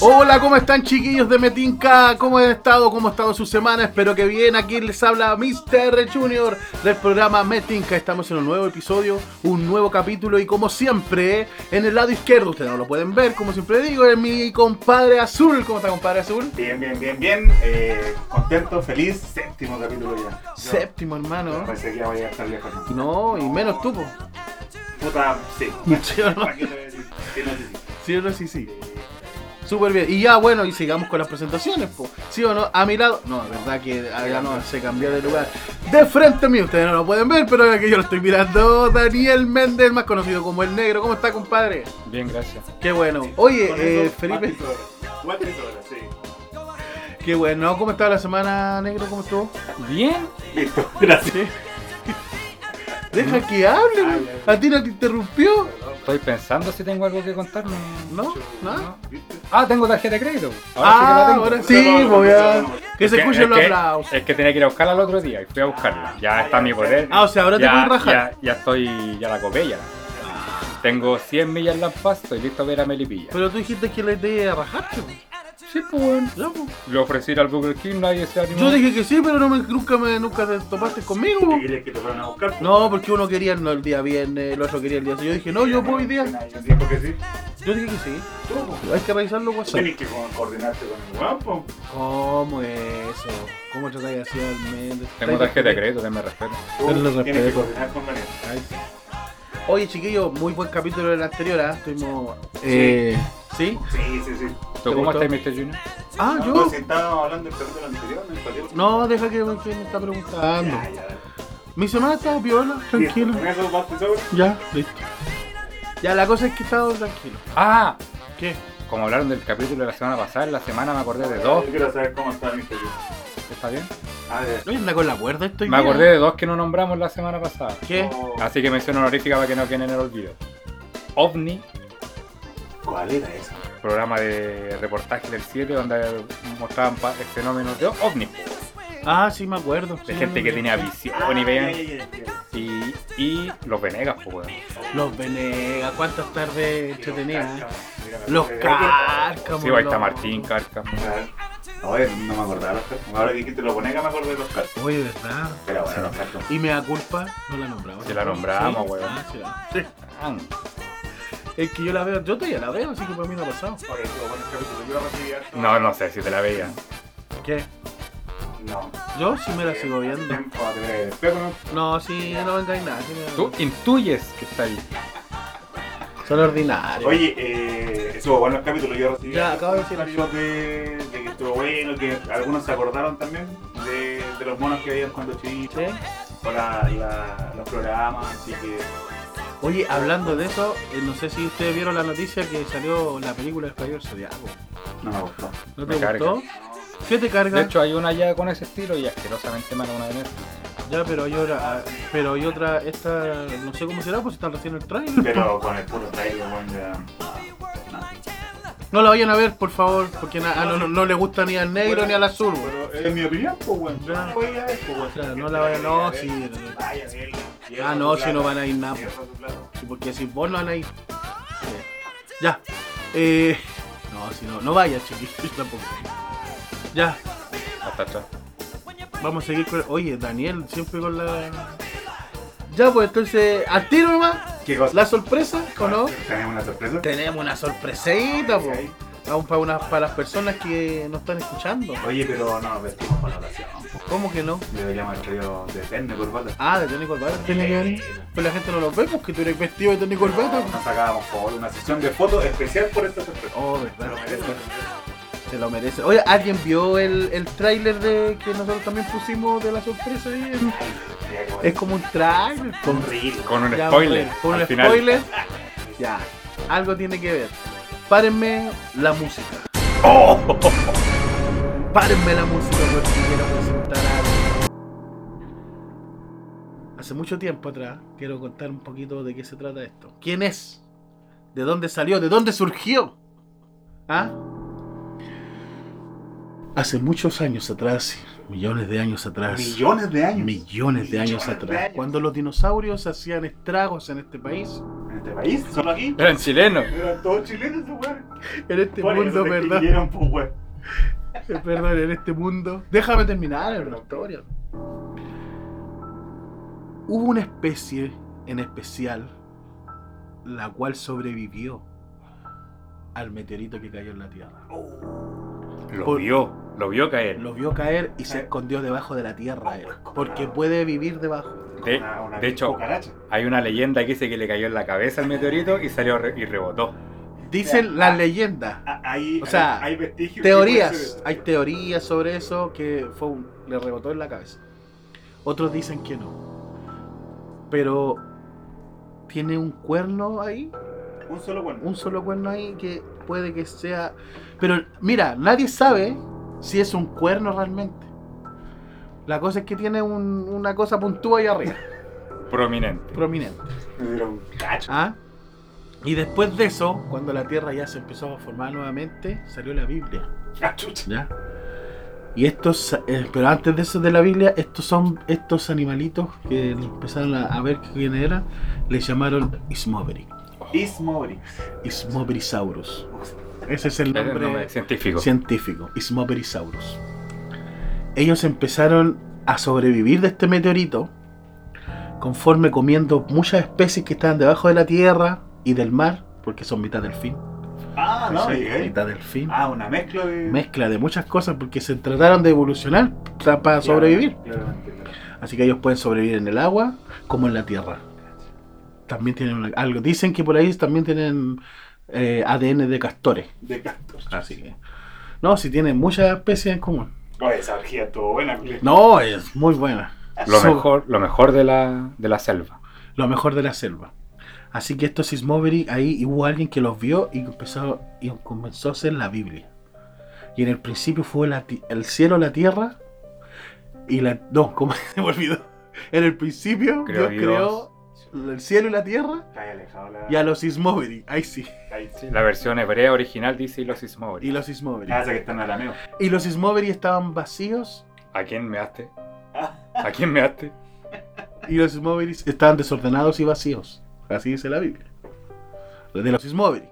Oh, Hola, ¿cómo están chiquillos de Metinca? ¿Cómo han estado? ¿Cómo ha estado su semana? Espero que bien. Aquí les habla Mr. Junior del programa Metinca. Estamos en un nuevo episodio, un nuevo capítulo y como siempre, en el lado izquierdo, ustedes no lo pueden ver, como siempre digo, es mi compadre azul. ¿Cómo está compadre azul? Bien, bien, bien, bien. Eh, contento, feliz. Séptimo capítulo ya. Yo Séptimo, hermano. Pensé que ya vaya a estar lejos. No, y menos tú, po. Puta, sí. Sí, ¿o no? ¿Para qué te voy a decir? Sí, no, sí, sí. ¿Sí o no? Sí, sí. Súper bien. Y ya, bueno, y sigamos con las presentaciones, po. ¿Sí o no? A mi lado. No, la verdad que ah, ya no se cambió de lugar. De frente a mí, ustedes no lo pueden ver, pero es que yo lo estoy mirando. Daniel Méndez, más conocido como El Negro. ¿Cómo está, compadre? Bien, gracias. Qué bueno. Oye, Con eh, eso, Felipe, más horas. Más horas, sí. qué bueno. ¿Cómo está la semana, Negro? ¿Cómo estuvo? ¿Bien? Listo, gracias. Deja que hable, weón. ¿A ti no te interrumpió? Estoy pensando si tengo algo que contar. No. ¿No? ¿No? ¿Viste? Ah, tengo tarjeta de crédito. Ah, Ahora ahora sí sí, voy a... Que que la tengo. Es se que- escuchen es los que- aplausos. Es que tenía que ir a buscarla el otro día y fui a buscarla. Ya está en mi poder. Ah, o sea, ahora te Ya- puedes rajar. Ya, ya estoy, ya la copé, ya. Tengo 100 millas en Lampas, estoy listo para ir a Melipilla. Pero tú dijiste que la idea rajaste, weón. Sí, pues bueno. Ya, po. Lo ofrecí al Burger King, nadie se animó. Yo dije que sí, pero no me, nunca, me, nunca te topaste conmigo. po. ¿Qué querías que te fueran a buscar? No, porque uno quería el, el día viernes, el otro quería el día. Yo dije, no, yo puedo hoy día. ¿Tiempo que sí? Yo dije que sí. Tú, po. Hay que revisarlo WhatsApp. Tienes que co- coordinarte con el pues. guapo. ¿Cómo eso? ¿Cómo tratáis así al Méndez? Tengo tarjeta de crédito, denme respeto. Tú Denle Tienes que respeto. coordinar con Vanessa. Ay, sí. Oye, chiquillos, muy buen capítulo del anterior, ¿ah? Estuvimos. Eh, ¿Sí? Sí, sí, sí. ¿Tú ¿Te cómo gustó? estás, Mr. Junior? Ah, No, yo. pues, si estábamos hablando del capítulo anterior, no Cualquier- No, deja que, que me está preguntando. Ya, ya, dale. Mi semana está viola, Listo, tranquilo. Con eso vas tú solo. Ya, listo. Ya, la cosa es que he estado tranquilo. Ah, ¿Qué? como hablaron del capítulo de la semana pasada, en la semana me acordé de Yo dos. quiero saber cómo está mi querido. ¿Está bien? A ver. Oye, anda con la cuerda estoy Me bien. acordé de dos que no nombramos la semana pasada. ¿Qué? Oh. Ah. Así que mención honorífica para que no queden en el olvido. OVNI, ¿Cuál era eso? programa de reportaje del 7 donde mostraban pa- fenómenos de OVNI. Ah, sí, me acuerdo. De Sí, gente que tenía Ah, visión y veían. Yo Y, y los Venegas, pues, weón. Los Venegas, cuántas tardes entretenidas. Los Cárcamos. Sí, ahí está ¿eh? los- Martín, Carca. Oye, no me acordaba los cartas. Ahora dijiste los ponés que me acordé de los cartas. Oye, ¿verdad? Pero bueno, los cartas. Y me da culpa, no la nombramos. Sí, la nombramos, Sí, weón. ah, sí, la- Es que yo la veo, yo todavía la veo, así que para mí no ha pasado. Oye, estuvo bueno el capítulo. Yo lo recibí harto. No, no sé si te la veía. ¿Qué? No. Yo sí me la sigo viendo. Tiempo de espejo, ¿no? No, sí, no vengáis nada. Sí, me- Tú intuyes que está ahí. Son ordinarios. Oye, eh, estuvo bueno el capítulo, yo recibí Ya, hartos acabo de decir comentarios de, de que estuvo bueno, que algunos se acordaron también de, de los monos que veían cuando chiquitos, ¿Sí? o la, la- los programas, así que Oye, hablando de eso, eh, no sé si ustedes vieron la noticia que salió la película de Español Zodiaco. no me gustó. ¿No te Me gustó? ¿Qué te carga? De hecho, hay una ya con ese estilo y asquerosamente mala una de Netflix. Ya, pero hay otra, ah, pero hay otra, esta, no sé cómo será, pues está recién el trailer. Pero con el puro trailer, bueno, ya, no. No la vayan a ver, por favor, porque na- a no, no- no le gusta ni al negro ni al azul. güey. Pero es mi opinión, pues, bueno. Ya. No voy a ver, pues, bueno. Claro, no la vaya- no, sí, no. Vaya, verla. Ah, Lleva no, su si no plata, van a ir nada. lleva su plata. pues. Porque si vos no van a ir. Sí. Ya. Eh, no, si no, no vayas, chiquillos, tampoco. Ya, Hasta atrás. vamos a seguir con... Oye, Daniel, siempre con la... Ya, pues entonces, al tiro nomás, ¿Qué cosa? la sorpresa, ¿o no? ¿Tenemos una sorpresa? Tenemos una sorpresita, pues. Aún para, unas, para las personas que nos están escuchando. Oye, pero no nos vestimos para la oración. pues. ¿Cómo que no? Deberíamos haber traído de pende, corbata. Ah, de Tony Corbata. Tiene que ver. Pues la gente no lo ve porque tú eres vestido de Tony Corbata. Nos sacábamos por una sesión de fotos especial por esta sorpresa. Oh, verdad. Se lo merece. Oye, ¿alguien vio el, el tráiler de que nosotros también pusimos de la sorpresa ahí? en- Es como un tráiler. con río. Con un Ya, spoiler. Con un al final. spoiler. Ya. Algo tiene que ver. Párenme la música. Oh, Párenme la música porque quiero presentar algo. Hace mucho tiempo atrás quiero contar un poquito de qué se trata esto. ¿Quién es? ¿De dónde salió? ¿De dónde surgió? ¿Ah? Hace muchos años atrás, millones de años atrás. Millones de años. Millones de años Millones de atrás, años. cuando los dinosaurios hacían estragos en este país, Ajá. este país, solo aquí. Eh. Eran chilenos. Eran todos chilenos, esos weones. En este Bueno, mundo, esos perdón. tequilleros, pues, weón. Perdón, en este mundo. Déjame terminar, hermano Antonio. Hubo una especie en especial la cual sobrevivió al meteorito que cayó en la Tierra. Lo Por- vio, lo vio caer. Lo vio caer y se escondió debajo de la Tierra, eh, porque puede vivir debajo. De, Una- Ah, una de hecho, cucaracha. hay una leyenda que dice que le cayó en la cabeza el meteorito y salió re- y rebotó. Dicen las leyendas. Ah, Hay, O sea, hay, hay vestigios. Teorías, hay Hay teorías sobre eso que fue un- le rebotó en la cabeza. Otros dicen que no. Pero tiene un cuerno ahí, este, un solo cuerno. un solo cuerno ahí que puede que sea... Pero mira, nadie sabe si es un cuerno realmente. La cosa es que tiene un- una cosa puntúa ahí arriba, Prominente. prominente. Me dieron cacho. ¿ah? Y después de eso, cuando la Tierra ya se empezó a formar nuevamente, salió la Biblia. Ah, chucha. ¿Ya? Y estos, eh, pero antes de eso de la Biblia, estos son estos animalitos que empezaron a, a ver quién era, les llamaron Ismoberi, Is Mowbray. Ismoberisaurus. Ese es el Era el nombre nombre científico. científico, Ismoberisaurus. Ellos empezaron a sobrevivir de este meteorito conforme comiendo muchas especies que estaban debajo de la tierra y del mar, porque son mitad del fin. Ah, no, ¿cachai? llegué. mitad del fin Ah, una mezcla de. mezcla de muchas cosas porque se trataron de evolucionar tra- para Claro, sobrevivir. claramente, claro. Así que ellos pueden sobrevivir en el agua como en la tierra. También tienen una- algo. Dicen que por ahí también tienen eh, ADN de castores. De cactus. Ah, Así que. No, si tienen muchas especies en común. Oye, esa orgía estuvo buena, Julio. No, es muy buena. Lo So- mejor, lo mejor de la, de la selva. Lo mejor de la selva. Así que estos Sismovery, ahí hubo alguien que los vio y empezó y comenzó a hacer la Biblia. Y en el principio fue la ti- el cielo, la tierra y la. No, ¿cómo se me olvidó? En el principio Creó Dios Dios. creó el cielo y la tierra Está ahí alejado la. y a los Sismovery. Ahí sí. ahí, sí. La versión hebrea original dice y los Y ismóviles. los Sismovery. Ah, esa que está en arameo. Y los Sismovery estaban vacíos ¿A quién measte? ¿A quién measte? y los Sismovery estaban desordenados y vacíos. Así dice la Biblia. De los Sismovery.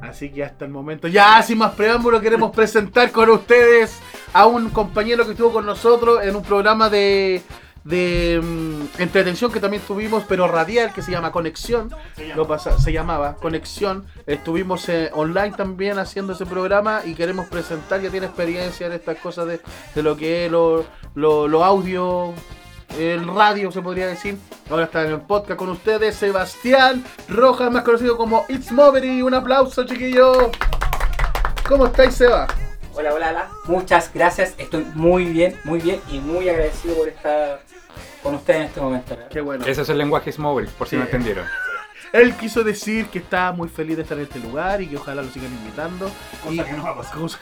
Así que hasta el momento, ya sin más preámbulo, queremos presentar con ustedes a un compañero que estuvo con nosotros en un programa de, de mm, entretención que también tuvimos, pero radial, que se llama Conexión. Se llama. Lo pasa- se llamaba Conexión. Estuvimos eh, online también haciendo ese programa y queremos presentar, ya tiene experiencia en estas cosas de, de lo que es lo, lo- lo audio, el radio se podría decir. Ahora está en el podcast con ustedes, Sebastián Rojas, más conocido como It's Movery. Un aplauso, chiquillo. ¿Cómo estáis, Seba? Hola, hola, hola. Muchas gracias. Estoy muy bien, muy bien y muy agradecido por estar con ustedes en este momento. Qué bueno. Ese es el lenguaje ismóvil, por si Sí. no entendieron. Él quiso decir que está muy feliz de estar en este lugar y que ojalá lo sigan invitando. Y- Cosa que no va a pasar. Cosa-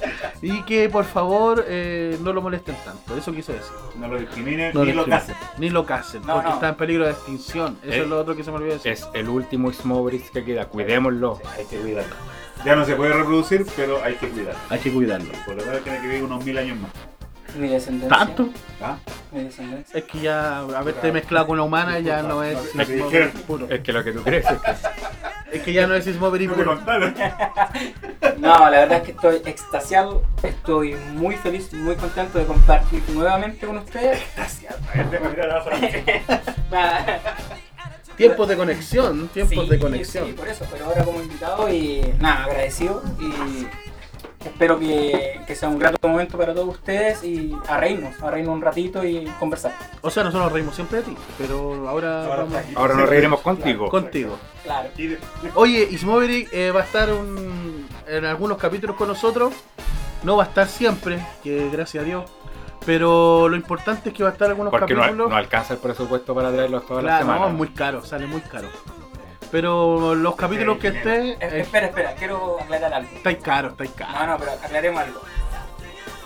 y que por favor eh, no lo molesten tanto, eso quiso decir. No lo discriminen No ni lo discriminen. casen. Ni lo casen, No, porque no. está en peligro de extinción. Eso Eh, es lo otro que se me olvidó decir. Es el último ismóvil que queda. Cuidémoslo. Hay que cuidarlo. Ya no se puede reproducir, pero hay que cuidarlo. Hay que cuidarlo. Por lo menos tiene que vivir unos mil años más. Mi descendencia. ¿Tanto? ¿Ah? Mi descendencia. Es que ya haberte mezclado con una humana ya no es Me Sismovery dijeron. puro. Es que lo que tú crees es que Es que ya no es Sismovery No te puro. contaron. No, la verdad es que estoy extasiado. Estoy muy feliz, muy contento de compartir nuevamente con ustedes. A ver, déjame mirar abajo. Tiempos de conexión, tiempos Sí, de conexión. Sí, por eso, pero ahora como invitado y nada, agradecido y espero que, que sea un grato momento para todos ustedes y a reírnos, a reírnos un ratito y conversar. O sea, nosotros nos reímos siempre de ti, pero ahora Ahora vamos está ahora nos reiremos contigo. contigo. Claro. Y de- Oye, Ismoveric va a estar un- en algunos capítulos con nosotros. No va a estar siempre, que gracias a Dios. Pero lo importante es que va a estar algunos Porque no, capítulos. no alcanza el presupuesto para traerlos todas las claro, no, semanas. es muy caro, sale muy caro. Pero los capítulos Sí, que dinero. esté, Eh, eh, espera, espera, quiero aclarar algo. estáis caros, estáis caros. No, no, pero aclaremos algo.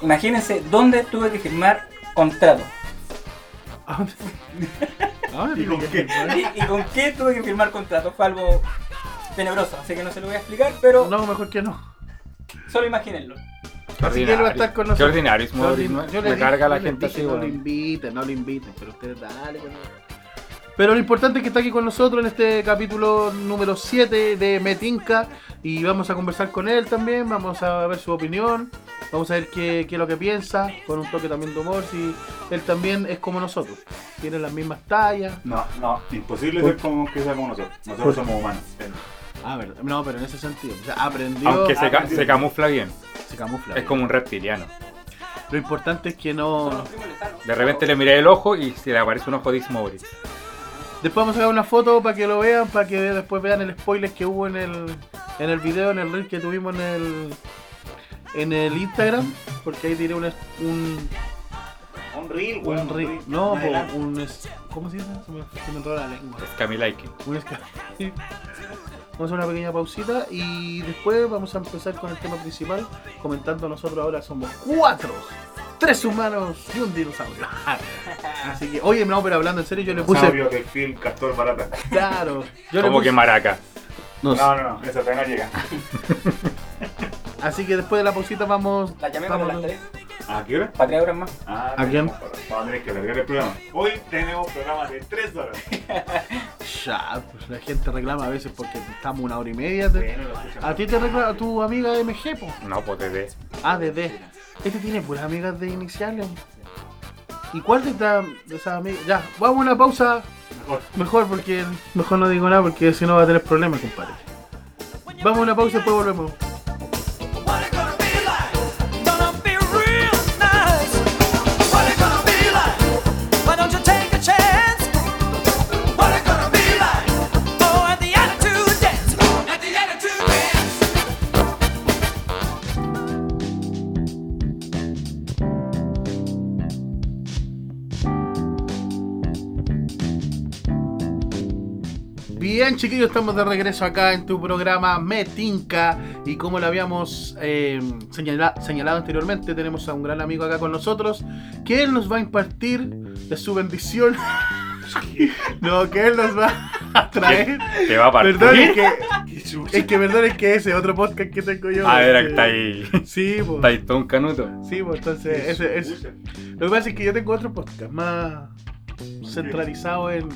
Imagínense dónde tuve que firmar contrato. ¿A dónde? ¿A dónde ¿Y con tenés qué? que ir? ¿Y, y con qué tuve que firmar contrato? Fue algo tenebroso, así que no se lo voy a explicar, pero No, mejor que no. solo imagínenlo. Qué Así que él va a estar con Qué nosotros. ordinario Yo ismóvil. le- ¿no? yo Me les carga dije- la yo les gente dije, así, No lo bueno. inviten, no lo inviten, pero ustedes dale. que no. Pero lo importante es que está aquí con nosotros en este capítulo número 7 de Metinca. Y vamos a conversar con él también, vamos a ver su opinión, vamos a ver qué, qué es lo que piensa, con un toque también de humor, si él también es como nosotros. Tiene las mismas tallas. No, no, imposible Por- ser como que sea como nosotros. por- Nosotros somos humanos. Ah, verdad. No, pero en ese sentido. O sea, aprendió, Aunque se, ca- ah, se camufla bien. se camufla. Es como un reptiliano. Lo importante es que no... De repente le miré el ojo y se le aparece un ojo de Ismobris. Después vamos a sacar una foto para que lo vean, para que después vean el spoiler que hubo en el, en el video, en el reel que tuvimos en el, en el Instagram, porque ahí tiré un, es- un, Un reel, un weón. reel. No, po, adelante. un. es- ¿Cómo se dice? Se me, se me entró la lengua. Es Camilaique. Un esca- Vamos a hacer una pequeña pausita y después vamos a empezar con el tema principal, comentando nosotros ahora somos cuatro, tres humanos y un dinosaurio. Así que, oye, no, pero hablando en serio, yo le puse. Sabio, Delfín, Castor, Barata. Claro, yo le Como que puse. maraca. no, No, no, no, esa todavía no llega. Así que después de la pausita vamos. La llamé para vamos las 3, ¿A qué hora? para 3 horas más. Ah, ¿A quién? tenemos- Vamos a tener que alargar el programa. Hoy tenemos programa de 3 horas. Ya, pues la gente reclama a veces porque estamos una hora y media. de- Bueno, lo escuchamos. A ti te reclama tu amiga de MG, po. No, pues desde. Ah, de D. Este tiene puras amigas de iniciales. ¿Y cuál de, estas- de esas amigas? Ya, vamos a una pausa. Mejor. Mejor porque mejor no digo nada porque si no va a tener problemas, compadre. Vamos a una pausa y después volvemos. What it gonna be like? Gonna be real nice. What it gonna be like? Why don't you take a chance? What it gonna be like? Oh, at the attitude dance. At the attitude dance. Bien, chiquillos, estamos de regreso acá en tu programa Metinca. Y como lo habíamos eh, señala- señalado anteriormente, tenemos a un gran amigo acá con nosotros que él nos va a impartir de su bendición. no, que él nos va a traer. Te va a partir. Perdón, es que, Qué chucha. es que perdón, es que ese otro podcast que tengo yo. A ver, este, Ah, está ahí. Sí, pues. Está ahí todo un canuto. Sí, pues entonces. Qué Ese, ese- chucha. Lo que pasa es que yo tengo otro podcast más centralizado en,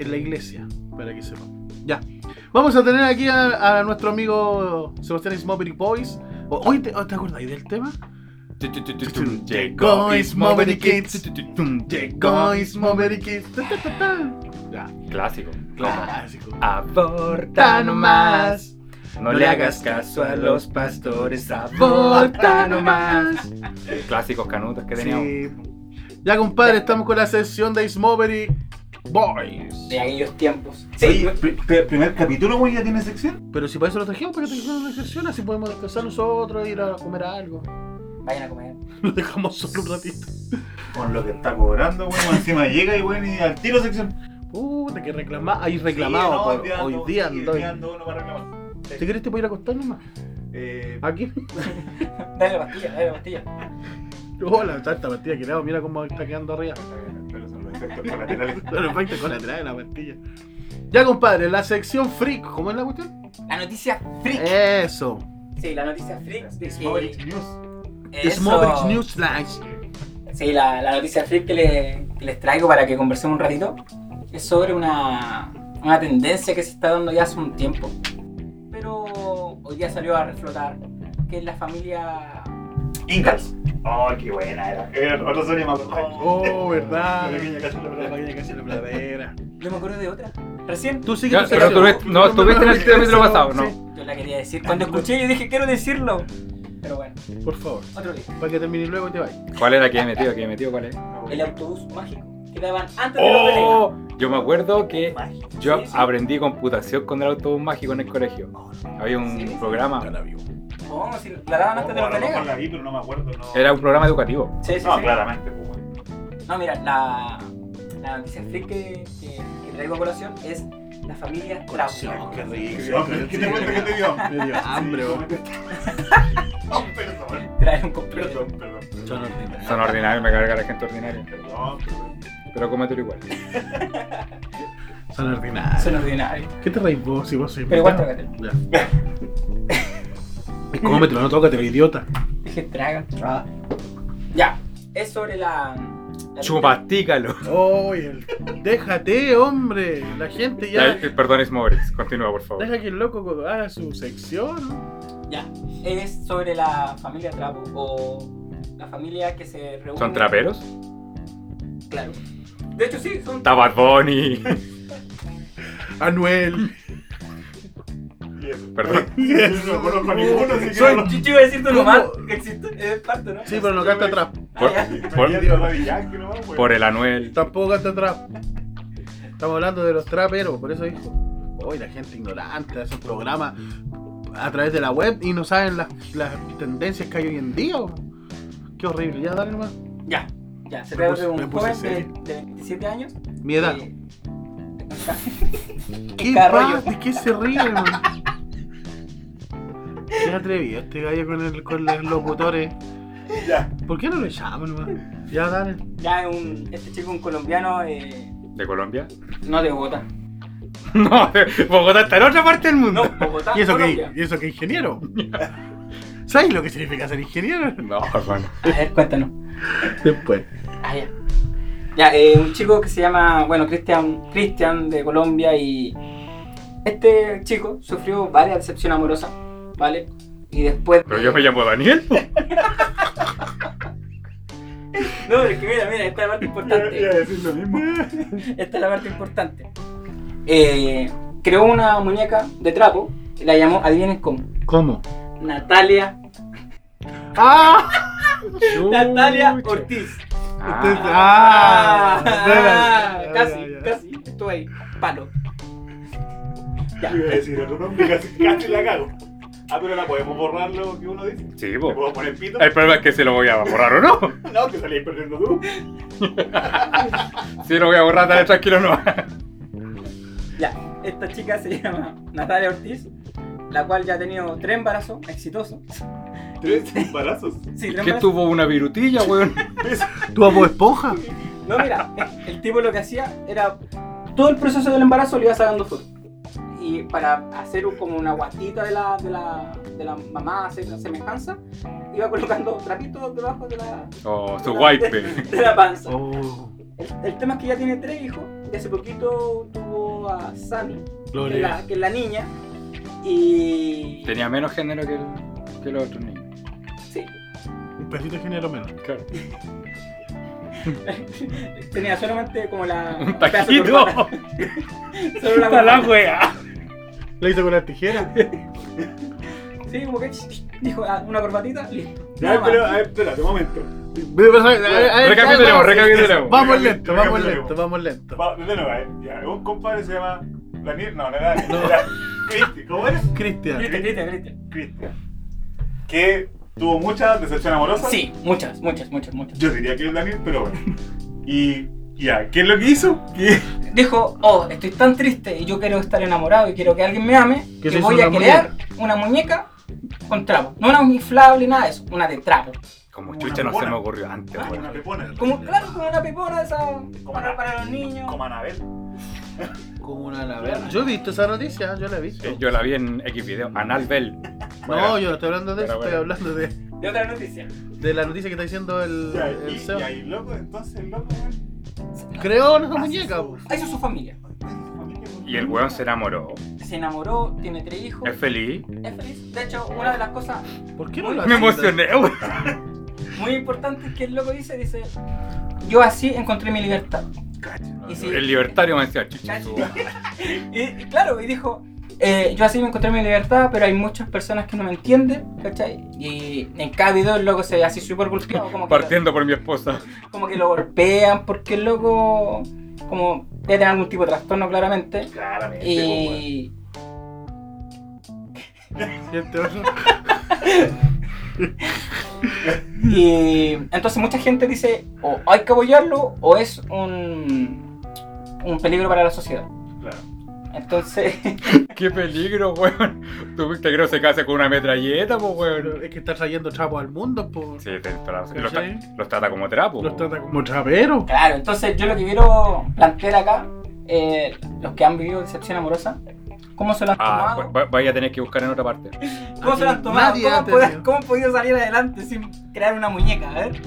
en la iglesia, para que sepan. Ya. Vamos a tener aquí a, a nuestro amigo Sebastián Smobity Boys. O- Oye, ¿te, oh, ¿te acordáis del tema? Llegó Ismobris Kids. Llegó Smobity Kids. Ta, ta, ta, Ah, ta. Ya, Clásico. clásico. Aborta nomás. No le hagas caso a los pastores. Aborta nomás. Clásicos canutos que teníamos. Sí. Ya, compadre, estamos con la sesión de Smobity Boys. De aquellos tiempos. Oye, pri- pri- primer capítulo, güey, ya tiene sección. Pero si para eso lo trajimos, para que tengamos una sesión, así podemos descansar nosotros, ir a comer algo. Vayan a comer. Lo dejamos solo un ratito. Con lo que está cobrando, güey, encima llega y, güey, y al tiro sección. Puta, que reclamar. Hay reclamado por- hoy día ando. Si uno para reclamar. querés te puedo ir a acostar nomás. Eh, Aquí. Dale la pastilla, dale la pastilla. Hola, Oh, está esta partida que le hago, mira cómo está quedando arriba. pero son los efectos colaterales. Pero efecto colateral de la partida. Ya compadre, la sección freak, ¿cómo es la cuestión? La noticia freak. Eso. Sí, la noticia freak. de que- Smallbridge News. Eso. Smobrich News Flash. Sí, la, la noticia freak que, le- que les traigo para que conversemos un ratito es sobre una, una tendencia que se está dando ya hace un tiempo. Pero hoy día salió a reflotar, que es la familia... Ingalls. Oh, qué buena era. Era otra serie más. Oh, verdad. La pequeña casa de la La pradera. pequeña casa de la pradera. Yo me acuerdo de otra. Recién Tú sigues Ya, tu pero sección. tuviste- no, estuviste en el capítulo pasado, ¿no? Sí, yo la quería decir. Cuando escuché yo dije, quiero decirlo. Pero bueno, por favor. otro día. Para que termine y luego te vayas. ¿Cuál era que he metido? ¿Que he metido? ¿Cuál es? El autobús mágico que daban antes de la pelea. ¡Oh! Yo me acuerdo que yo Sí, sí. aprendí computación con el autobús mágico en el colegio. Había Sí, sí. un programa. la vivo. No, si la daban No, antes de a la lo mejor pelea. la vi, pero no me acuerdo. No, Era un programa educativo. Sí, sí, no sí. claramente. pues, güey. No, mira, la, la noticia freak que, que, que traigo a colación es la familia Trapo. Qué No, pero ¿Qué te cuento que te dio? Me dio hambre, Sí, vos. No, perdón. Trae un completo. Perdón, perdón. Son ordinarios. Son ordinarios, me carga la gente ordinaria. Perdón, perdón. Pero cómetelo igual. Son ordinarios. Son ordinarios. ¿Qué te reís vos si vos sois Pero igual invitado? Ya. Es como me te lo no tócate, idiota. Dije, traga. Ah. Ya, es sobre la, la Chupatícalo. Oye, el- déjate, hombre. La gente Ya, ya. eh, Perdón, Ismobrix. Continúa, por favor. Deja que el loco haga su sección. Ya. Es sobre la familia Trapo o la familia que se reúne. ¿Son traperos? Claro. De hecho, sí, son. Está Bad Bunny. Anuel. Y eso. Perdón. No me acuerdo con ninguno, así que Soy- no- Yo iba a decir todo lo ¿Cómo? mal que existe. Es parte, ¿no? Sí, pero no canta trap. Ah, Por- ya. Por- Imagínate a Daddy Yankee, ¿no? Pues. Por el Anuel. Tampoco canta trap. Estamos hablando de los traperos, por eso dijo. Hoy la gente ignorante hace un programa a través de la web y no saben las, las tendencias que hay hoy en día. po. Qué horrible, ya dale nomás. Ya. Ya. Se Me trata puse- de me un puse joven de, serio. de 27 años. Eh, Mi edad. que- ¿Qué carrollo. pasa? ¿De qué se ríe, man? Qué atrevido este gallo con, el, con los locutores. Ya. ¿Por qué no lo llaman, man? Ya dale. Ya es un, este chico, un colombiano, eh, ¿De Colombia? no de Bogotá. No, de- Bogotá está en otra parte del mundo. No, Bogotá. ¿Y eso que, Colombia. ¿Y eso que ingeniero? ¿Sabes lo que significa ser ingeniero? No, hermano. A ver, cuéntanos. Después. Ah, ya. Ya, eh, un chico que se llama, bueno, Cristian, Cristian de Colombia y este chico sufrió varias decepciones amorosas, ¿vale? Y después... Pero yo me llamo Daniel. po. No, pero es que mira, mira, esta es la parte Yo iba a importante. decir lo mismo. Esta es la parte importante. Eh, creó una muñeca de trapo y la llamó, adivinen cómo, ¿Cómo? Natalia, ¡Ah! Natalia Ortiz. Entonces- Ah, ¡Ah! Ah, Ya, casi, ya, ya. casi, estuve ahí, palo. Ya. Yo iba a decir otro nombre, casi, casi la cago. Ah, pero la podemos borrar lo que uno dice. sí, ¿Le po. puedo poner pito? El problema es que se lo voy a borrar o no. No, que salís perdiendo tú. Si lo voy a borrar, dale tranquilo no. Ya, esta chica se llama Natalia Ortiz, la cual ya ha tenido tres embarazos exitosos. Tres embarazos. Sí, tres ¿Qué embarazos. tuvo una virutilla, weón? ¿Tú a Bob esponja? No, mira, el tipo lo que hacía era todo el proceso del embarazo le iba sacando fotos. Y para hacer un- como una guatita de la, de la, de la mamá, hacer la semejanza, iba colocando trapitos debajo de la, Oh, su de la- wipe. de la panza. Oh, El, el tema es que ya tiene tres hijos y hace poquito tuvo a Sammy, que es gloria. la, que es la niña, y... Tenía menos género que, el- que los otros niños. Sí. Un pedacito de género menos. Claro. Tenía solamente como la... Un pedazo de taquito. corbata. Solo la Está la corbata. wea. ¿Lo hizo con las tijeras? Sí, como que dijo ah, una corbatita, listo. Ya, Nada más. pero, a ver, espérate, un momento. Recapitulemos, recapitulemos. eh, Vamos lento, vamos lento, vamos lento. Va, de nuevo, eh. Ya, un compadre se llama Daniel. No, no era Daniel. Era Cristi. ¿Cómo eres? Cristian. Cristian, Cristian, Cristian. Cristian. Que tuvo mucha decepción amorosa. Sí, muchas, muchas, muchas, muchas. Yo diría que es Daniel, pero bueno. Y ya, ¿qué es lo que hizo? ¿Qué? Dijo, oh, estoy tan triste y yo quiero estar enamorado y quiero que alguien me ame, Que que, se hizo voy a una crear una muñeca con trapo. No una inflable, nada de eso, una de trapo. Como chucha no se me ocurrió antes, Bueno, weón. te pones. Como, claro, como una pepona esa para, una- para los niños. Como Anabel. Como una laverna. Yo he visto esa noticia, yo la he visto. Sí, Eh, Yo la vi en X video. Anal Bell. No, yo no estoy hablando de eso, estoy Pero bueno. hablando de, De otra noticia. de la noticia que está diciendo el, Ya, el y, CEO. y ahí, loco, entonces, el loco, weón. Creó una muñeca, po. Ah, Eso es su familia. Y el weón se enamoró. Se enamoró, tiene tres hijos, Es feliz. es feliz. De hecho, una de las cosas ¿Por qué no lo Me hacen? emocioné, weón. muy importantes que el loco dice, dice, yo así encontré mi libertad. Y si- Ah, El libertario me decía, chucha, Cacho. su- y, y claro, y dijo, eh, yo así me encontré mi libertad, pero hay muchas personas que no me entienden, ¿cachai? Y en cada video el loco se ve así súper golpeado, como que, partiendo por mi esposa. lo, como que lo golpean, porque el loco como debe tener algún tipo de trastorno claramente. Claramente, po, weón. Y pues, Y este otro- Y entonces mucha gente dice, o hay que apoyarlo o es un, un peligro para la sociedad. Claro. Entonces, Qué peligro, weón. Tu que creo se case con una metralleta, pues, Pero weón. es que está trayendo trapos al mundo, po. Sí, te- te la- los, ¿Cachai? tra- los trata como trapo. Los po. trata como traperos. claro, entonces yo lo que quiero plantear acá, eh, los que han vivido decepción amorosa, ¿Cómo se lo han Ah, tomado? va- va- vaya a tener que buscar en otra parte. ¿Cómo se lo han tomado? Nadie ¿Cómo, ha han podido- tenido. ¿Cómo han podido salir adelante sin crear una muñeca? A ver,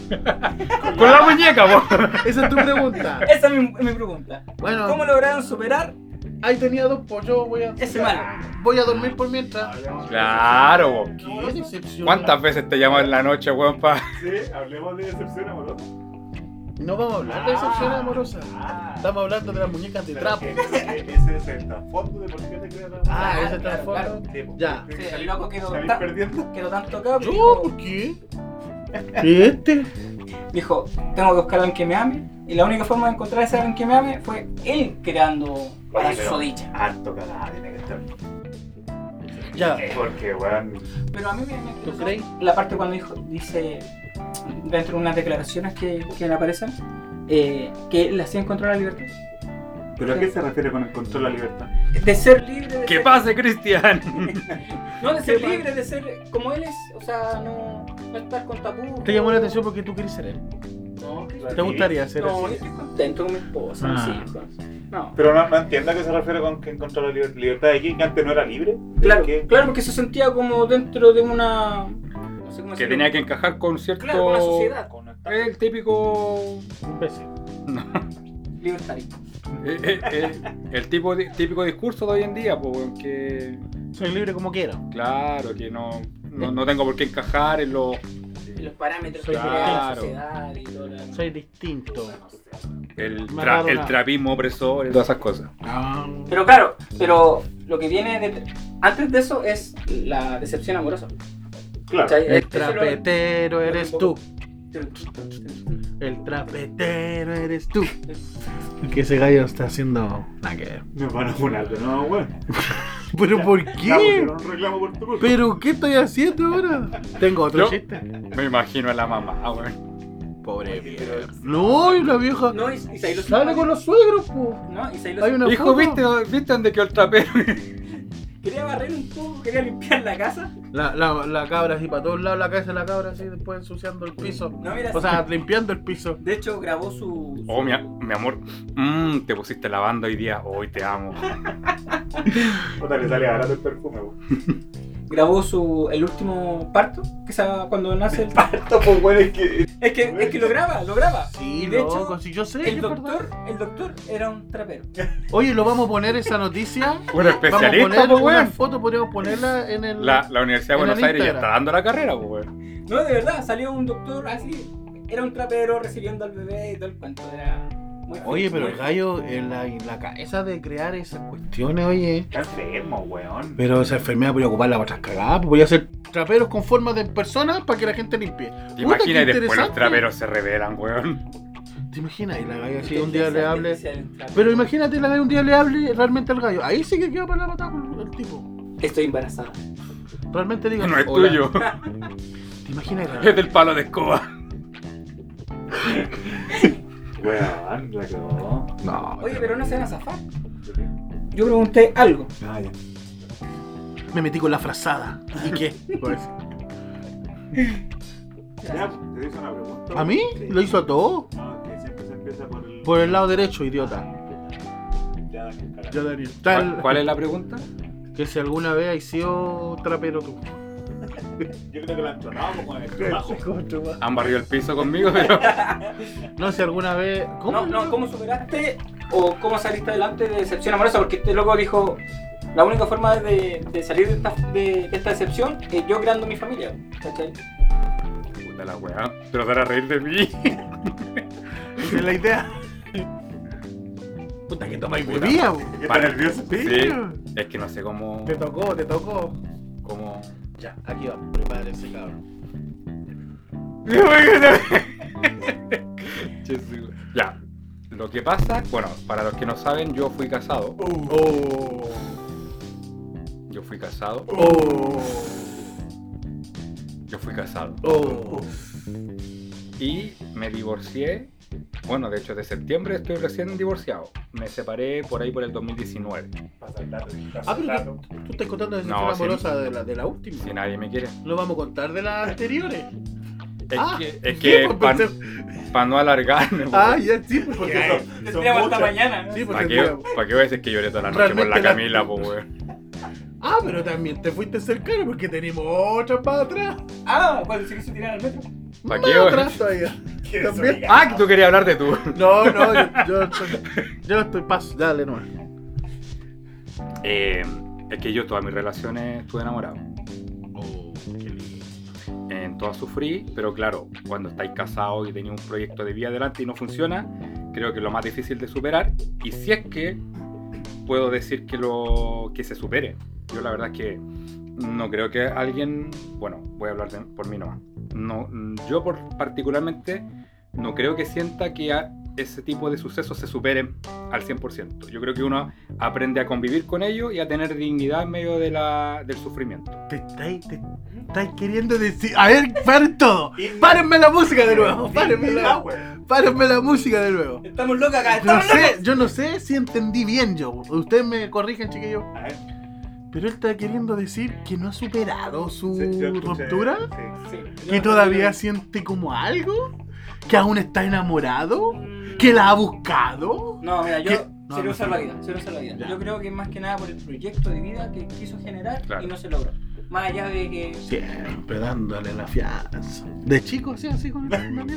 ¡Con la muñeca, po! Esa es tu pregunta. esa es mi, mi pregunta. Bueno, ¿Cómo lograron superar ahí tenía dos, pues yo voy a. ese mal? Voy a dormir por mientras. Hablemos de- Claro, po. Qué decepción. ¿Cuántas veces te llaman en la noche, weón, pa? Sí, hablemos de decepción amorosa. No vamos a hablar de decepción amorosa. Ah. Estamos hablando de las muñecas de Pero trapo. que- que Ese es el trasfondo de por qué te creas la- Ah, Claro, ese claro, trasfondo. Sí, po. Ya. Creo que eh, Sí, salí- el loco quedó salí tan- perdiendo. Que lo tanto cabrón. ¿Yo? Dijo, ¿Por qué? ¿Este? dijo, tengo que buscar a alguien que me ame. Y la única forma de encontrar a ese alguien que me ame fue él creando para Oye, pero su dicha. Harto cagada tiene que estar. Ya. Eh, Porque, weón. Pero a mí me, me ¿Tú interesó crees? la parte cuando dijo, dice, dentro de unas declaraciones que, que le aparecen, eh, que él le hacía encontrar la libertad. ¿Pero a qué se refiere con el control de la libertad? De ser libre. De ¡Que ser- pase, Cristian! No, de ser libre, de ser como él es. O sea, no, no estar con tabú. Te llamó la atención porque tú quieres ser él. No, ¿Te gustaría ser no, yo así? estoy contento con mi esposa, Ah. mis hijos. No. Pero no, no entiendo a qué se refiere con que encontró la liber- libertad de aquí, que antes no era libre. Claro, que, claro, porque se sentía como dentro de una. No sé cómo Que decirlo. tenía que encajar con cierto... Claro, con la sociedad. El típico... Un beso. Libertario. eh, eh, eh, el tipo di- típico discurso de hoy en día, po, weón, que... Soy libre como quiero. Claro, que no, no, no tengo por qué encajar en los... Y los parámetros Soy que crea la claro. sociedad y todo lo Soy distinto. El, Me tra- agarro el la- trapismo opresor, todas esas cosas. Pero claro, pero lo que viene de- antes de eso es la decepción amorosa. claro. ¿cachai? este El Eso lo- trapetero eres tú. Tranquilo, tranquilo. El trapetero eres tú. Que ese gallo está haciendo. Nada que ver. Me van a funar de nuevo, weón. ¿Pero por Ya qué? pusieron un reclamo por tu culpa. ¿Pero qué estoy haciendo ahora? Tengo otro Yo- chiste. Me imagino a la mamá, ah, weón. Pobre vieja. Pero- No, y la vieja. No, y, y se ahí lo Sale con los suegros, po. No, y se ahí lo Hay una Hijo, foto. ¿viste, ¿viste dónde quedó el trapero? Quería barrer un poco, quería limpiar la casa. La, la, la cabra así para todos lados, la cabeza de la cabra así, después ensuciando el piso. No, mira, O sea, limpiando el piso. de hecho grabó su. Oh, mi, a- su- mi amor, mm, te pusiste la banda hoy día. Hoy te amo. Puta, le sale barato el perfume, weón. grabó su el último parto, que es cuando nace el parto. Esto, pues, weón, es que. Es que, es que lo graba, lo graba. Sí, Y de loco, hecho, si yo sé. el es doctor, verdad. el doctor era un trapero. Oye, lo vamos a poner esa noticia. Un Vamos a especialista, poner pues, una weón. foto, podríamos ponerla en el. La, la Universidad de En el Buenos Aires ya Instagram. está dando la carrera, pues, weón. No, de verdad, salió un doctor así. Era un trapero recibiendo al bebé y todo el cuento. Era muy Oye, feliz, pero el muy- gallo en la, en la cabeza de crear esas cuestiones, oye. Está enfermo, weón. Pero esa enfermedad podría ocuparla para otras cagadas. pues, Podría hacer traperos con formas de personas para que la gente limpie. Te Puta, qué imaginas y después los interesante. traperos se revelan, weón. ¿Te imaginas? Y la gallo así Inteligencia un día le hable. artificial, el trapero. Pero imagínate la gallo un día le hable realmente al gallo. Ahí sí que queda para la patada por el tipo. Estoy embarazada. Realmente diga. No es "Hola". tuyo. ¿Te imaginas? Es del palo de escoba. Weón, la cagó. No. Oye, pero no se van a zafar. Yo pregunté algo. Ah, ya. Me metí con la frazada. ¿Y qué? Pues, Ya, pues, te hice una pregunta. ¿A mí? Sí. Lo hizo a todos. No, que siempre se empieza por el. Por el lado derecho, idiota. Ya, Daniel, cagado. Ya, Daniel. ¿Cuál, Tal cuál es la pregunta? que si alguna vez hay sido trapero tú. Yo creo que la entronamos con el trabajo. Han barrido el piso conmigo, pero. No, si alguna vez. No, no, ¿cómo superaste o cómo saliste adelante de decepción amorosa? Porque este loco dijo, la única forma de, de salir de esta, de, de esta decepción es yo creando mi familia. ¿Cachai? Puta la weá. Pero te van a reír de mí. Esa es la idea. Puta que toma y Puta. bebía, ¿Está nervioso? Sí. Es que no sé cómo. tocó, te tocó. cómo... Ya, aquí va, prepárense, cabrón. ya. Lo que pasa, bueno, para los que no saben, yo fui casado. Oh. Yo fui casado. Oh. Yo fui casado. Oh. Y me divorcié. Bueno, de hecho, de septiembre estoy recién divorciado. Me separé por ahí por el 2019. Pasa el dato, pasa Ah, el pero dato. tú, tú estás contando de la No, sí. amorosa de, la, de la última. Si nadie me quiere. No vamos a contar de las anteriores. Es Ah, que, es sí, que pues, para pensé- no alargarme. Ah, ya, sí, pues Porque porque. son- son Tendríamos hasta muchas. mañana. ¿no? Sí, eh. pues, ¿Para porque. qué, pa' qué voy a decir que lloré toda la noche por Realmente la la- Camila, po, weón? Ah, pero también te fuiste cercano porque tenemos otras para atrás. Ah, cuando se quiso tirar al metro. ¿Pa' Más qué, weón? atrás todavía. Qué También. desobligado. Ah, que tú querías hablar de tú. No, no, yo, yo estoy, yo estoy paso, dale nomás. Eh, es que yo todas mis relaciones estuve enamorado. En todas sufrí, pero claro, cuando estáis casados y tenéis un proyecto de vida adelante y no funciona, creo que es lo más difícil de superar. Y si es que puedo decir que lo que se supere. Yo la verdad es que no creo que alguien, bueno, voy a hablar de- por mí nomás. No, mm, yo por, particularmente no creo que sienta que a- ese tipo de sucesos se superen al 100%. Yo creo que uno aprende a convivir con ellos y a tener dignidad en medio de la, del sufrimiento. Te estáis, te estáis queriendo decir. A ver, paren todo. Párenme la música de nuevo. Párenme la, párenme la música de nuevo. Estamos locos acá, Yo no estamos locos. sé, yo no sé si entendí bien yo. Ustedes me corrigen, chiquillos. A ver, Pero él está queriendo decir que no ha superado su sí, yo escuché- ruptura. sí. Sí. Que todavía siente como algo. Que aún está enamorado. Que la ha buscado. No, mira, yo ¿Qué? No, se no, lo usar no. la vida, se lo usar la vida. Ya. Yo creo que más que nada por el proyecto de vida que quiso generar Claro. y no se logró. Más allá de que Siempre dándole la fianza. De chico, sí, así con el también.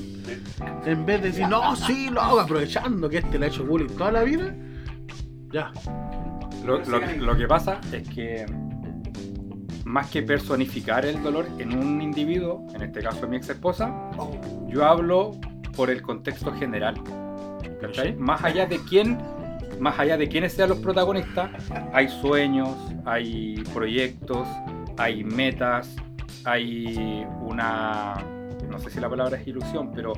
En vez de decir, no, sí, lo hago aprovechando que este le ha hecho bullying toda la vida. Ya. Lo, lo- lo que pasa es que más que personificar el dolor en un individuo, en este caso mi ex esposa, yo hablo por el contexto general. ¿cachai? Más allá de quién, más allá de quiénes sean los protagonistas, hay sueños, hay proyectos, hay metas, hay una no sé si la palabra es ilusión, pero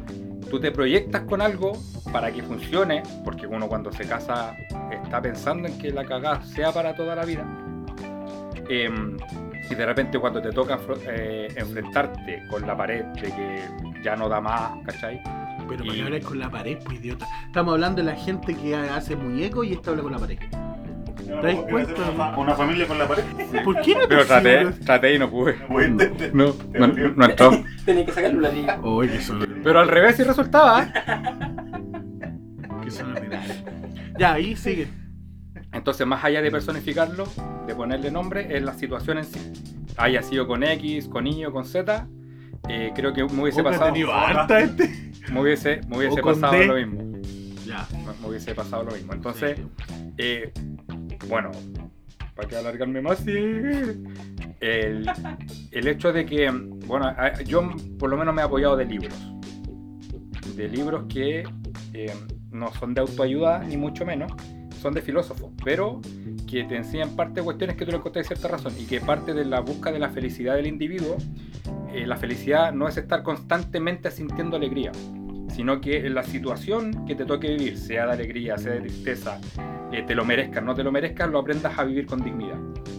tú te proyectas con algo para que funcione, porque uno cuando se casa está pensando en que la cagada sea para toda la vida. Em, y de repente cuando te toca afro- eh, enfrentarte con la pared de que ya no da más, ¿cachai? Pero Y- para hablar con la pared, pues idiota. Estamos hablando de la gente que hace muñecos y esta habla con la pared. Yo no ¿Te das puedo hacer Una, cuenta? fa- una familia con la pared. ¿Por qué no te Pero traté, sigues? traté y no pude. No pudiste. No, no, no entró. tenía que sacar un ladrillo. Oye, que son, Pero al revés sí resultaba. que son ordinarios. Ya, ahí sigue. Entonces, más allá de personificarlo, de ponerle nombre, es la situación en sí. Haya sido con X, con Y o con Z, eh, creo que me hubiese Otra pasado, tenido harta este. me hubiese, me hubiese O con pasado D. lo mismo. Ya. Me me hubiese pasado lo mismo. Entonces, Eh, bueno, para que alargarme más, sí. El, el hecho de que, bueno, a- yo por lo menos me he apoyado de libros. De libros que eh, no son de autoayuda, ni mucho menos, son de filósofos, pero que te enseñan parte de cuestiones que tú le encontrás de cierta razón y que parte de la búsqueda de la felicidad del individuo, eh, la felicidad no es estar constantemente sintiendo alegría, sino que la situación que te toque vivir, sea de alegría, sea de tristeza, eh, te lo merezcas, no te lo merezcas, lo aprendas a vivir con dignidad.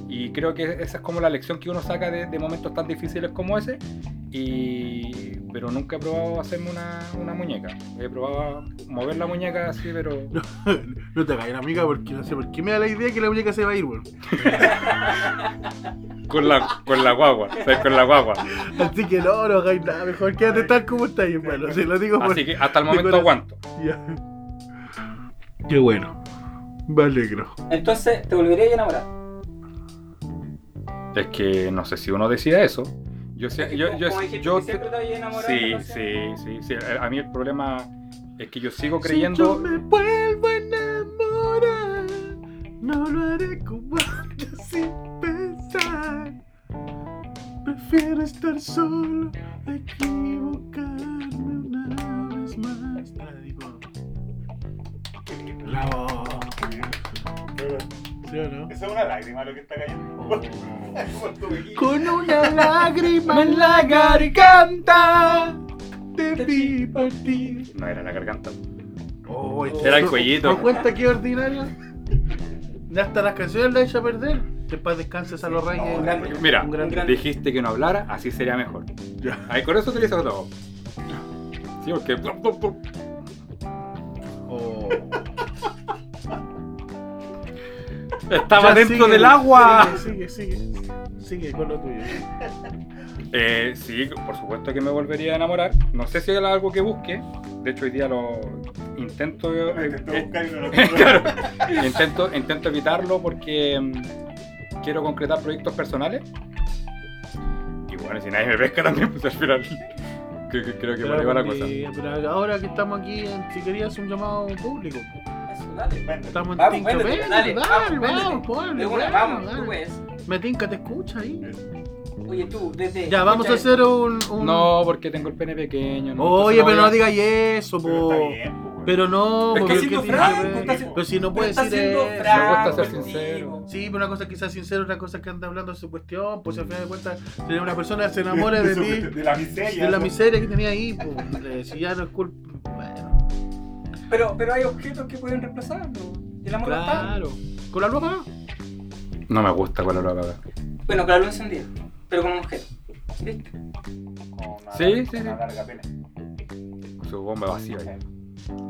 Y creo que esa es como la lección que uno saca de, de momentos tan difíciles como ese. Y, pero nunca he probado hacerme una, una muñeca. He probado mover la muñeca así, pero... No te caigas, amiga, porque no sé por qué me da la idea que la muñeca se va a ir, weón. Con la, con la guagua, o sea, con la guagua. Así que no, no hagáis nada. Mejor quédate tal como estáis, hermano. Se lo digo por. Así que hasta el momento aguanto. Ya. Qué bueno. Me alegro. Entonces, ¿te volverías a enamorar? Es que no sé si uno decida eso. Yo sé, yo, yo, Como dijiste yo- que siempre te habías enamorado de sí, la sí, sí, sí. A mí el problema es que yo sigo Si yo creyendo... me vuelvo a enamorar, no lo haré como antes sin pensar. Prefiero estar solo a equivocarme una vez más. Ah, digo, Bravo. ¿Sí o no? Esa es una lágrima lo que está cayendo. Oh. Por- por tu mejilla. Con una lágrima en la garganta te vi partir. No era la garganta. Oh, Era el cuellito. ¿Te das cuenta qué ordinario? Ya hasta las canciones las he hecho a perder. Que paz descanses a los reyes. Oh, Un grande. Mira, Un grande. dijiste que no hablara, así sería mejor. Ya. Ahí con eso utilizas todo. Sí, porque. Oh. Estaba Ya dentro sigue, del agua. Sigue, sigue, sigue. Sigue con lo tuyo. Eh, sí, por supuesto que me volvería a enamorar. No sé si es algo que busque. De hecho, hoy día lo intento. Me eh, intentó eh, buscar y no lo claro, intento, intento evitarlo porque mm, quiero concretar proyectos personales. Y bueno, si nadie me pesca también, pues al final creo, que- creo que por ahí va la cosa. porque- pero ahora que estamos aquí, si querías un llamado público. Eso, dale. Vente. Estamos en Vamos, Tinca, véndete, véndete, dale, dale, vamos, vamos, véndete. ponle, De una, dale, vamos, dale. tú puedes. Me tinca, te escucha ahí. Oye, tú, desde. Ya, vamos a escucha- hacer un. un- No, porque tengo el pene pequeño. no, Oye, entonces pero no voy a- digas eso, Pero po. está bien, pues, weón. Pero no, Es que porque siendo ¿qué tiene franco, que ver? está siendo- Pero si no Pero puedes está decir siendo eso. franco ser contigo. sincero. Sí, pero una cosa es que sea sincero, otra cosa es que anda hablando de su cuestión, pues si al final de cuentas, si una persona se enamora de su- ti, De la miseria. de la ¿no? miseria que tenía ahí, pues, eh, si ya no es culpa. Bueno, Pero, pero hay objetos que pueden reemplazarlo. El amor no está. claro. ¿Con la ropa? No me gusta con la hora apagada. Bueno, claro, lo encendí. Pero con un objeto. ¿Listo? Con una- Sí, sí, con una sí. larga pena. Su bomba vacía. ya.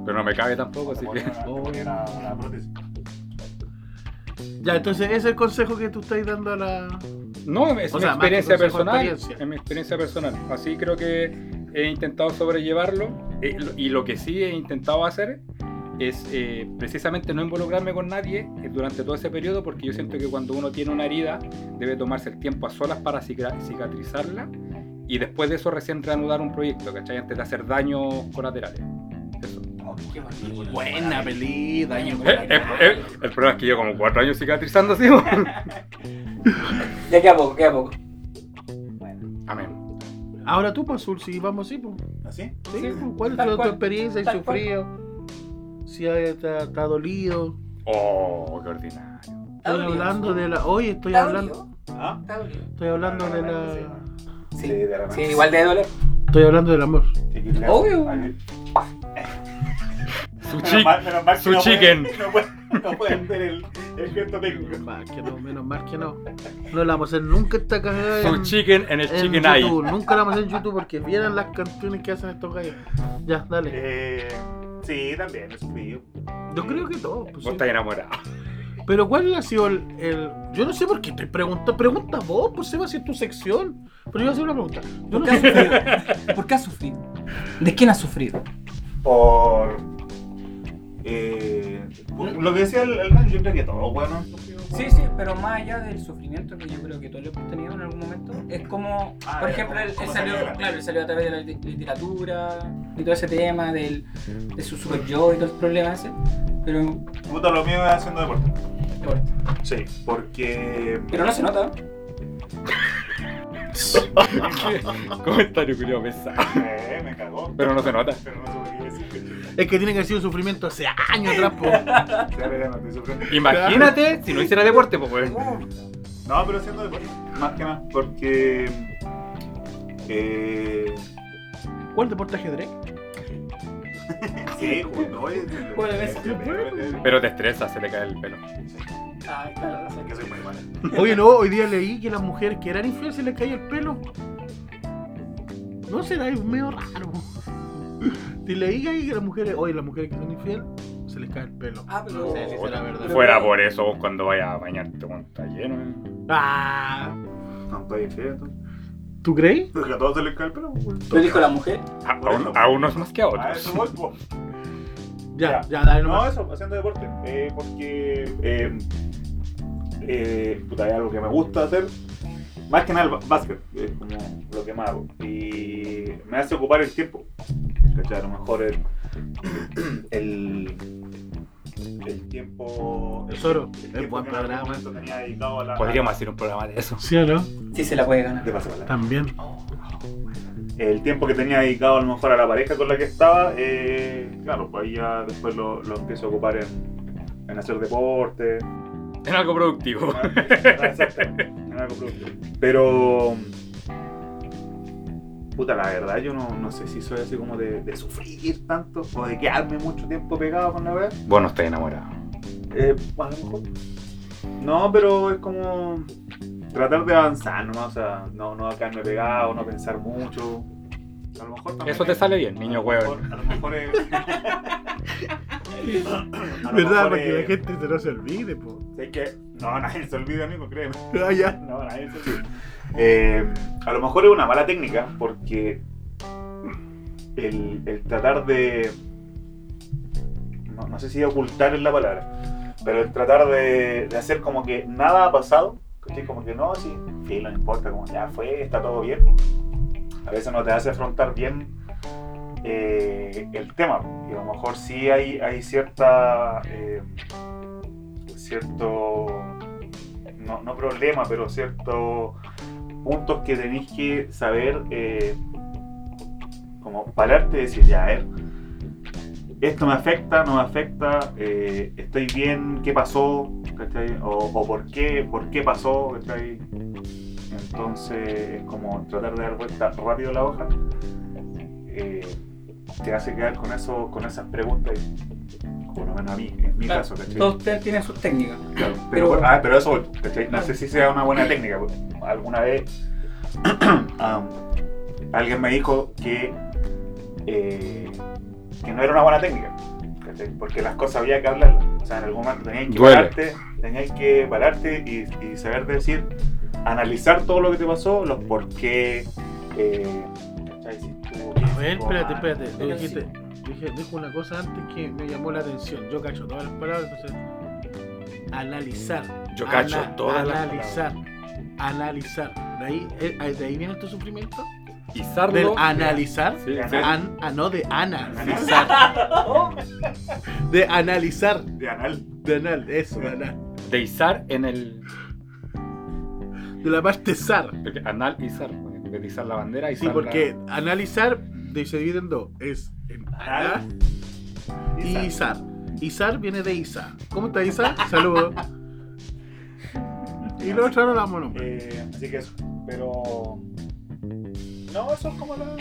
Pero no me cabe tampoco, Te así ponía que. una- te Oh. ponía una- una prótesis. Ya, entonces ese es el consejo que tú estás dando a la. No, es O mi sea, más que experiencia consejo, personal. experiencia. Es mi experiencia personal. Así creo que he intentado sobrellevarlo. eh, lo- y lo que sí he intentado hacer es eh, precisamente no involucrarme con nadie eh, durante todo ese periodo, porque yo siento que cuando uno tiene una herida, debe tomarse el tiempo a solas para cica- cicatrizarla y después de eso recién reanudar un proyecto, ¿cachai? Antes de hacer daños colaterales. Eso. Oh, Qué bonito. Buena película, daño Eh, eh, eh, el problema es que yo como cuatro años cicatrizando así. ¿no? Ya queda poco, queda poco. Amén. Ahora tú, pues, Azul, si vamos, sí, pues. ¿Así? Sí, Sí, pues, ¿Cuál es tal tu, tu cual, experiencia? ¿Has tal cual. sufrido? Si está, está dolido. Oh, qué ordinario. ¿Está Estoy dolido? hablando de la. Hoy estoy ¿Está hablando. dolido? ¿Ah? ¿Está dolido? Estoy hablando de Sí. la. Sí, Sí, de repente. sí, igual de dolor. Estoy hablando del amor. Sí, que le- Obvio. Ay, Su menos mal- menos mal que su no pueden- chicken. no pueden- No pueden ver el el gesto Menos técnico. mal que no, menos mal que no. No la vamos a hacer nunca esta cagada. Su en- chicken en el en chicken YouTube. eye. Nunca la vamos a hacer en YouTube porque vieran las canciones que hacen estos gallos. Ya, dale. Eh, Sí, también, es frío. Yo creo que todos. pues, Vos sí. estás enamorado. Pero ¿cuál ha sido el, el- Yo no sé por qué te pregunto. Pregunta vos, pues Seba, si es tu sección. Pero yo voy a hacer una pregunta. Yo ¿Por no qué has sé. sufrido? ¿Por qué has sufrido? ¿De quién has sufrido? por eh, lo que decía el, el man, yo creo que todo bueno Sí, sí, pero más allá del sufrimiento que yo creo que todos lo hemos tenido en algún momento, es como, Ah, por ya, ejemplo, ¿cómo- él, él cómo salió, salió? claro, él salió a través de la lit- literatura y todo ese tema del, de su super yo y todo el problema ese, pero no Puta, lo mío es haciendo deporte. importa. Sí, porque. Pero no se nota, Comentario curioso pesado. Eh, me cagó. Pero no se nota. Pero no supe qué decir. Es que tiene que haber sido un sufrimiento hace años atrás, pues. po. Claro, ya no estoy sufriendo. Imagínate si no hiciera deporte, pues. weón. No, pero haciendo deporte. Más que nada, porque. Eh, ¿Cuál deporte ajedrez? sí, jugando. Oye, Bueno, es- Pero te estresa, se le cae el pelo. Ah, claro, no sé. Que soy muy malo. Oye, no, hoy día leí que las mujeres que eran influencers les caía el pelo. No será es medio raro. Te leí ahí que las mujeres, oye, las mujeres que son infieles, se les cae el pelo. Ah, pero- No sé si será verdad. Fuera por eso, vos cuando vayas a bañarte, weón, está lleno. weón. Ah, No, estoy feo. tú. ¿tú crees? Que a todos se les cae el pelo. güey. Lo dijo la mujer, A, a un- a unos más que a Ah, eso otros. voy, po. Ya, Ya. ya, dale No, nomás. eso, haciendo deporte. eh, porque eh, eh, puta, hay algo que me gusta hacer. Más que nada el ba- básquet, es como lo que más hago. Y me hace ocupar el tiempo. ¿Cachai? A lo mejor el. el el tiempo. el Tesoro, tiempo- el es tiempo buen que en algún programa. momento tenía dedicado a la. Podríamos hacer un programa de eso. ¿Sí o no? sí se la puede ganar. Te paso la- También. el tiempo que tenía dedicado a lo mejor a la pareja con la que estaba, eh, claro, pues ahí ya después lo, lo empiezo a ocupar en, en hacer deporte, En algo productivo. Exactamente, en algo productivo. Pero. Puta, la verdad, yo no, no sé si soy así como de, de sufrir tanto o de quedarme mucho tiempo pegado con la verdad. Vos no estás enamorado. Eh, a lo mejor. No, pero es como. Tratar de avanzar nomás, o sea, no, no quedarme pegado, no pensar mucho. A lo mejor también Eso te es- sale bien, niño huevo. a lo mejor es. A lo ¿Verdad? mejor Para que es- la gente se no se olvide, po. sé que. No, nadie se olvida, amigo, créeme. Ah, ya. No, nadie se olvida. Eh, a lo mejor es una mala técnica porque el, el tratar de. No, no sé si ocultar es la palabra, pero el tratar de, de hacer como que nada ha pasado, ¿Cachai? Como que no, sí, sí, no importa, como ya fue, está todo bien. A veces no te hace afrontar bien eh, el tema. Y a lo mejor sí hay, hay cierta. eh, cierto. No, no problema, pero ciertos puntos que tenéis que saber. eh, como pararte y decir, ya, a ver, esto me afecta, no me afecta, eh, estoy bien, ¿qué pasó? ¿Cachai? O, o por qué, por qué pasó, ¿cachai? Entonces es como tratar de dar vuelta rápido la hoja. eh, te hace quedar con eso, con esas preguntas, y, por lo menos a mí, en mi Claro, caso, ¿cachai? Todos ustedes tienen sus técnicas. Claro, Pero pero, bueno. ah, pero eso, ¿cachai? no sé si sea una buena técnica. porque Alguna vez am, alguien me dijo que, eh, que no era una buena técnica, ¿cachai? porque las cosas había que hablarlas. O sea, en algún momento tenías que Duele. pararte, tenías que pararte y, y saber decir, analizar todo lo que te pasó, los por qué. Eh, ¿cachai? Si estuvo bien, A ver, estuvo espérate, mal. espérate. Tú Pero dijiste, dije, dijo una cosa antes que me llamó la atención. Yo cacho todas las palabras, entonces. Analizar. Yo cacho todas las analizar, Analizar. De ahí, eh, de ahí viene tu sufrimiento. Izardo. Del analizar. Sí, sí. An, ah, no, de analizar. Analizar, De analizar. de anal. De anal, eso, de anal. De izar en el. De la parte zar. porque Anal izar. porque izar la bandera y Sí, porque analizar de- se divide en dos. Es en ana Anal. y izar. Izar viene de Isa. ¿Cómo está Isa? Saludos. Y lo otro no lo damos nombre. Eh, así que eso. Pero. No, eso es como la.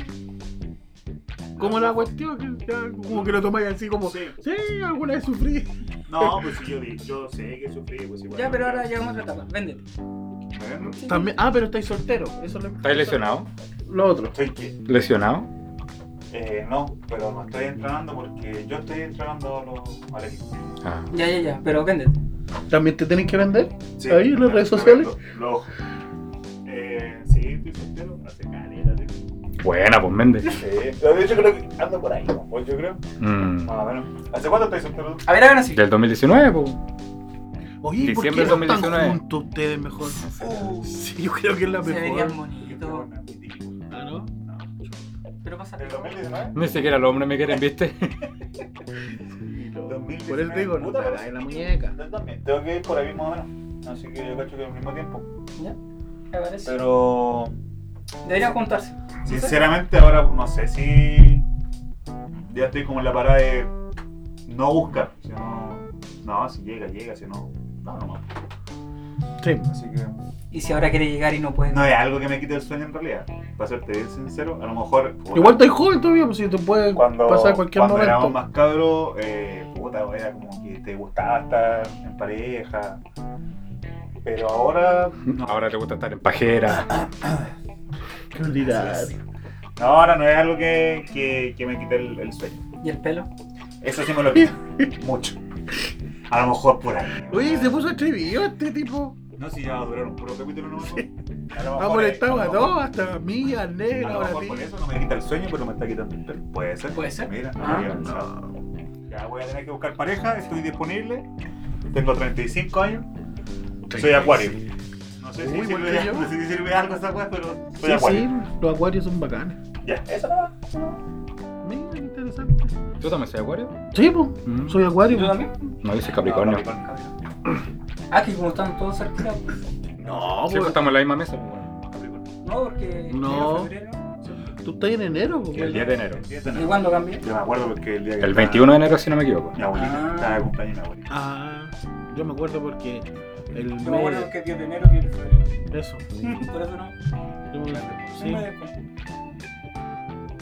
Como la cuestión que ya como que lo tomáis así como. Sí. Sí, alguna vez sufrí. No, pues sí, yo, di- yo sé que sufrí, pues igual. Ya, pero ahora llegamos a otra etapa. Véndete. Bueno, También, ah, pero estáis soltero. Eso es lo ¿Estás lesionado? Lo otro. Estoy que. ¿Lesionado? Eh, no, pero no estoy entrenando porque yo estoy entrenando a los al equipo. Ah. Ya, ya, ya, pero véndete. ¿También te tenéis que vender? Sí, Ahí en las redes lo- sociales. Lo, lo- eh, sí, estoy soltero. Hace caleta, tío. Buena, pues Méndez. Sí. De hecho, creo que ando por ahí, ¿no? Pues yo creo. Mm. Más o menos. ¿Hace cuánto estás soltero? A ver, ahora sí. Del 2019, pues. Oye, ¿y ¿por qué Diciembre no están 2019. juntos ustedes mejor? Oh. Uh, Sí, yo creo que es la se mejor. verían bonitos. Ah, ¿no? No, Pero pasa ¿Del 2019? Ni siquiera los hombres me quieren, ¿viste? Por eso te digo, no Puta, te pero- hagas la muñeca. Yo también, tengo que ir por ahí más o menos. Así que yo cacho que al mismo tiempo. Me parece. Pero. Deberían juntarse. Sinceramente, ahora no sé si. Ya estoy como en la parada de. No buscar. Si no. No, si llega, llega. Si no. No, no, no. Sí. Así que. Y si ahora quiere llegar y no puede. No es algo que me quite el sueño en realidad. Para serte bien sincero, a lo mejor. puta, Igual estás joven todavía, pues si te puede cuando, pasar cualquier cuando éramos momento. más cabros, eh, puta, era como que te gustaba estar en pareja. Pero ahora. No, Ahora te gusta estar en pajera. Qué olvidar. No, ahora no es algo que, que, que me quite el, el sueño. ¿Y el pelo? Eso sí me lo quita. Mucho. A lo mejor por ahí. Oye, se puso atrevido este tipo. No, si ya va a durar un puro capítulo, no. A lo Ha mejor molestado es- a lo mejor- todos, hasta a mí, a Negro, A lo ahora a mejor ti. por eso no me quita el sueño, pero me está quitando el pelo. Puede ser. Puede ser. Mira, no Ah, había pensado. Ya voy a tener que buscar pareja, estoy disponible. Tengo 35 años. Soy acuario. No sé si, Uy, sirve, igual que yo. no sé si sirve algo esa weá, pero soy Sí, acuario. sí, los acuarios son bacanes. Ya, eso no. Mira, qué interesante. ¿Tú también soy acuario? Sí, pues, Mm. soy acuario. ¿Tú también? No, yo soy Capricornio. Ah, que como están todos cerca. No, Siempre pues, estamos en la misma mesa. pues, bueno. No, porque. No. enero, febrero. tú estás en enero, pues. El 10 de enero. ¿Y cuándo cambié? Yo me acuerdo porque el día que El estaba- 21 de enero, si no me equivoco. Mi abuelita Ah. estaba de cumpleaños, mi abuelita. Ah, yo me acuerdo porque el Yo me acuerdo mes, que vio primero que el febrero. eso. Por eso no. yo me- sí. Siempre después.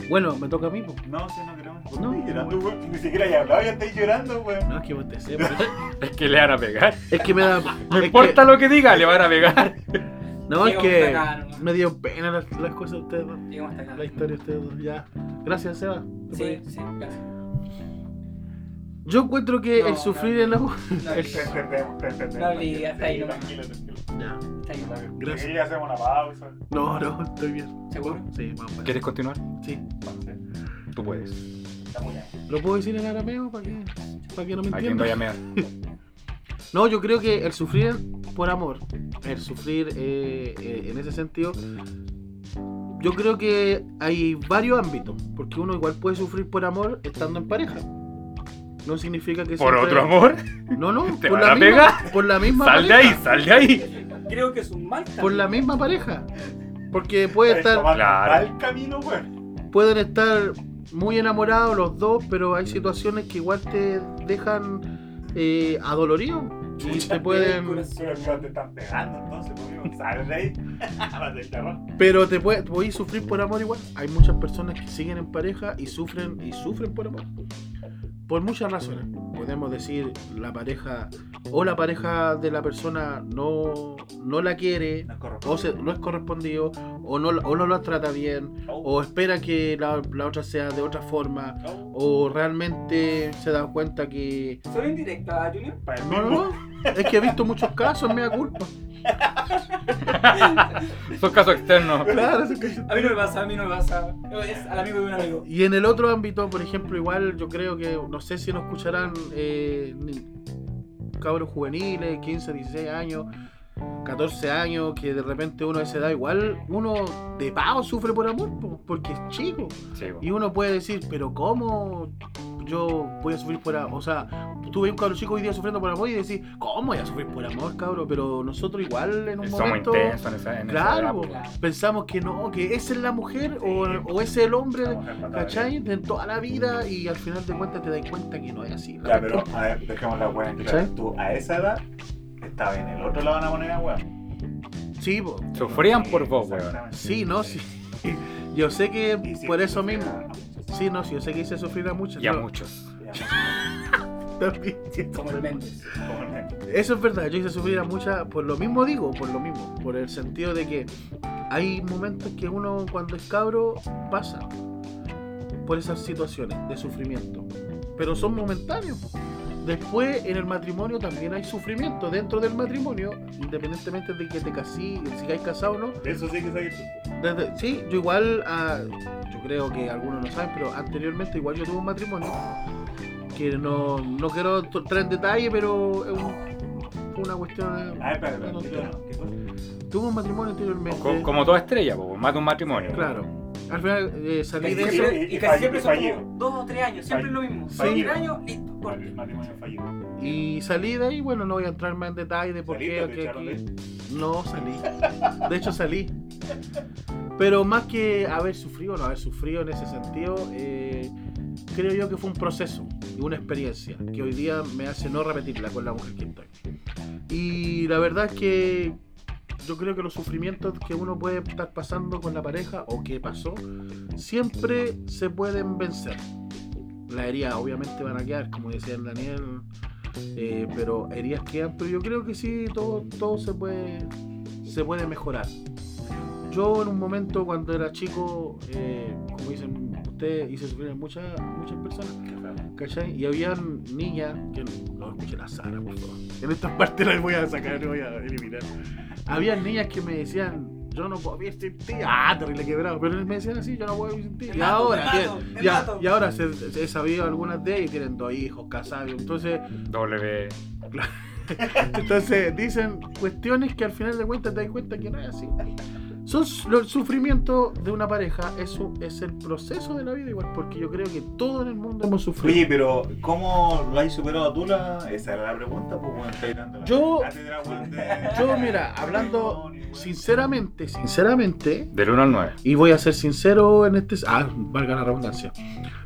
Bueno, me toca a mí, pues. No, si no queremos. No. No, llorando, weón. Ni siquiera he hablado, ya estoy llorando, weón. No, es que vos te sepas. Es que le van a pegar. Es que me da. No es que- importa lo que diga, le van a pegar. no, es Digo, que puta, nada, nomás. me dio pena las, las cosas de ustedes dos. Llegamos hasta acá. La historia de ustedes dos, ya. Gracias, Seba. ¿Te Sí, puedes? sí, gracias. Yo encuentro que No, el sufrir no. en la. No, Te entendemos, te entendemos. No, y hasta ahí Sí, nomás. Tranquilo, tranquilo. Ya. está Gracias. bien. Gracias. hacemos una pausa. No, no, estoy bien. ¿Seguro? Sí, más o menos. ¿Quieres continuar? Sí. Entonces, Tú puedes. estamos ya. ¿Lo puedo decir en arameo para que, para que no me ¿A quién voy a entiendan? mear? No, yo creo que el sufrir por amor el sufrir eh, eh, en ese sentido, yo creo que hay varios ámbitos, porque uno igual puede sufrir por amor estando en pareja. No significa que Por siempre- otro amor, No, no, ¿Te por van la, a misma, pegar? por la misma sal de pareja. ahí, sal de ahí. Creo que es un mal camino. Por la misma pareja. Porque puede Esto estar, va Claro. Al camino, weón. pueden estar muy enamorados los dos, pero hay situaciones que igual te dejan eh, adolorido. Y Chucha, te el pueden. corazón. Pero si no te están pegando, entonces, pues, amigo, sal de ahí. Vas del terror. Pero te puede, podéis sufrir por amor igual. Hay muchas personas que siguen en pareja y sufren y sufren por amor. Por muchas razones. Podemos decir la pareja o la pareja de la persona no, no la quiere No corro. o se- no es correspondido o no, o no la trata bien Oh, o espera que la, la otra sea de otra forma oh. o realmente se da cuenta que... ¿Soy indirecta, Junior? Para el No, mismo. no, no. Es que he visto muchos casos, me da culpa. Son casos externos. Claro, A mí no me pasa, a mí no me pasa. Es al amigo de un amigo. Y en el otro ámbito, por ejemplo, igual yo creo que, no sé si nos escucharán eh, ni- cabros juveniles, 15, 16 años, 14 años, que de repente uno de esa edad igual, uno de pago sufre por amor, po, porque es chico. Sí, pues. po. Y uno puede decir, pero ¿cómo yo voy a sufrir por amor? O sea, tú ves un cabro chico hoy día sufriendo por amor y decís, ¿cómo voy a sufrir por amor, cabro? Pero nosotros igual en un Somos momento... intensos en esa, en esa edad, pues. Claro, po. edad, po. pensamos que no, que esa es la mujer o, Sí, po. o ese es el hombre Estamos en patada, ¿Cachai? En toda la vida y al final de cuentas te das cuenta que no es así. la Ya, pero verdad. a ver, dejemos la weá en claro. ¿Cachai? Tú a esa edad estaba en el otro lado de la moneda, weón. Sí, po. Sufrían por vos, weón. Exactamente. sí, no, sí. Yo sé que Eh, Y sí, por eso sí, mismo. Sí, no, sí, yo sé que hice sufrir a muchos. Y a no, muchos. también. Como el Mendes. Eso es verdad, yo hice sufrir a muchas, por lo mismo digo, por lo mismo, por el sentido de que hay momentos que uno cuando es cabro pasa por esas situaciones de sufrimiento, pero son momentáneos. Después en el matrimonio también hay sufrimiento dentro del matrimonio, independientemente de que te casí, sigáis casado o no, De eso sí que sabes tú. desde- sí, yo igual, ah, yo creo que algunos no saben, pero anteriormente igual yo tuve un matrimonio que no, no quiero to- entrar en detalle, pero es un- fue una cuestión. A ver, Ah, espera, espera, no, no, espera, no. ¿qué cosa? Tuve un matrimonio anteriormente. Co- Como toda estrella, po, más de un matrimonio. Claro. Al final eh, salí Y de casi eso. siempre- y- Y y casi siempre son fallido. como dos o tres años, siempre es lo mismo. Sí. Tres años, listo, Por corte. el matrimonio fallido. Y salí de ahí, bueno, no voy a entrar más en detalle de por ¿Saliste qué. o te que echaron aquí- No salí. De hecho salí. Pero más que haber sufrido o no haber sufrido en ese sentido, eh, creo yo que fue un proceso y una experiencia que hoy día me hace no repetirla con la mujer que estoy. Y la verdad es que yo creo que los sufrimientos que uno puede estar pasando con la pareja o que pasó, siempre se pueden vencer. Las heridas obviamente van a quedar, como decía el Daniel, eh, pero heridas quedan, pero yo creo que sí, todo, todo se puede se puede mejorar. Yo en un momento cuando era chico, eh, como dicen ustedes, hice sufrir a muchas, muchas personas, ¿cachai? Y había niñas que no escuché la Sara, por favor. En esta parte la voy a sacar, la voy a eliminar. Había niñas que me decían, yo no puedo vivir sin ti. Ah, terrible quebrado. Pero me decían así, yo no puedo vivir sin ti. Te Y mato, ahora, te mato, tienen- te ya- mato. y ahora se- se- he sabido algunas de ellas y tienen dos hijos casados. Entonces, W. entonces dicen cuestiones que al final de cuentas te das cuenta que no es así. Son, los sufrimientos de una pareja eso es el proceso de la vida igual, porque yo creo que todo en el mundo hemos sufrido. Oye, pero ¿cómo lo has superado tú? La... Esa era la pregunta, pues, weón. Está tirando la Yo- cátedra, weón, de- yo mira, hablando sinceramente, sinceramente, Del 1 al 9. y voy a ser sincero en este... Ah, valga la redundancia.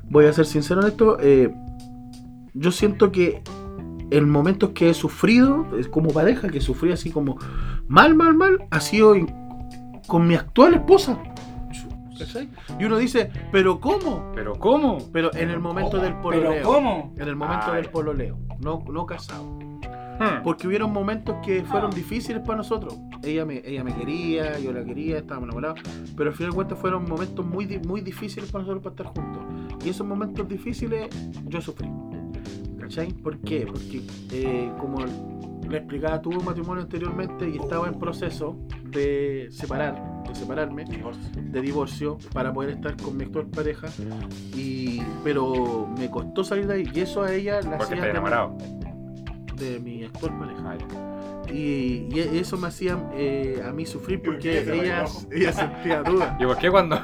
Voy a ser sincero en esto. eh, yo siento que en momentos que he sufrido, eh, como pareja, que sufrí así como mal, mal, mal, ha sido en- con mi actual esposa. ¿Cachai? Y uno dice, ¿pero cómo? ¿Pero cómo? Pero en el momento del Pero pololeo. ¿cómo? En el momento Ah, del ya. pololeo, no, no casado. Hmm. Porque hubieron momentos que fueron Ah. difíciles para nosotros. Ella me, ella me quería, yo la quería, estábamos enamorados. Pero al final de cuentas fueron momentos muy, di- muy difíciles para nosotros para estar juntos. Y esos momentos difíciles yo sufrí. ¿Cachai? ¿Por qué? Porque eh, como le explicaba, tuve un matrimonio anteriormente y estaba en proceso de separar, de separarme Divorcio. de divorcio para poder estar con mi actual pareja y pero me costó salir de ahí y eso a ella la Porque hacía estás enamorado. de mi actual pareja Ah, ya. y, y eso me hacía eh, a mí sufrir ¿Y por porque qué se ella, bailó? ella sentía dudas. ¿Y por qué cuando?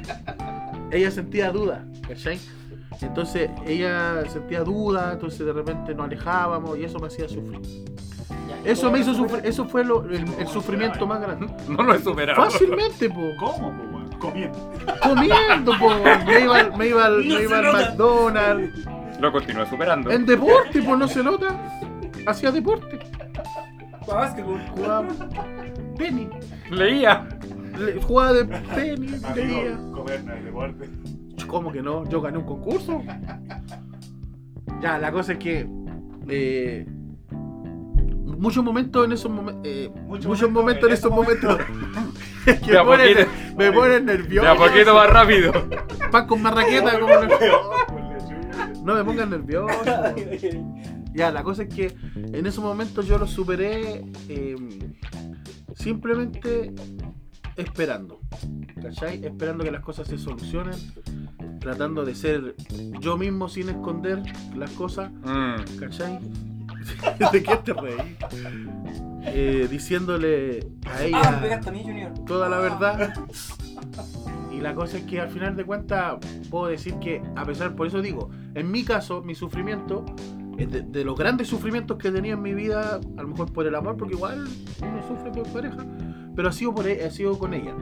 ella sentía dudas, ¿cachai? Entonces ella sentía dudas, entonces de repente nos alejábamos y eso me hacía sufrir. Eso me hizo sufrir, eso fue lo- el, el sufrimiento más grande. No lo he superado. Fácilmente, po. ¿Cómo, po, weón? Comiendo. Comiendo, po. Me iba, al- me iba, al- me iba al McDonald's. Lo continúo superando. En deporte, pues no se nota. Hacía deporte. Jugaba básquetbol. Jugaba tenis. Leía. Le- Jugaba de tenis, leía. Amigo, comer no es deporte. ¿Cómo que no? Yo gané un concurso. Ya, la cosa es que. eh, muchos momentos en esos momentos. muchos, Muchos momentos en esos momentos. que De me a ponen, poquito. me ponen De a nervioso. poquito más rápido. Pan con marraqueta. como Weón, no, con lechuga. no me pongan nervioso. Ya, la cosa es que en esos momentos yo los superé eh, simplemente esperando. ¿Cachai? Esperando que las cosas se solucionen. Tratando de ser yo mismo sin esconder las cosas. Mm. ¿Cachai? ¿De qué te reí? Eh, diciéndole a Ah, me ella pegaste a mí, Junior. toda la verdad. Y la cosa es que al final de cuentas puedo decir que, a pesar, por eso digo, en mi caso, mi sufrimiento, eh, de, de los grandes sufrimientos que he tenido en mi vida, a lo mejor por el amor, porque igual uno sufre por pareja, pero ha sido, por, e- ha sido con ella,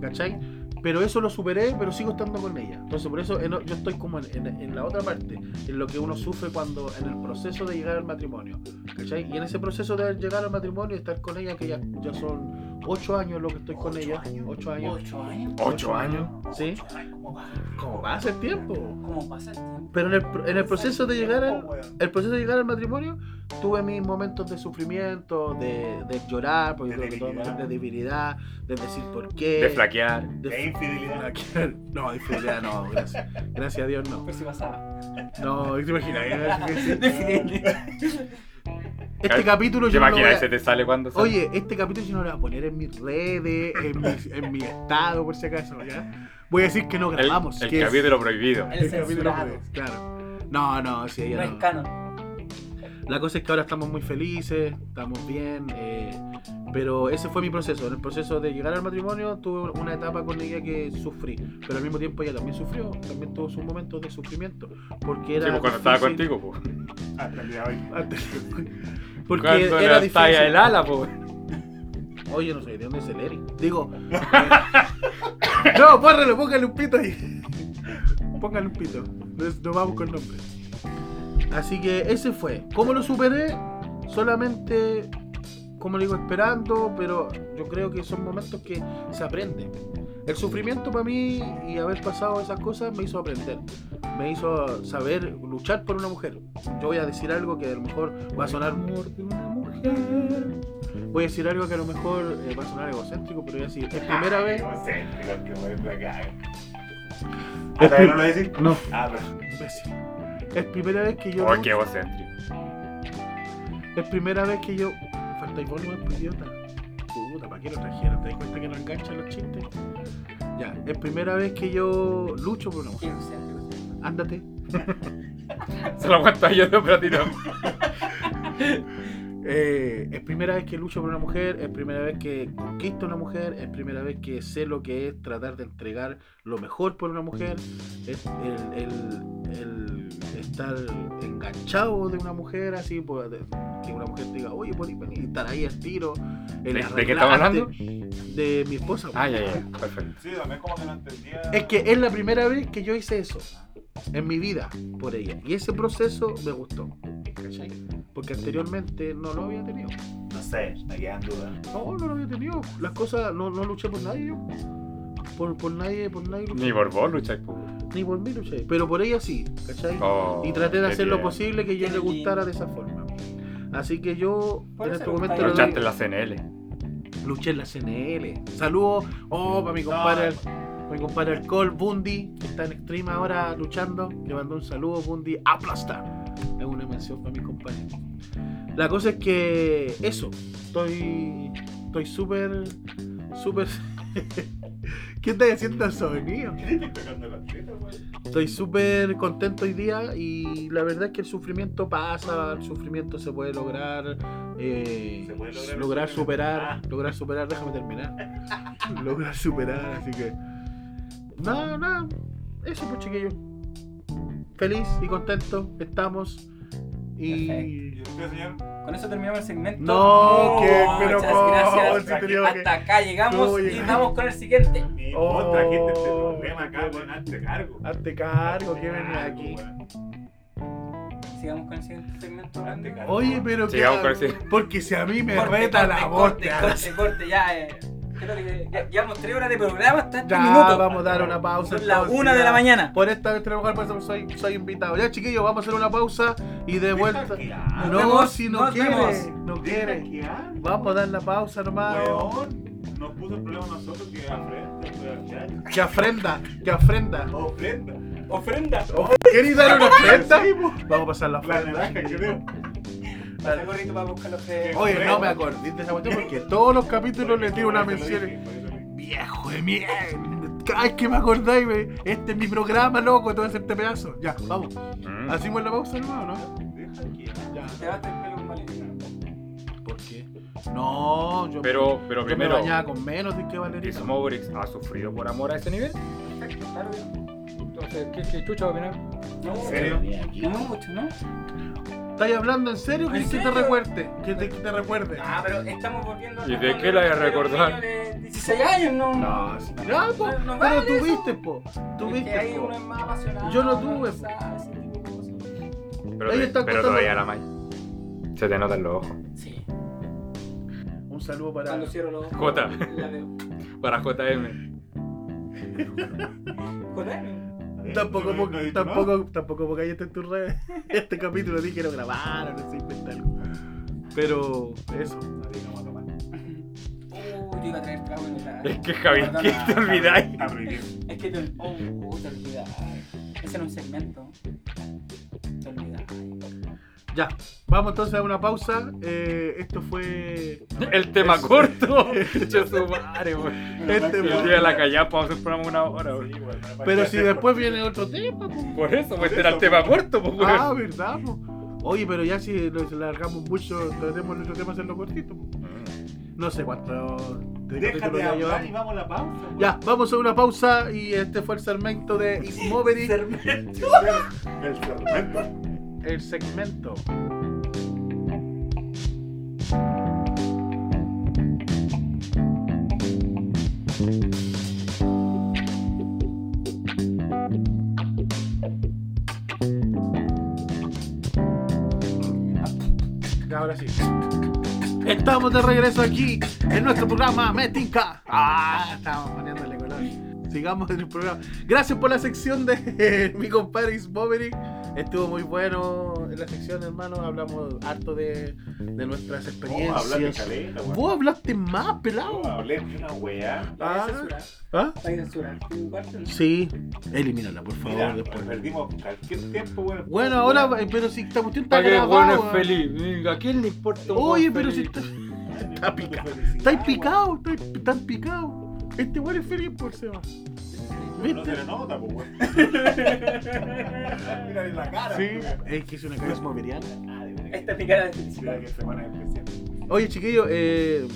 ¿cachai? Pero eso lo superé, pero sigo estando con ella. Entonces, por eso eh, no, yo estoy como en, en- en la otra parte, en lo que uno sufre cuando, en el proceso de llegar al matrimonio, ¿cachai? Y en ese proceso de llegar al matrimonio, estar con ella, que ya, ya son ocho años lo que estoy con ¿Ocho ella, años? ocho años. ¿Ocho años? Ocho años. Sí. ¿Cómo va? Como va hace tiempo. ¿Cómo pasa el tiempo? Pero en el, pro- en el proceso de llegar al, Weón. el proceso de llegar al matrimonio, tuve mis momentos de sufrimiento, de, de llorar, porque De yo creo que todos debilidad. de debilidad, de decir por qué. De flaquear. de De infidelidad. flaquear. No, de infidelidad no, gracias. Gracias a Dios no. Pero si pasaba. No, te imaginas. Definitivamente. Este capítulo ¿Te yo no lo voy imaginas? a- Se te sale cuando sale? Oye, este capítulo yo no lo voy a poner en mis redes, en mi, en mi estado, por si acaso, ¿ya? Voy a decir que no el, grabamos. el que es- capítulo prohibido. El censurado. prohibido, Claro. No, no, sí, No ella es no. canon. La cosa es que ahora estamos muy felices, estamos bien, eh, pero ese fue mi proceso. En el proceso de llegar al matrimonio tuve una etapa con ella que sufrí, pero al mismo tiempo ella también sufrió, también tuvo sus momentos de sufrimiento, porque era Sí, pues, cuando estaba difícil- contigo, pues. Ah, Hasta el día de hoy. porque cuando era levantaba difícil. el ala, pues. Oye, no sé de dónde es el Eric. Digo. eh, no, párralo, póngale un pito ahí. Póngale un pito. Nos, nos vamos con nombre. Así que ese fue. ¿Cómo lo superé? Solamente, como le digo, esperando, pero yo creo que son momentos que se aprende. El sufrimiento para mí y haber pasado esas cosas me hizo aprender. Me hizo saber luchar por una mujer. Yo voy a decir algo que a lo mejor va a sonar Voy a decir algo que a lo mejor eh, va a sonar egocéntrico, pero voy a decir, es primera vez. Yo sé, pero que voy a flaquear. Ah, ¿todavía no lo decís? No, Ah, pero. imbécil. Es primera vez que yo. Oh, qué egocéntrico. Es primera vez que yo. Faltáis vos, no pues, idiota. Puta, ¿para qué lo trajeron? ¿Te das cuenta que no enganchan los chistes? Ya, es primera vez que yo lucho por una mujer. Qué egocéntrico. Ándate. Se lo aguantaba yo de un ratito. Eh, es primera vez que lucho por una mujer, es primera vez que conquisto una mujer, es primera vez que sé lo que es tratar de entregar lo mejor por una mujer, es el, el- el estar enganchado de una mujer así, pues, de- que una mujer te diga, oye, podéis venir y estar ahí al tiro. el ¿De- de arreglarte qué estamos hablando? De mi esposa. pues. Ah, ya, ya. Perfecto. Sí, también como que no entendía. Es que es la primera vez que yo hice eso en mi vida por ella. Y ese proceso me gustó. ¿cachai? Porque anteriormente no lo había tenido. No sé, me quedan dudas. No, no lo había tenido. Las cosas, no, no luché por nadie yo. Por, por nadie, por nadie luché. Ni por vos luchas, pues. Ni por mí luché. Pero por ella sí, ¿cachai? Oh, y traté de qué hacer lo bien. posible que yo Qué le lindo. gustara de esa forma. Así que yo Por en eso este momento compadre. le doy- Luchaste en la CNL. luché en la CNL. Saludos, oh, para mi compadre, al- mi compadre Alcohol, Bundy, que está en Extreme ahora luchando. Le mando un saludo, Bundy, aplasta. Es una mención para mi compadre. La cosa es que eso, estoy estoy súper, súper... ¿Qué estás haciendo tan sobrenido? ¿Qué te estoy tocando la teta, weón? Estoy súper contento hoy día y la verdad es que el sufrimiento pasa, el sufrimiento se puede lograr, eh, Se puede lograr el sufrimiento. superar, Ah. lograr superar, déjame terminar, lograr superar, así que nada, nada, eso pues chiquillos, feliz y contento estamos y ¿Y usted, señor? Con eso terminamos el segmento. No, que- Muchas pero po, gracias. si teníamos que- Hasta acá llegamos No, y llegamos. vamos con el siguiente. Ni Oh. vos trajiste este problema acá, weón, hazte cargo. hazte cargo que venía aquí. weón. Sigamos con el siguiente segmento. Hazte cargo. Oye, pero Sí, que vamos a ver si- porque si a mí me Corte, reta corte, la voz, corte, corte, corte, ya. eh. Creo que ya- llevamos tres horas de programa hasta este Ya, minuto. vamos a dar una pausa. Son las entonces, una de ya. la mañana. Por esta vez tenemos que dar pausa, soy, soy invitado. Ya, chiquillos, vamos a hacer una pausa y de vuelta. Deja que hable, Nos No, vemos, si no nos quiere, vemos. no deja quiere. que hable. Vamos a dar la pausa nomás. Weón, nos puso el problema a nosotros que afrenta, weón, ya. Que ofrenda, que ofrenda. Ofrenda. Ofrenda. ¿Queréis dar una ofrenda? Sí, pues. Vamos a pasar La la ofrenda. naranja, creo. Pasa el gorrito para buscar los que- Oye, no me acordé de esa cuestión porque todos los capítulos le tiro una mención. Viejo de mierda. Cada vez que me acordáis, me- este es mi programa, loco, te voy a hacerte pedazo. Ya, vamos. Mm. ¿Hacemos la pausa nomás o no? Deja que hable. Ya. Te vas a tener pelo un valentín. ¿Por qué? No, yo Pero, pero Yo me primero, bañaba con menos de que Valeria. Smobrix ha sufrido por amor a ese nivel. Perfecto, claro que Entonces, ¿qué, qué chucha va a opinar? no. ¿En serio? No, no mucho, ¿no? ¿Estás hablando en serio? ¿En ¿Quieres que te serio? recuerde? ¿Que te, que te recuerde? Ah, pero estamos volviendo a... ¿Y de qué la voy a recordar? Pero un niño de 16 años, ¿no? No, sí. Ya, po, No, no pero vale tuviste, po. Es que ahí Tuviste, po. uno es más apasionado, Yo no tuve, más sabe ese tipo de cosas. Pero, Ellos te- están contando- pero todavía la May. Se te notan los ojos. Sí. Un saludo para. Cuando cierro los ojos, Jota, la veo. para JM. Jota, ¿eh? ¿no? Eh, Tampoco, No, po- no he dicho tampoco, tampoco porque ahí está en tus redes. Este capítulo dije que lo grabaron, no sé, inventar algo. Pero eso. nada. Así que vamos a tomar. Uh, yo iba a traer trago y no traje. Es que Javier, ¿qué Perdona, te olvidáis? Está prohibido. Es que te... Oh, te olvidas. Ese era un segmento. Te olvidas. Ya. Vamos entonces a una pausa. Eh, esto fue. El tema Eso. corto. Yo su madre, weón. Este, Yo po. llegué a la callada para hacer programa una hora, weón. Sí, bueno, no me Pero parece si hacer después por- viene otro tema, po. Por eso, pues Por este era el eso, tema po. corto, pues, weón. Ah, verdad, po. Oye, pero ya si nos largamos mucho, tratemos nuestro tema hacerlo cortito. po. No sé cuánto. de capítulo Déjate ya hablar y llevamos. vamos a la pausa. weón. Ya, vamos a una pausa y este fue el segmento de Ismoveri, El tormento. el segmento. Ya, Ahora sí. Estamos de regreso aquí en nuestro programa Metinca. Ah, estamos poniéndole color. Sigamos en el programa. Gracias por la sección de mi compadre Ismovery. Estuvo muy bueno en la sección, hermano. Hablamos harto de, de Oh, hablaste nuestras experiencias. caleta, weón. Vos hablaste más, pelado. Ah. Oh, Hablé de una weá. Ah. Hay censura. ¿Ah? Hay censura. Un cuarto, ¿no? Sí, elimínala, por favor. Mira, después. perdimos cualquier tiempo, weón. Bueno, ahora, eh, pero si esta cuestión está Para que el weón grabada. es feliz. Venga, ¿A quién le importa un Oye, weón pero si feliz? está. Está picado. Estáis picados, estáis- están picados. Este weón es feliz por Seba. No se ¿Viste? le nota, pues, weón. Mira en la cara. Sí, Este weón. es que es una cara smoveriana. Ah, de verdad. Esta picada de Mira felicidad. qué semana especial. Oye, chiquillo, eh,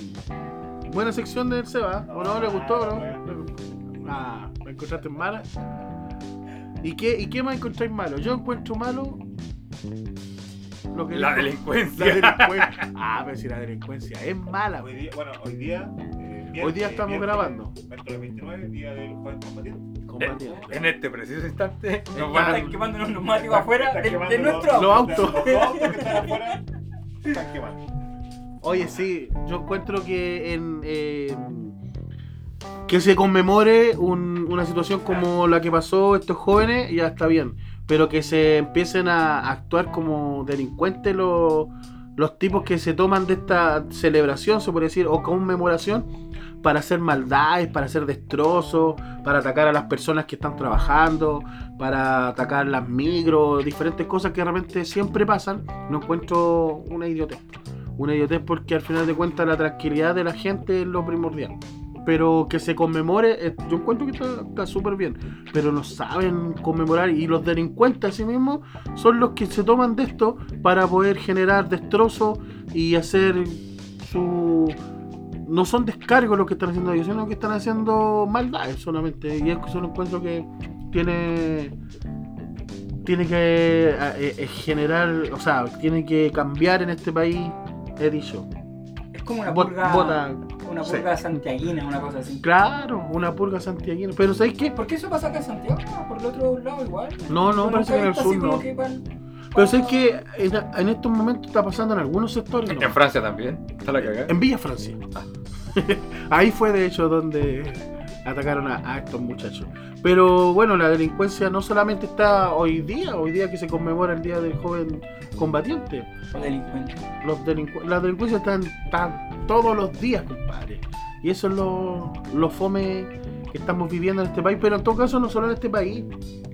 buena sección del Seba. ¿eh? ¿O no? ¿Le gustó, no? Ah, ¿me encontraste mala? ¿Y qué, ¿Y qué más encontráis malo? Yo encuentro malo. Lo que La dijo- delincuencia. la delincuencia. Ah, pero si la delincuencia es mala, Hoy güey. día, bueno, hoy día. eh, Ah. Hoy día eh, estamos miércoles, grabando. Miércoles 29, día del jueves combatiente. Eh, Combatiente. En este preciso instante, nos van a Están quemando unos neumáticos afuera Están de, quemando de los- nuestro auto. Los autos. Los autos que están afuera están quemando. Oye, sí, yo encuentro que en eh, que se conmemore un- una situación como la que pasó estos jóvenes ya está bien, pero que se empiecen a actuar como delincuentes los, los tipos que se toman de esta celebración, se puede decir, o conmemoración para hacer maldades, para hacer destrozos, para atacar a las personas que están trabajando, para atacar las micros, diferentes cosas que realmente siempre pasan, no encuentro una idiotez. Una idiotez porque al final de cuentas la tranquilidad de la gente es lo primordial. pero que se conmemore, eh, yo encuentro que está- está súper bien, pero no saben conmemorar y los delincuentes así mismo son los que se toman de esto para poder generar destrozo y hacer su... No son descargos lo que están haciendo ellos, sino que están haciendo maldades solamente. Y es un encuentro que tiene tiene que eh, eh, generar, o sea, tiene que cambiar en este país, he dicho. Es como una Bot- purga, bota- una sí. purga santiaguina, una cosa así. Claro, una purga santiaguina. Pero ¿sabéis qué? ¿Por qué eso pasa acá en Santiago? ¿Por el otro lado igual? No, no, Yo parece que nunca he en el visto sur así como no. que van- Pero van- ¿sabéis que en, en estos momentos está pasando en algunos sectores? ¿no? En Francia ¿eh? también. Está la cagada. En Villa Francia. Ahí fue de hecho donde atacaron a, a estos muchachos. Pero bueno, la delincuencia no solamente está hoy día, hoy día que se conmemora el Día del Joven Combatiente. Los delincuentes. Los delincu- la delincuencia está, en- está todos los días, compadre. Y eso es lo, lo fome que estamos viviendo en este país. Pero en todo caso, no solo en este país,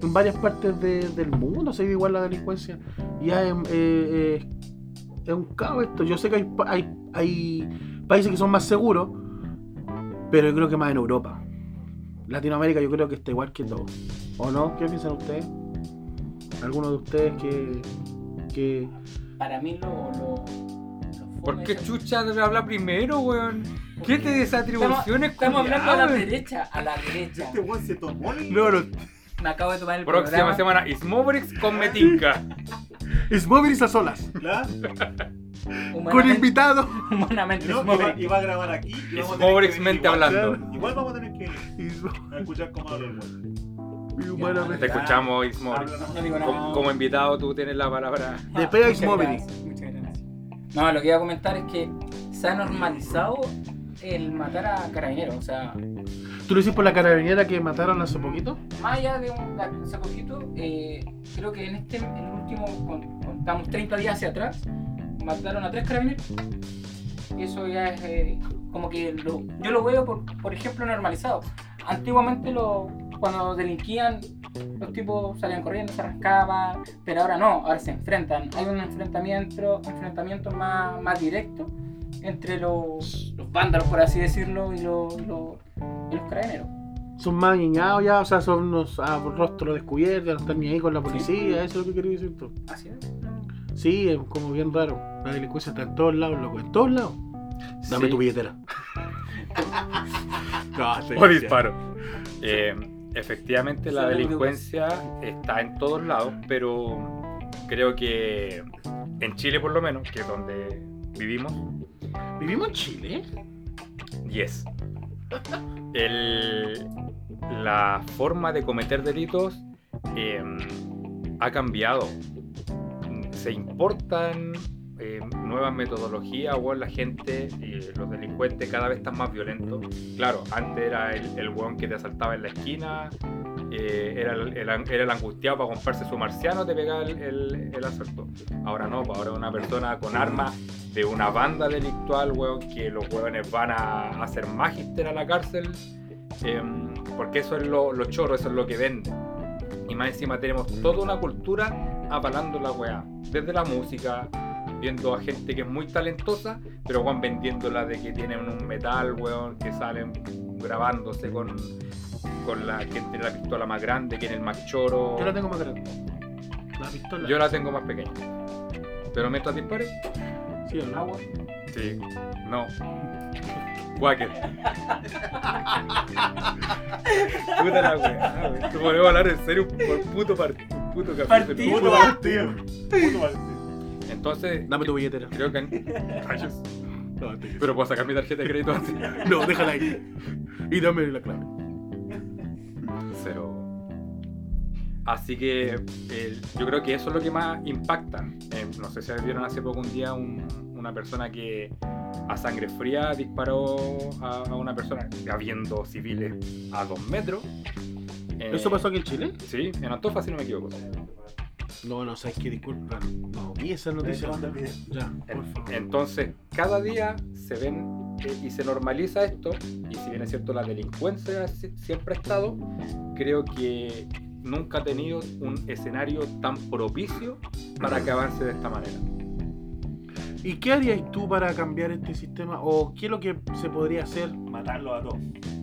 en varias partes de- del mundo se vive igual la delincuencia. Ya es, eh, eh, es un caos esto. Yo sé que hay, pa- hay, hay países que son más seguros, pero yo creo que más en Europa. Latinoamérica yo creo que está igual que todo. ¿O no? ¿Qué piensan ustedes? ¿Alguno de ustedes que... que... Para mí lo... lo- lo ¿Por fome qué es- chucha debe hablar primero, weón? ¿Qué te Estamos, desatribuciones, estamos hablando a la culiao? derecha, a la derecha. Este weón se tomó el- No, no, Me acabo de tomar el Próxima programa. semana, Ismobrix con Metinca. Es móviles a solas, ¿Claro? con Humanamente, invitado. humanamente No, es y va- pobre. y va a grabar aquí. y vamos a tener que Ismobrix venir mente igual. hablando. Igual vamos a tener que venir Es móviles a escuchar cómo habla el weón. Te humanamente. escuchamos, Ismobrix. No digo nada. Como, como invitado tú tienes la palabra. Le pega Muchas Ismóvil. gracias, muchas gracias. No, lo que iba a comentar es que se ha normalizado el matar a carabineros. O sea, ¿Tú lo hiciste por la carabinera que mataron hace poquito? más allá de un de hace poquito, eh, creo que en este en el último, con- contamos 30 días hacia atrás, mataron a tres carabineros. Y eso ya es eh, como que lo- yo lo veo, por, por ejemplo, normalizado. Antiguamente lo, cuando delinquían, los tipos salían corriendo, se arrancaban, pero ahora no, ahora se enfrentan. Hay un enfrentamiento, enfrentamiento más, más directo entre los, los vándalos, por así decirlo, y los, los, y los carabineros. Son más ñañados ya, o sea, son unos ah, rostros descubiertos, no están ni ahí con la policía, eso es lo que quería decir tú. Así es. Sí, es como bien raro. La delincuencia está en todos lados, loco, en todos lados. Dame Sí. tu billetera. no, sí, O sí. disparo. Eh, efectivamente, la Sí, delincuencia está en todos lados, pero creo que en Chile, por lo menos, que es donde vivimos, ¿Vivimos en Chile? 10. El- la forma de cometer delitos eh, ha cambiado. Se importan eh, nuevas metodologías, weón, la gente, eh, los delincuentes cada vez están más violentos. Claro, antes era el, el weón que te asaltaba en la esquina, eh, era, el, el an- era el angustiado para comprarse su marciano, te pegaba el, el- el asalto. Ahora no, pa, ahora una persona con armas de una banda delictual, weón, que los weones van a hacer magister a la cárcel, em, porque eso es lo, lo choro, eso es lo que vende. Y más encima tenemos toda una cultura avalando la weá, desde la música, viendo a gente que es muy talentosa, pero weón vendiéndola de que tienen un metal, weón, que salen grabándose con, con la que tiene la pistola más grande, que en el más choro. Yo la tengo más grande. La pistola. Yo la tengo más pequeña. Pero mientras dispare, Sí, o no? Agua. Sí, no. Wacker. Puta la ah, weá, weón. Te podemos hablar en serio por puto, par- puto capítulo. Partido. Puto partido. Puto partido. Entonces, Dame tu billetera. creo que. Rayos. No, te- Pero puedo sacar mi tarjeta de crédito antes. no, déjala ahí. Y dame la clave. Cero. Así que el- yo creo que eso es lo que más impacta. Eh, no sé si vieron hace poco un día un- una persona que a sangre fría disparó a, a una persona, habiendo civiles a dos metros. Eh, ¿Eso pasó aquí en Chile? Sí, en Antofa, si no me equivoco. No, no, sabes que disculpa. No, vi esa noticia. Ya, por favor. Entonces, cada día se ven eh, y se normaliza esto, y si bien es cierto, la delincuencia si- siempre ha estado, creo que nunca ha tenido un escenario tan propicio para que avance de esta manera. ¿Y qué harías tú para cambiar este sistema? ¿O qué es lo que se podría hacer? Matarlo a todos.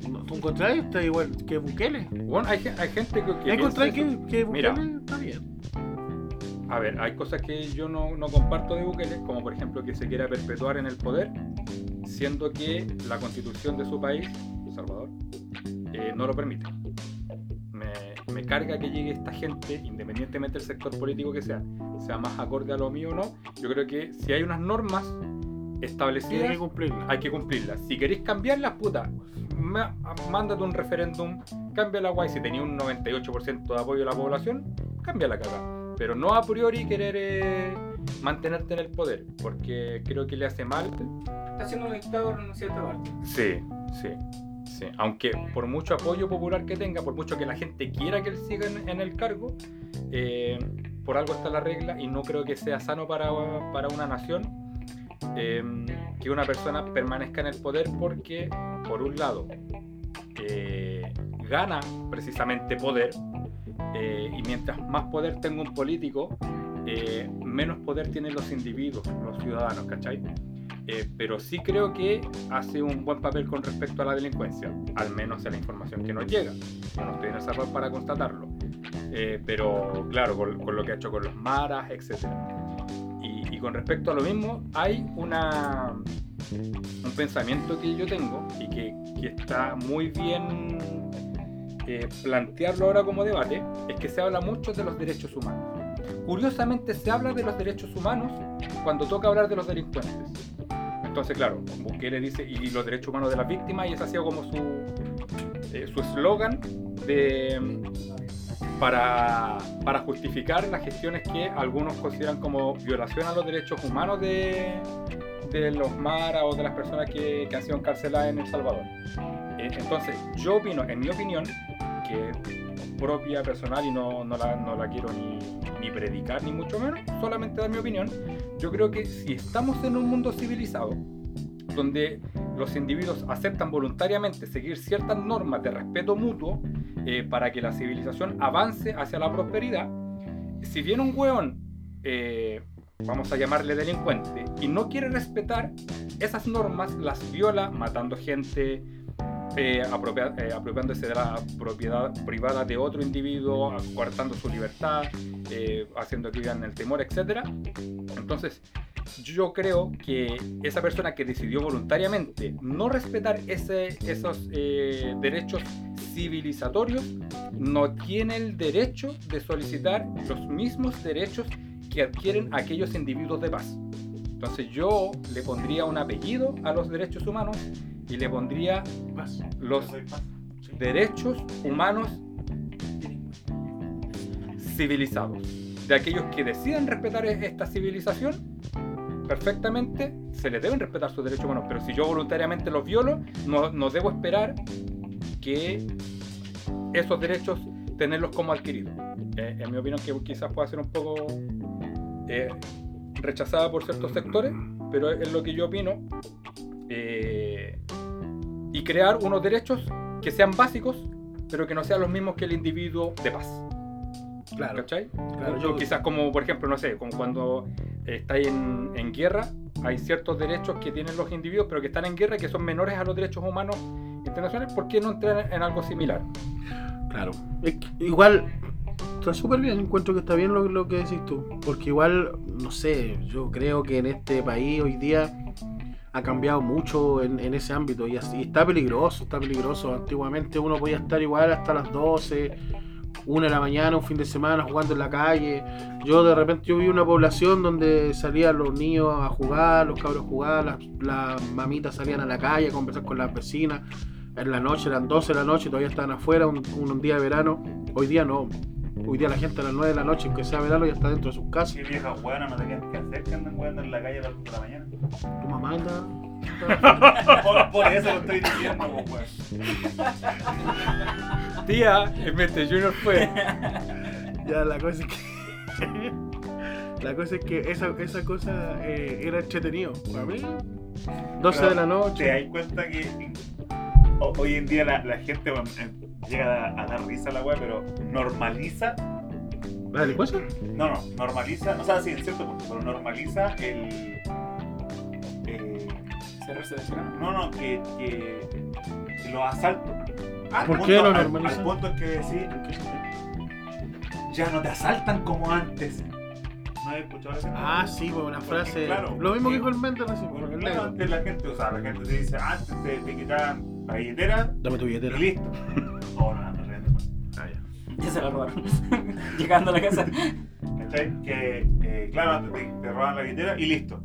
No, ¿Tú encontrás está igual que Bukele? Bueno, hay, gen- hay gente que. que ¿Ya encontrás piensa que, eso. que Bukele Mira. está bien? A ver, hay cosas que yo no, no comparto de Bukele, como por ejemplo que se quiera perpetuar en el poder, siendo que la constitución de su país, El Salvador, eh, no lo permite. Me, me carga que llegue esta gente, independientemente del sector político que sea, sea más acorde a lo mío o no. Yo creo que si hay unas normas Tiene que establecidas, cumplirla. hay que cumplirlas. Si queréis cambiarlas, puta, ma- mándate un referéndum, cambia la guay. Si tenía un 98% de apoyo de la población, cambia la caga. Pero no a priori querer eh, mantenerte en el poder, porque creo que le hace mal. Está siendo un dictador renunciar a esta parte. Sí, sí, sí. Aunque por mucho apoyo popular que tenga, por mucho que la gente quiera que él siga en, en el cargo, eh, por algo está la regla y no creo que sea sano para, para una nación eh, que una persona permanezca en el poder porque, por un lado, eh, gana precisamente poder eh, y mientras más poder tenga un político, eh, menos poder tienen los individuos, los ciudadanos, ¿cachai? Eh, pero sí creo que hace un buen papel con respecto a la delincuencia, al menos en la información que nos llega. Yo no estoy en El Salvador para constatarlo, Eh, pero claro, con, con lo que ha hecho con los maras, etc. Y, y con respecto a lo mismo, hay una, un pensamiento que yo tengo y que, que está muy bien eh, plantearlo ahora como debate, es que se habla mucho de los derechos humanos. Curiosamente se habla de los derechos humanos cuando toca hablar de los delincuentes. Entonces, claro, Bukele dice, y los derechos humanos de las víctimas, y ese ha sido como su eh, su eslogan de para, para justificar las gestiones que algunos consideran como violación a los derechos humanos de, de los maras o de las personas que, que han sido encarceladas en El Salvador. Eh, Entonces, yo opino, en mi opinión, que propia personal y no, no la, no la quiero ni, ni predicar ni mucho menos, solamente dar mi opinión, yo creo que si estamos en un mundo civilizado, donde los individuos aceptan voluntariamente seguir ciertas normas de respeto mutuo eh, para que la civilización avance hacia la prosperidad, si viene un hueón, eh, vamos a llamarle delincuente, y no quiere respetar esas normas, las viola matando gente, eh, apropia- eh, apropiándose de la propiedad privada de otro individuo, coartando su libertad, eh, haciendo que vivan en el temor, etc. Entonces, yo creo que esa persona que decidió voluntariamente no respetar ese, esos eh, derechos civilizatorios no tiene el derecho de solicitar los mismos derechos que adquieren aquellos individuos de paz. Entonces yo le pondría un apellido a los derechos humanos y le pondría Vas. los Yo soy paz. derechos humanos civilizados. De aquellos que deciden respetar e- esta civilización, perfectamente se les deben respetar sus derechos humanos. Pero si yo voluntariamente los violo, no, no debo esperar que esos derechos tenerlos como adquiridos. Eh, en mi opinión, que quizás pueda ser un poco eh, rechazada por ciertos sectores, pero es lo que yo opino. Eh, y crear unos derechos que sean básicos, pero que no sean los mismos que el individuo de paz. Claro, ¿Cachai? claro. yo Yo, quizás como, por ejemplo, no sé, como cuando eh, estáis en, en guerra, hay ciertos derechos que tienen los individuos, pero que están en guerra y que son menores a los derechos humanos internacionales, ¿por qué no entrar en algo similar? claro. Es que igual, está súper bien. Encuentro que está bien lo, lo que decís tú. Porque igual, no sé, yo creo que en este país hoy día ha cambiado mucho en, en ese ámbito y, así, está peligroso, está peligroso. Antiguamente uno podía estar igual hasta las 12, una de la mañana, un fin de semana jugando en la calle. Yo de repente yo vi una población donde salían los niños a jugar, los cabros a jugar, las, las mamitas salían a la calle a conversar con las vecinas. En la noche, eran 12 de la noche, todavía estaban afuera, un, un día de verano. Hoy día no. Hoy día la gente a las 9 de la noche, aunque sea verano, ya está dentro de sus casas. Qué vieja hueona, no tenían que hacer que andan hueando en la calle a las 2 de la mañana. Tu mamá anda- Por, por eso lo estoy diciendo, po, weón. Tía, en Mente Junior fue. Ya, la cosa es que. la cosa es que esa, esa cosa eh, era entretenido. Para mí, 12 Pero de la noche. Te das cuenta que ho- hoy en día la, la gente bueno, eh, llega a, a dar risa a la weá, pero normaliza. ¿La delincuencia? No, no, normaliza. O sea, sí, en cierto punto, pero normaliza el, eh, Ser seleccionado. no, no, que, que los asaltos. Al ¿Por punto- qué lo al- normalizan? Al punto en que decir, ya no te asaltan como antes. ¿No habéis escuchado eso? Ah, sí, pues una Porque, frase. claro, lo mismo que eh, dijo el Mendes recién. por Porque el claro, negro. antes la gente, o sea, la gente te dice, antes te, te quitaban la billetera Dame tu y billetera. listo. No, no, no, no, no. Ah, ya. Ya se la robaron. Llegando a la casa. ¿Cachai? Que, eh, claro, antes te, te roban la billetera y listo.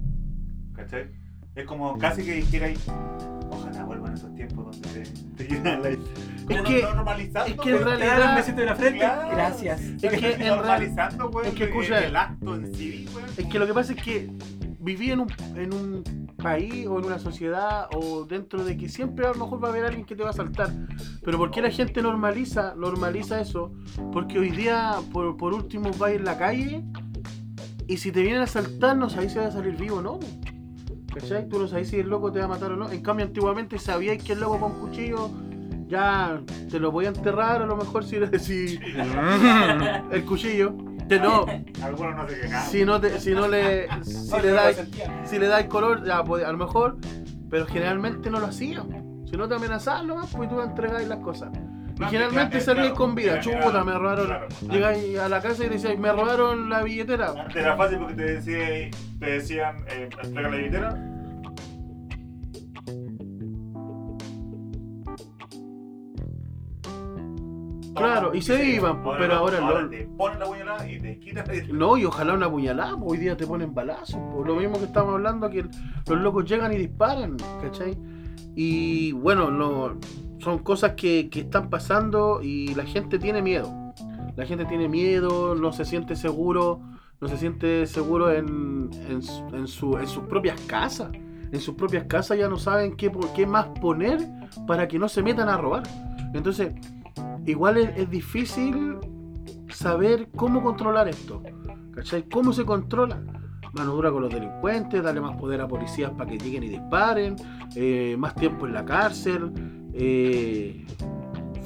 ¿Cachai? Es Mm. como casi que dijerais, ojalá vuelvan esos tiempos donde te, te quitan la Es No, que- no, normalizando, es que güey. en realidad- Te dan un besito en la frente. Claro. Gracias. Es que en real- normalizando, güey, es que, el- escucha, el acto en sí, güey. Es que lo que pasa es que viví en un, en un país o en una sociedad o dentro de que siempre a lo mejor va a haber alguien que te va a saltar. Pero ¿por qué la gente normaliza, normaliza eso? Porque hoy día, por, por último, vas en la calle y si te vienen a saltar, no sabéis si vas a salir vivo o no. ¿Cachai? Tú no sabéis si el loco te va a matar o no. En cambio, antiguamente sabíais que el loco con cuchillo ya te lo voy a enterrar, a lo mejor si, si el cuchillo. Te no, Algunos no se quejaban. si no te, si no le Ah, si le da si le da el color ya, pues, a lo mejor pero generalmente no lo hacían si no te amenazaban nomás pues tú entregabas las cosas y No, generalmente claro, salías claro, con vida claro, chuta claro, me robaron claro. llegáis a la casa y decías me robaron la billetera Antes era fácil porque te, decía, te decían, eh, entrega la billetera. Claro, y se iban, pues, pero no, ahora no. te ponen la puñalada y te quitan la billetera. eh, no y ojalá una puñalada pues, hoy día te ponen balazos pues, lo mismo que estamos hablando que los locos llegan y disparan ¿cachai? y bueno no son cosas que, que están pasando y la gente tiene miedo La gente tiene miedo, no se siente seguro, no se siente seguro en, en su- en su- en sus propias casas. En sus propias casas ya no saben qué, po- qué más poner para que no se metan a robar. Entonces, igual es, es difícil saber cómo controlar esto. ¿Cachai? ¿Cómo se controla? Mano dura con los delincuentes, darle más poder a policías para que lleguen y disparen, eh, más tiempo en la cárcel. eh,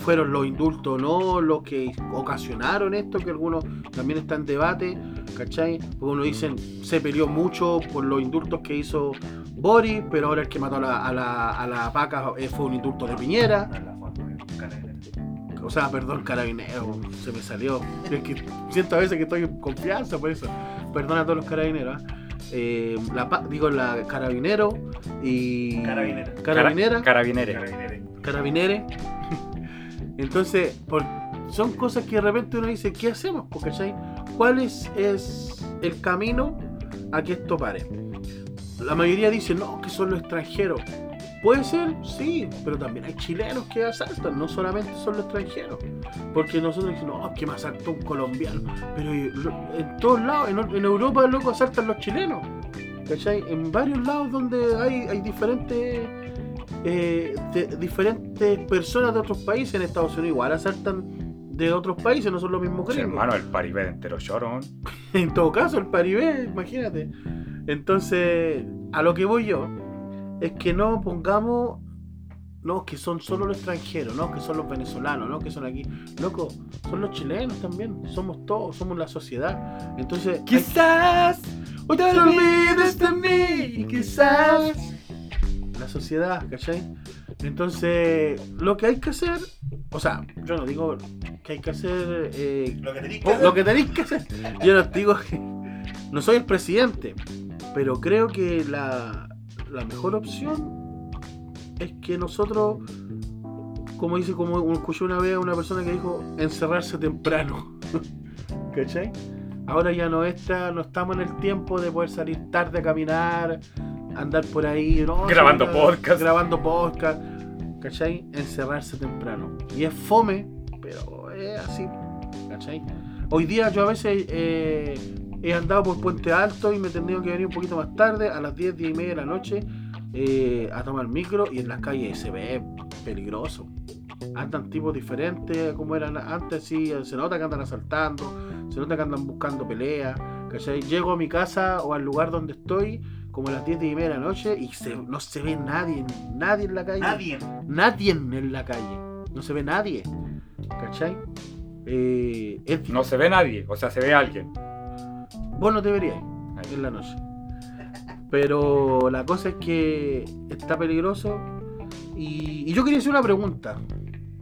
fueron los indultos o no, los que ocasionaron esto, que algunos también están en debate, ¿cachai? Porque unos dicen, se peleó mucho por los indultos que hizo Boris, pero ahora el que mató a la, a la, a la vaca eh, fue un indulto de Piñera. La foto de un carabinero. O sea, perdón, carabinero, se me salió. Es que siento a veces que estoy en confianza por eso. Perdón a todos los carabineros. ¿ah? Eh, la, pa- digo, la carabinero y... Carabinera. Carabinera. Carabinere. Carabinero. carabineres. Entonces, por- son cosas que de repente uno dice, ¿qué hacemos? po, ¿cachai? ¿Cuál es, es el camino a que esto pare? La mayoría dice, no, que son los extranjeros. Puede ser, sí, pero también hay chilenos que asaltan, no solamente son los extranjeros. Porque nosotros decimos, no, que me asaltó un colombiano. Pero eh, lo- en todos lados, en, en Europa, loco, asaltan los chilenos. ¿Cachai? En varios lados donde hay, hay diferentes eh, de- diferentes personas de otros países en Estados Unidos. Igual asaltan de otros países, no son los mismos gringos. Hermano, el paribé entero llorón. En todo caso, el paribé, imagínate. Entonces, a lo que voy yo es que no pongamos, no, que son solo los extranjeros, no, que son los venezolanos, no, que son aquí. Loco, son los chilenos también, somos todos, somos la sociedad. Entonces, hay- Quizás Hoy te olvides de mí, quizás. La sociedad, ¿cachai? Entonces, lo que hay que hacer, o sea, yo no digo que hay que hacer eh, Lo que tenéis que o- lo hacer. que tenéis que hacer. Yo no digo que no soy el presidente, pero creo que la, la mejor opción es que nosotros, como dice, como escuché una vez a una persona que dijo, encerrarse temprano. ¿Cachai? Ahora ya no está, no estamos en el tiempo de poder salir tarde a caminar, andar por ahí, ¿no? Grabando Salir a- podcast. Grabando podcast. ¿Cachai? Encerrarse temprano. Y es fome, pero es así. ¿Cachai? Hoy día yo a veces eh, he andado por Puente Alto y me he tenido que venir un poquito más tarde, a las 10, 10 y media de la noche, eh, a tomar micro y en las calles se ve peligroso. Andan tipos diferentes como eran antes, sí, se nota que andan asaltando, se nota que andan buscando peleas, ¿cachai? Llego a mi casa o al lugar donde estoy como a las 10, 10 y media de la noche y se- no se ve nadie, nadie en la calle Nadie. nadie en la calle. No se ve nadie. ¿Cachai? Eh, es, No se ve nadie, o sea, se ve alguien. Vos no te veríais Ahí. en la noche. Pero la cosa es que está peligroso. Y, y yo quería hacer una pregunta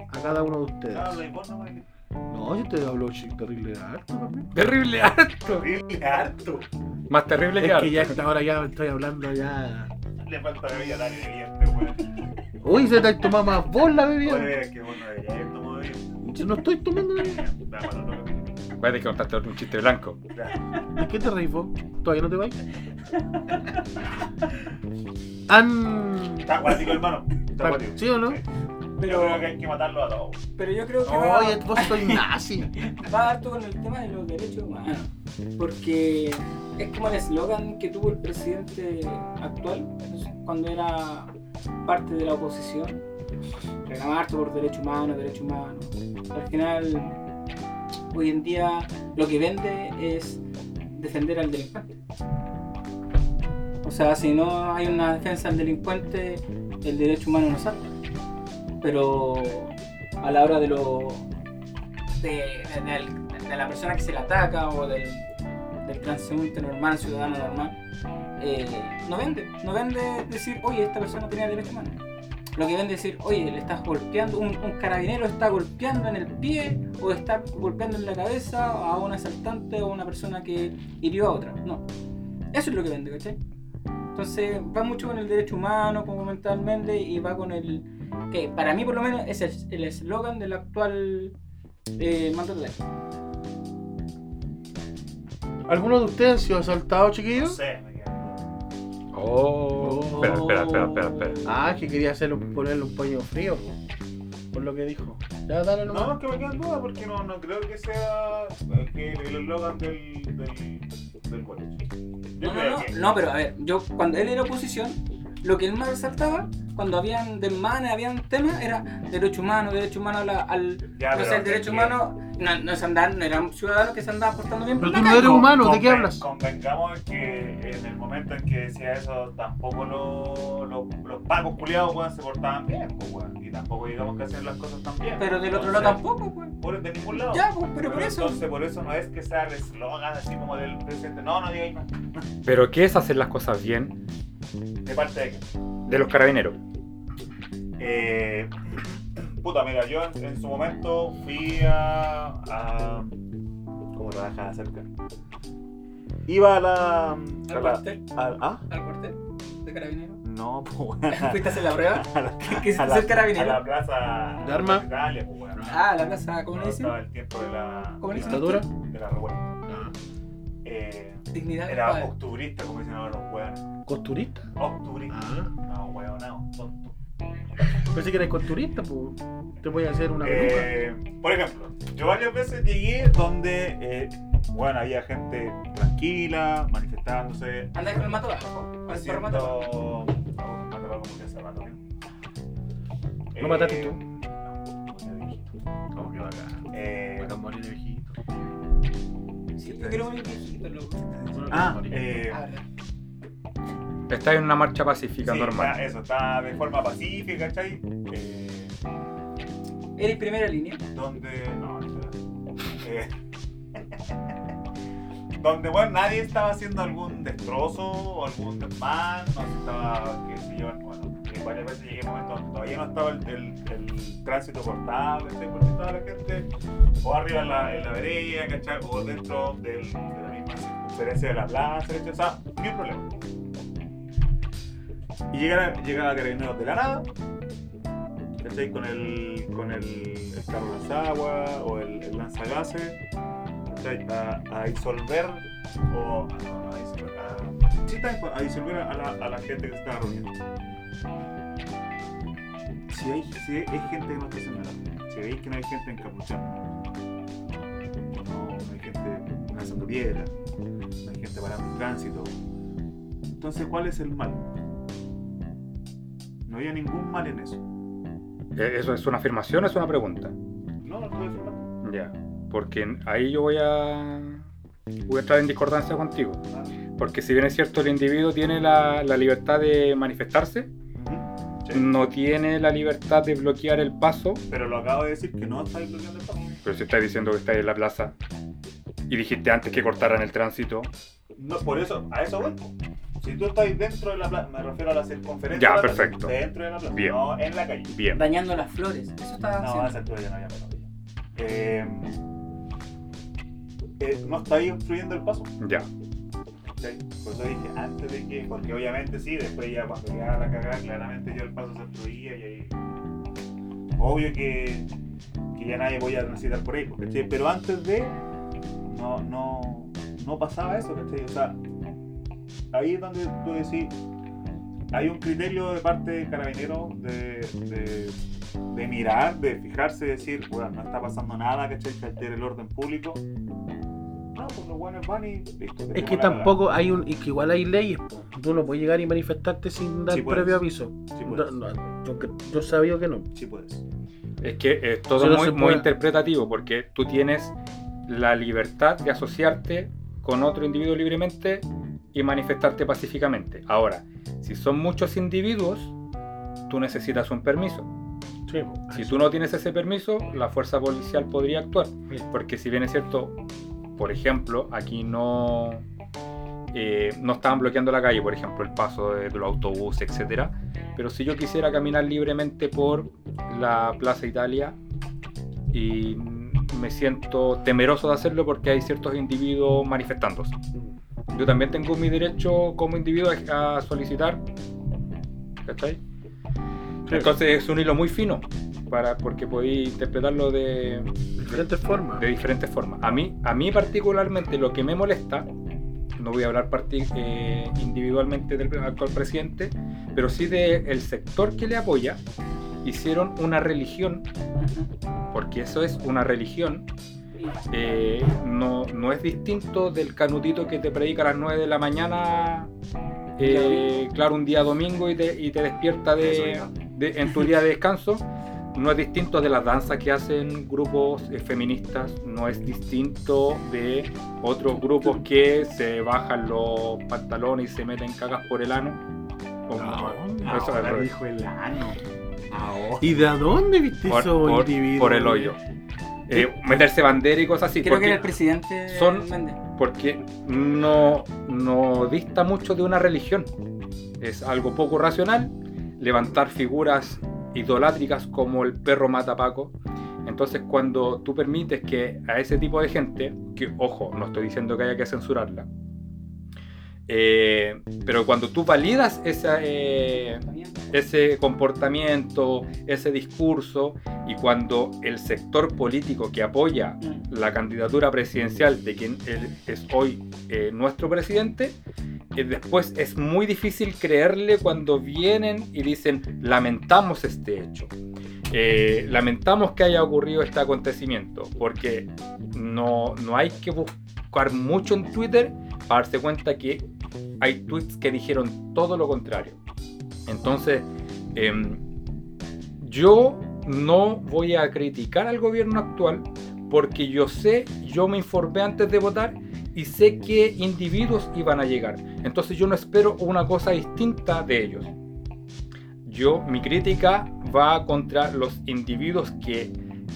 a cada uno de ustedes. Ah, de vos nomás, que No, yo te hablo chi- terrible de harto también. Terrible harto. Terrible, harto. Más terrible que Es harto. que ya está, ahora ya estoy hablando ya. Le falta bebida a Dario de vierte, weón. Uy, se te has tomado más vos la bebida. Oye, que bueno, ya he tomado bebida. Yo no estoy tomando bebida. Ya, para otro capítulo. Voy a tener que contarte otro chiste blanco. Ya. ¿De qué te reís vos? ¿Todavía no te vais? Han. Está acuático, hermano. Está acuático. ¿Sí o no? Yo creo que Pero, hay que matarlo a todos. pero yo creo que va, Oye, vos soy nazi. va harto con el tema de los derechos humanos. Porque es como el eslogan que tuvo el presidente actual cuando era parte de la oposición. Reclamar harto por derechos humanos, derechos humanos. Al final, hoy en día lo que vende es defender al delincuente. O sea, si no hay una defensa al delincuente, el derecho humano no sale. Pero a la hora de lo de, de- del- de la persona que se le ataca o del, del transeúnte normal, ciudadano normal, eh, no vende. No vende decir, oye, esta persona tenía derecho humano. Lo que vende es decir, oye, le estás golpeando, un, un carabinero está golpeando en el pie o está golpeando en la cabeza a un asaltante o a una persona que hirió a otra. No. Eso es lo que vende, ¿cachai? Entonces va mucho con el derecho humano, como mentalmente, y va con el... que para mí por lo menos es el- el eslogan del actual eh, mandato de ¿Alguno de ustedes ha sido asaltado, No ¿Mm? chiquillos? sé, me quedo. Oh. Oh. Espera, espera, espera, espera, espera. Ah, es que quería hacerle un- ponerle un paño frío, po, por lo que dijo. Ya, dale No, nomás. es que me quedan dudas porque no, no creo que sea eh, que el eslogan del, del, del colegio. Yo No, no, creo no, que. no, pero a ver, yo cuando él era oposición, lo que él más resaltaba, cuando habían desmanes, habían temas, era derecho humano, derecho humano a la- al... Ya, no pero sé, el derecho aquí- humano, no, no, se andaban, no eran ciudadanos que se andaban portando bien Pero por tú la no calle. eres humano, ¿de qué Conven- hablas? Convengamos que en el momento en que decía eso, tampoco lo- lo- los pacos culiados weón, se portaban bien, pues, weón. Y tampoco digamos que hacían las cosas tan bien. Pero del otro lado Entonces, tampoco, pues. Por, de ningún lado. Ya, pues, pero por eso... Entonces, por eso no es que sea el eslogan así como del presidente. No, no digáis más. Pero ¿qué es hacer las cosas bien De parte de que. de los carabineros? Eh, puta, mira, yo en, en su momento fui a. a ¿Cómo trabaja cerca? Iba a la. a ¿Al la- cuartel? al- ¿Ah? ¿Al cuartel de carabinero? No, pues weón. ¿Fuiste a hacer la prueba? A la- ¿Qué a hiciste la, ser a carabinero? la plaza ¿De arma? de Italia, pues, weón. Ah, la plaza, ¿cómo le Cuando dicen? estaba el tiempo de la, ¿Cómo le dicen? ¿Dictadura? de la revuelta. Eh, Dignidad. era compadre. octubrista, como dicen ahora los weones. ¿Costurista? Octubrista. Ah. No, weón, no, tonto. Pensé que eres costurista, pues. Te voy a hacer una peluca. Eh, por ejemplo, yo varias veces llegué donde, eh, bueno, había gente tranquila, manifestándose, Andá con el mato abajo. Con el perro haciendo... mato abajo. Oh, mataba como que hace rato, ¿no? ¿Lo mataste tú? No, ya dije. ¿Cómo que bacán? Eh, Bacán morir de viejito. Sí, yo quiero un viejito, loco. Bueno, ah, morir. eh, Ah, verdad. Está en una marcha pacífica sí, normal. está- ah, eso, está de forma pacífica, ¿cachai? Eh, ¿Eres primera línea? donde. No, espera. Eh, donde, bueno, nadie estaba haciendo algún destrozo o algún desmán, no se estaba. que se llevan. Bueno, que varias veces llegué a momentos donde todavía no estaba el, el- el tránsito cortado, ¿cachai? Porque estaba la gente o arriba en la, en la vereda, ¿cachai? O dentro del- de la misma circunferencia de la plaza, ¿cachai? O sea, ni un problema. Y llegan, llegan a Carabineros de la nada, ¿cachai? Con el, con el, el carro lanzagua o el, el lanzagases, ¿cachai? A, a disolver o a, no, no, a disolver, a, sí, tal cual, a disolver a la, a la gente que se estaba reuniendo. Si hay, si hay, hay gente que no está haciendo nada, si veis que no hay gente encapuchada, no, no hay gente lanzando piedra, no hay gente parando el tránsito, entonces, ¿cuál es el mal? No había ningún mal en eso. Eh, ¿Eso es una afirmación o es una pregunta? No, no estoy afirmando. Ya. Porque ahí yo voy a. Voy a entrar en discordancia contigo. Porque si bien es cierto, el individuo tiene la, la libertad de manifestarse, no tiene la libertad de bloquear el paso, Pero lo acabo de decir que no estáis bloqueando el paso. pero si estás diciendo que estás en la plaza y dijiste antes que cortaran el tránsito, No, por eso, a eso voy. po. Si tú estás dentro de la plaza, me refiero a la circunferencia. Ya, de la plaza, perfecto. Dentro de la plaza, Bien. no en la calle. Bien. Dañando las flores. Eso está No, a esa haciendo. altura ya no había melodía. Eh, eh, no estáis obstruyendo el paso. Ya. ¿cachai? Por eso dije antes de que, porque obviamente sí, después ya cuando quedaba la cagada, claramente yo el paso se obstruía y ahí. Obvio que, que ya nadie voy a transitar por ahí, pues, ¿cachai? Pero antes de, no, no, no pasaba eso, ¿cachai? O sea, ahí es donde tú decís, hay un criterio de parte de carabinero de, de, de mirar, de fijarse, de decir, bueno, no está pasando nada, ¿cachai? Que altere el orden público. No, pues los buenos van y listo. Es dejemos que la cagada. tampoco hay un. Es que igual hay leyes. po. Tú no puedes llegar y manifestarte sin dar Sí puedes. previo aviso. Sí No, puedes. no, yo, cre- yo sabía que no. Sí puedes. Es que es Sí, todo no muy, se muy puede. interpretativo porque tú tienes la libertad de asociarte con otro individuo libremente y manifestarte pacíficamente. Ahora, si son muchos individuos, tú necesitas un permiso. Sí, Si tú no tienes ese permiso, la fuerza policial podría actuar. Porque si bien es cierto, por ejemplo, aquí no, eh, no estaban bloqueando la calle, por ejemplo, el paso de los autobuses, etcétera. Pero si yo quisiera caminar libremente por la Plaza Italia y me siento temeroso de hacerlo porque hay ciertos individuos manifestándose. Yo también tengo mi derecho como individuo a, a solicitar. ¿Cachai? Entonces es un hilo muy fino para, porque podéis interpretarlo de, diferentes formas. de diferentes formas. A mí, a mí particularmente lo que me molesta, no voy a hablar parti- eh, individualmente del actual presidente, pero sí del sector que le apoya, hicieron una religión, porque eso es una religión, eh, no, no es distinto del canutito que te predica a las 9 de la mañana, eh, claro, un día domingo y te, y te despierta de, de- en tu día de descanso. No es distinto de las danzas que hacen grupos eh, feministas, no es distinto de otros grupos que se bajan los pantalones y se meten cagas por el ano. O- Ah, Ah, eso al revés. el año. Ahora. ¿Y de a dónde viste por, esos por- individuos? por el hoyo. Eh, meterse bandera y cosas así. Creo que porque- era el presidente son- Méndez. porque no, no dista mucho de una religión. Es algo poco racional levantar figuras idolátricas como el perro matapaco. Entonces cuando tú permites que a ese tipo de gente, que ojo, no estoy diciendo que haya que censurarla, eh, pero cuando tú validas esa, eh, También. ese comportamiento, ese discurso, y cuando el sector político que apoya Mm. la candidatura presidencial de quien él es hoy eh, nuestro presidente, eh, después es muy difícil creerle cuando vienen y dicen lamentamos este hecho, Eh, lamentamos que haya ocurrido este acontecimiento, porque no, no hay que buscar mucho en Twitter para darse cuenta que hay tweets que dijeron todo lo contrario. Entonces, em, yo no voy a criticar al gobierno actual porque yo sé, yo me informé antes de votar y sé qué individuos iban a llegar. Entonces yo no espero una cosa distinta de ellos. Yo, mi crítica va contra los individuos que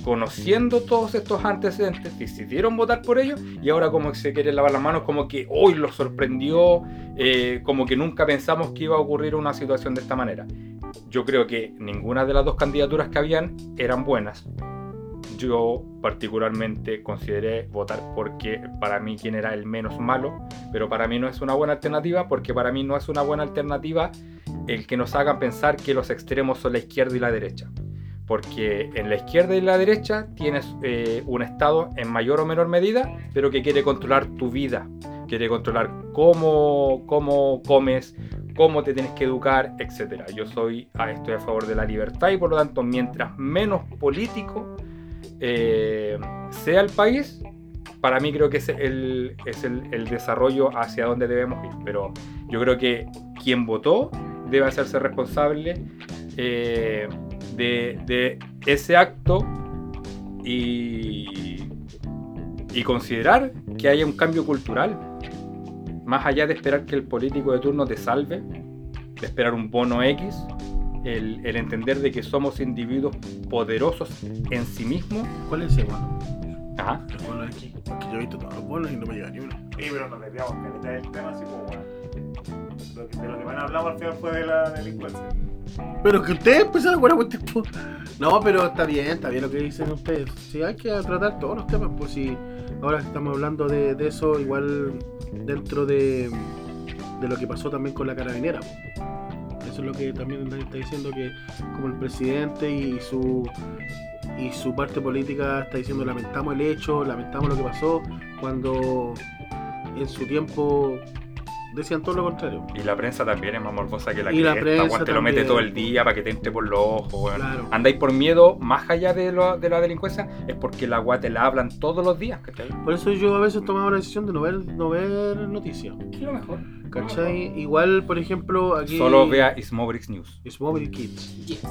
conociendo todos estos antecedentes decidieron votar por ellos y ahora como que se quieren lavar las manos como que hoy los sorprendió, eh, como que nunca pensamos que iba a ocurrir una situación de esta manera. Yo creo que ninguna de las dos candidaturas que habían eran buenas. Yo particularmente consideré votar porque para mí quien era el menos malo, pero para mí no es una buena alternativa porque para mí no es una buena alternativa el que nos hagan pensar que los extremos son la izquierda y la derecha. Porque en la izquierda y la derecha tienes eh, un Estado en mayor o menor medida, pero que quiere controlar tu vida, quiere controlar cómo, cómo comes, cómo te tienes que educar, etcétera. Yo soy, ah, estoy a favor de la libertad y por lo tanto, mientras menos político eh, sea el país, para mí creo que es, el, es el, el desarrollo hacia donde debemos ir. Pero yo creo que quien votó debe hacerse responsable eh, de, de ese acto y, y considerar que haya un cambio cultural más allá de esperar que el político de turno te salve, de esperar un bono X, el, el entender de que somos individuos poderosos en sí mismos. ¿Cuál es ese bono? Ajá. El bono de aquí. Porque yo he visto todos los bonos y no me llega ni uno. Sí, pero nos desviamos, caleta del tema así como, bueno. Lo lo que, de lo que van a hablar al final fue de la delincuencia. Pero que ustedes empezaron con algo tipo. No, pero está bien, está bien lo que dicen ustedes. Sí, hay que tratar todos los temas, pues si ahora que estamos hablando de, de eso, igual dentro de, de lo que pasó también con la carabinera. pues. Eso es lo que también nadie está diciendo, que como el presidente y su y su parte política está diciendo lamentamos el hecho, lamentamos lo que pasó, cuando en su tiempo decían todo lo contrario. Y la prensa también es más morbosa que la Y la cresta, prensa weón, te lo mete también. todo el día para que te entre por los ojos, weón. Claro. Andáis por miedo, más allá de, lo- de la delincuencia, es porque la agua te la hablan todos los días, ¿cachai? Por eso yo a veces tomaba la decisión de no ver, no ver noticias. ¿Qué es lo mejor? ¿Cachai? Igual, por ejemplo, aquí. Solo vea Smobrix News. Smobile Kids.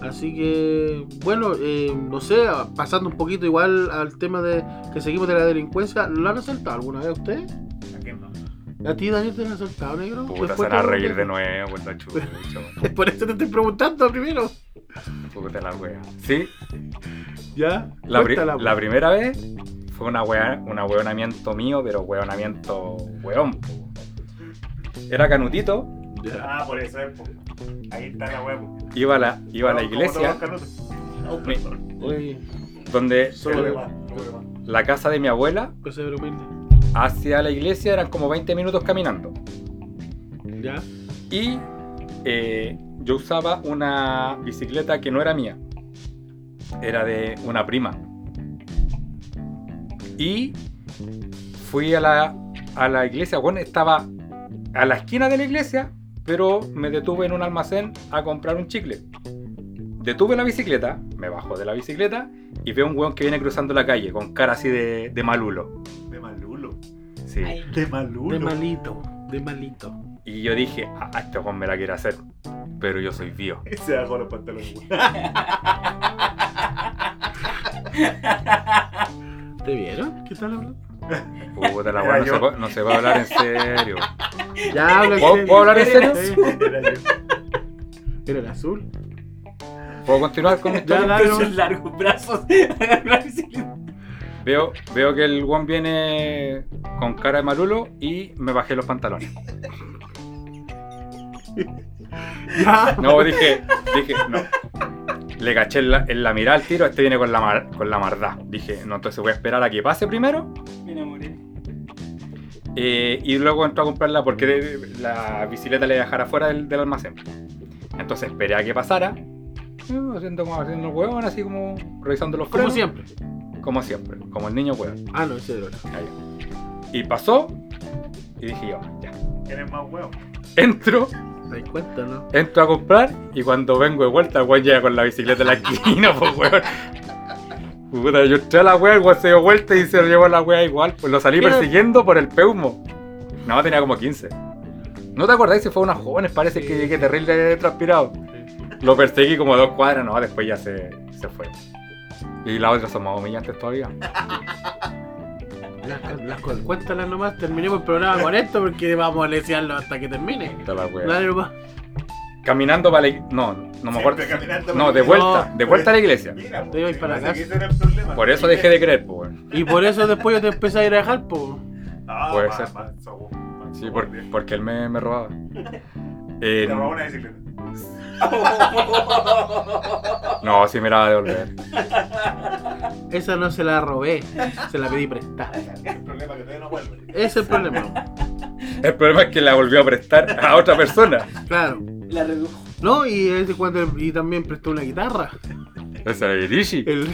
Así que, bueno, eh, no sé, pasando un poquito igual al tema de que seguimos de la delincuencia, ¿lo han asaltado alguna vez a usted? ¿A quién no? ¿A ti, Daniel, te han asaltado, negro? Puta, se Después van a te- reír de nuevo, puta chucha, weón. Por eso te estoy preguntando primero. Puta la wea. Sí, ¿Ya? la, pri- Cuéntala, la pues. primera vez fue una wea, una weonamiento mío, pero weonamiento weón. po. Era Canutito, Ya. Ah, por eso es. po. Ahí está la huevo. iba a la, iba a la iglesia, Me- Oye, donde Solo de- la casa de mi abuela pesebre humilde. hacia la iglesia eran como 20 minutos caminando. ¿Ya? Y eh, yo usaba una bicicleta que no era mía, era de una prima. Y fui a la, a la iglesia, bueno, estaba a la esquina de la iglesia, pero me detuve en un almacén a comprar un chicle. Detuve la bicicleta, me bajo de la bicicleta y veo un weón que viene cruzando la calle con cara así de, de malulo. De malulo. Sí. Ay. De malulo. De malito, de malito. Y yo dije, ah, este weón me la quiere hacer, pero yo soy bio. Y se bajó los pantalones. ¿Te vieron? ¿Qué tal hablando? Puta la Era weá, no, yo. se puede- no se puede hablar en serio. Ya, habla en ¿Puedo- serio. puedo hablar en serio? Sí. Era yo. Era el azul. ¿Puedo continuar con esto? Ya, dale, Esos no. largos brazos. La bicicleta. Veo, veo que el weón viene con cara de malulo y me bajé los pantalones. Ya. No, dije, dije, no. Le caché en la, en la mirada al tiro, este viene con la, mar- con la mardá. Dije, no, entonces voy a esperar a que pase primero Me enamoré. Eh, y luego entró a comprarla porque de- la bicicleta le dejara fuera del, del almacén. Entonces esperé a que pasara, eh, haciendo como haciendo el huevón, así como revisando los Como frenos. siempre. Como siempre, como el niño huevón. Ah, no, ese era el Ahí. Y pasó y dije yo, ya. Eres más huevo. Entro, ¿Te das cuenta, no? entro a comprar y cuando vengo de vuelta, el weón llega con la bicicleta en la esquina, pues weón. Puta, yo entré a la wea, el weón se dio vuelta y se lo llevó a la wea igual. Pues lo salí ¿Qué edad? persiguiendo por el peumo. No, tenía como 15. ¿No te acordáis si fue unos jóvenes? Parece Sí. que llegué terrible transpirado. Lo perseguí como dos cuadras, no, después ya se, se fue. Y la otra son más humillantes todavía. Las, las, cuéntalas nomás, terminemos el programa con esto porque vamos a lesearlo hasta que termine. Puta la wea. Dale nomás. Caminando para la ig- No, no me acuerdo. Siempre caminando para No, de la vuelta, No. de vuelta a la iglesia. Mira, po, Te ibas para la parece que ese era el problema. Por eso dejé de creer, pues. weón. Y por eso después yo te empecé a ir a dejar, po. Ah, Puede más- ser. más sobo, más Sí, sobo, por- bien. porque él me, me robaba. Te Eh, robó una bicicleta. no, sí me la va a devolver. Esa no se la robé, se la pedí prestada. El problema es que todavía no vuelve. Ese es el problema, El problema es que la volvió a prestar a otra persona. claro. La redujo. No, y, es de cuando, y también prestó una guitarra. Esa es Irishi. El,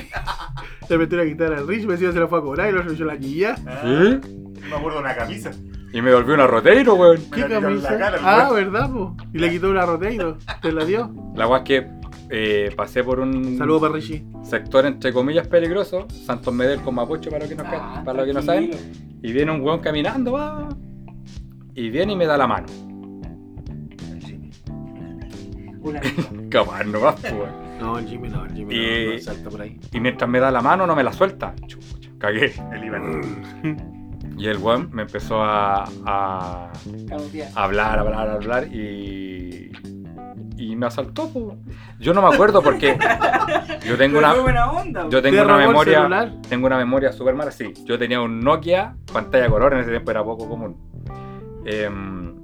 le metió una guitarra al Rich, me decía se la fue a cobrar y lo yo la guía. Ah, ¿Sí? Me acuerdo de una camisa. Y me volvió una roteiro, weón. Me ¿Qué la tiró en camisa? la cara, el ah, weón. ¿verdad, po? Y le quitó una roteiro, te la dio. La guas que eh, pasé por un Saludos para Richie. sector entre comillas peligroso, Santos Medel con Mapocho para los que no, Ah, Ah, ca- para los que no saben. Y viene un weón caminando, va. Y viene y me da la mano. Una Capaz, no va, weón. No, el Jimmy no, el Jimmy Y- no, no salta por ahí. Y mientras me da la mano, no me la suelta. Chucha, cagué. El Iván. Y el weón me empezó a, a canutía. hablar, hablar, hablar y. Y me asaltó, po. Yo no me acuerdo porque. Yo tengo Pero una. fue buena onda. Yo ¿Te tengo una robó el memoria. celular? Tengo una memoria súper mala, sí. Yo tenía un Nokia, pantalla color, en ese tiempo era poco común. Em,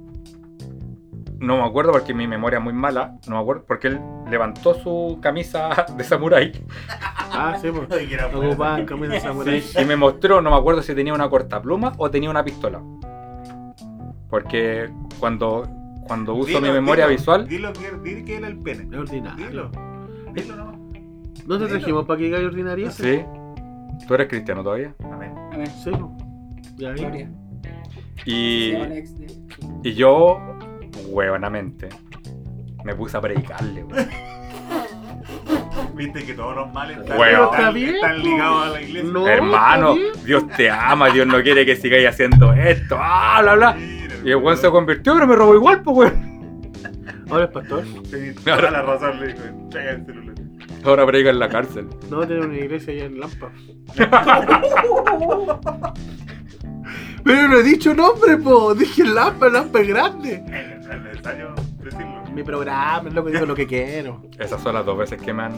no me acuerdo porque mi memoria es muy mala, no me acuerdo, porque él levantó su camisa de samurái Ah, sí, pues. Ay, que era buena. Ocupaban camisa samurái. y me mostró, no me acuerdo si tenía una cortapluma o tenía una pistola. Porque cuando, cuando uso Dilo, mi memoria dilo, visual, Dilo que, dilo que era el pene. Es Dilo. ordinario. Dilo no. ¿No te Dilo. trajimos para que diga ordinaria? ¿Ah, sí, tú eres cristiano todavía. Amén. Amén. Sí, pues. Ya vi. Gloria. Y, Sí, Alex, de- y yo, huevanamente, me puse a predicarle. weón. Viste que todos los males están, Bueno. están- Está bien, están pues. ligados a la iglesia. No, Hermano, está bien. Dios te ama, Dios no quiere que sigáis haciendo esto, ah, bla, bla. Mira, Y el weón se convirtió, pero me robó igual, pues, weón. Ahora es pastor. Tenés toda la razón, le dijo. Pega el celular. Ahora predica en la cárcel. No, tiene una iglesia allá en Lampa. Pero no he dicho nombre, po. Dije Lampa, Lampa es grande. Es necesario decirlo. Mi programa, loco, digo lo que quiero. Esas son las dos veces que me han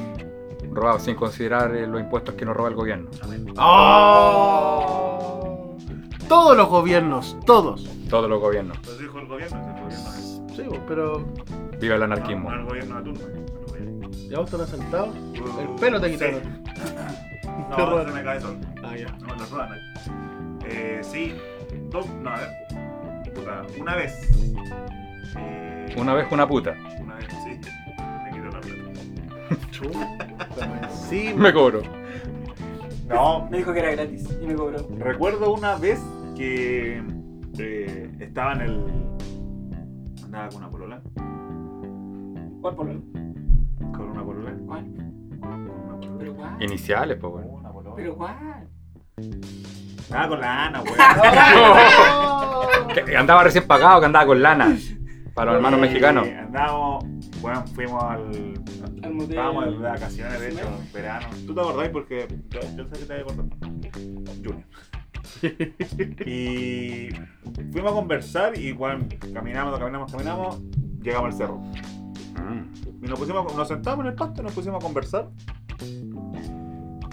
robado sin considerar eh, los impuestos que nos roba el gobierno. Ah. ¡Oh! Todos los gobiernos, todos. Todos los gobiernos. Lo dijo el gobierno, es el gobierno. Sí, po, pero Viva el No, anarquismo. no el gobierno de turno. el gobierno. ya vos estás sentado. El pelo te quitaron. No, Te no roban. se me cae el sol. Ah, ya. No me lo roban. ahí. Eh, sí. Dos. No, a ver. Puta, una vez. Eh, Una vez una puta. Una vez, sí. Me quitó la plata. Chuta, Sí, Me cobro. No, Me dijo que era gratis y me cobró. Recuerdo una vez que eh, estaba en el. Andaba con una polola. ¿Cuál por lo? Con una polola. ¿Cuál? Con una polola. ¿Pero cuál? Iniciales, pues, weón. Una polola. ¿Pero cuál? Andaba con la Ana, weón. Que andaba recién pagado, que andaba con lana. Para los hermanos Eh, mexicanos. Andábamos. Bueno, fuimos al. Al motel. Estábamos de vacaciones, de hecho, en verano. ¿Tú te acordás? Porque yo, yo sé que te acordás. Junior. y fuimos a conversar y bueno, caminamos, caminamos, caminamos. Llegamos al cerro. Mm. Y nos, pusimos, a- nos sentamos en el pasto y nos pusimos a conversar.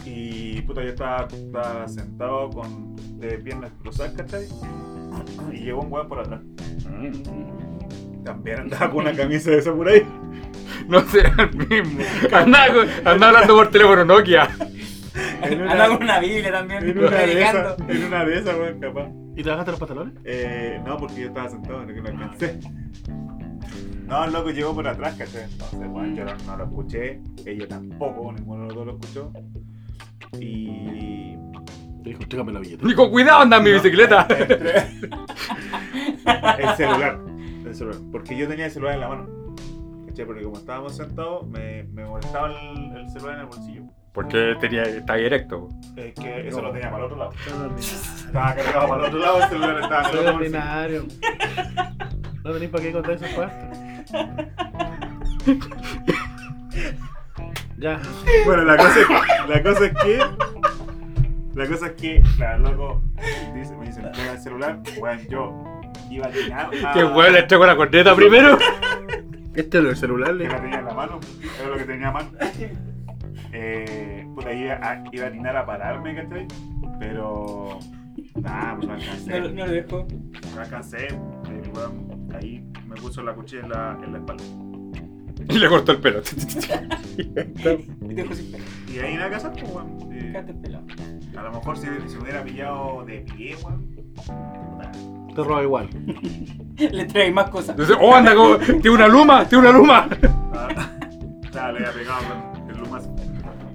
Y puta, yo estaba, estaba sentado con de piernas cruzadas, ¿cachai? Y llegó un weón por atrás. Mm. También andaba con una camisa de samurái. No sé, el mismo. Andaba, con- andaba hablando por teléfono Nokia. En una, Anda con una Biblia también. en una de esas, predicando. en una de esas, weón, capaz. ¿Y te bajaste los pantalones? Eh, no, porque yo estaba sentado, no que no alcancé. No, el loco llegó por atrás, ¿cachai? Entonces, bueno, yo no, no lo escuché, ella tampoco, ninguno de los dos lo escuchó. Y. Te dijo, chécame la billete. Nico, cuidado, anda en Ah, mi No, bicicleta. entre- el celular. El celular. Porque yo tenía el celular en la mano. ¿Cachai? Porque como estábamos sentados, me, me molestaba el, el celular en el bolsillo. Porque tenía, estaba directo. Es que eso No. lo tenía para el otro lado. Soy ordinario. Estaba cargado para el otro lado, el celular estaba en Soy el otro bolsillo. ordinario. No tenéis para qué contar esas cosas. Ya. Bueno, la cosa, es, la cosa es que. La cosa es que, claro, loco, dice, me dicen, pega el celular. Bueno, yo iba a tirar. a- Que weón le echó con la corneta primero. Este es el celular, que le. la tenía en la mano, era lo que tenía a mano. Eh, puta, iba a, iba a atinar a pararme, ¿cachai? Pero. Nah, pues no No, alcancé. lo- no lo dejó. No alcancé. eh, El weón ahí me puso la cuchilla en la, en la espalda. Y le cortó el pelo. Y te dejó sin pelo. Y ahí nada que hacer, pues, weón. Eh, Dejaste el pelo. a lo mejor si se hubiera pillado de pie, weón. puta, Te roba igual. Le trae más cosas. Entonces, oh, anda como. Tiene una luma, tiene una luma. Ah, Claro, le había pegado con el lumazo.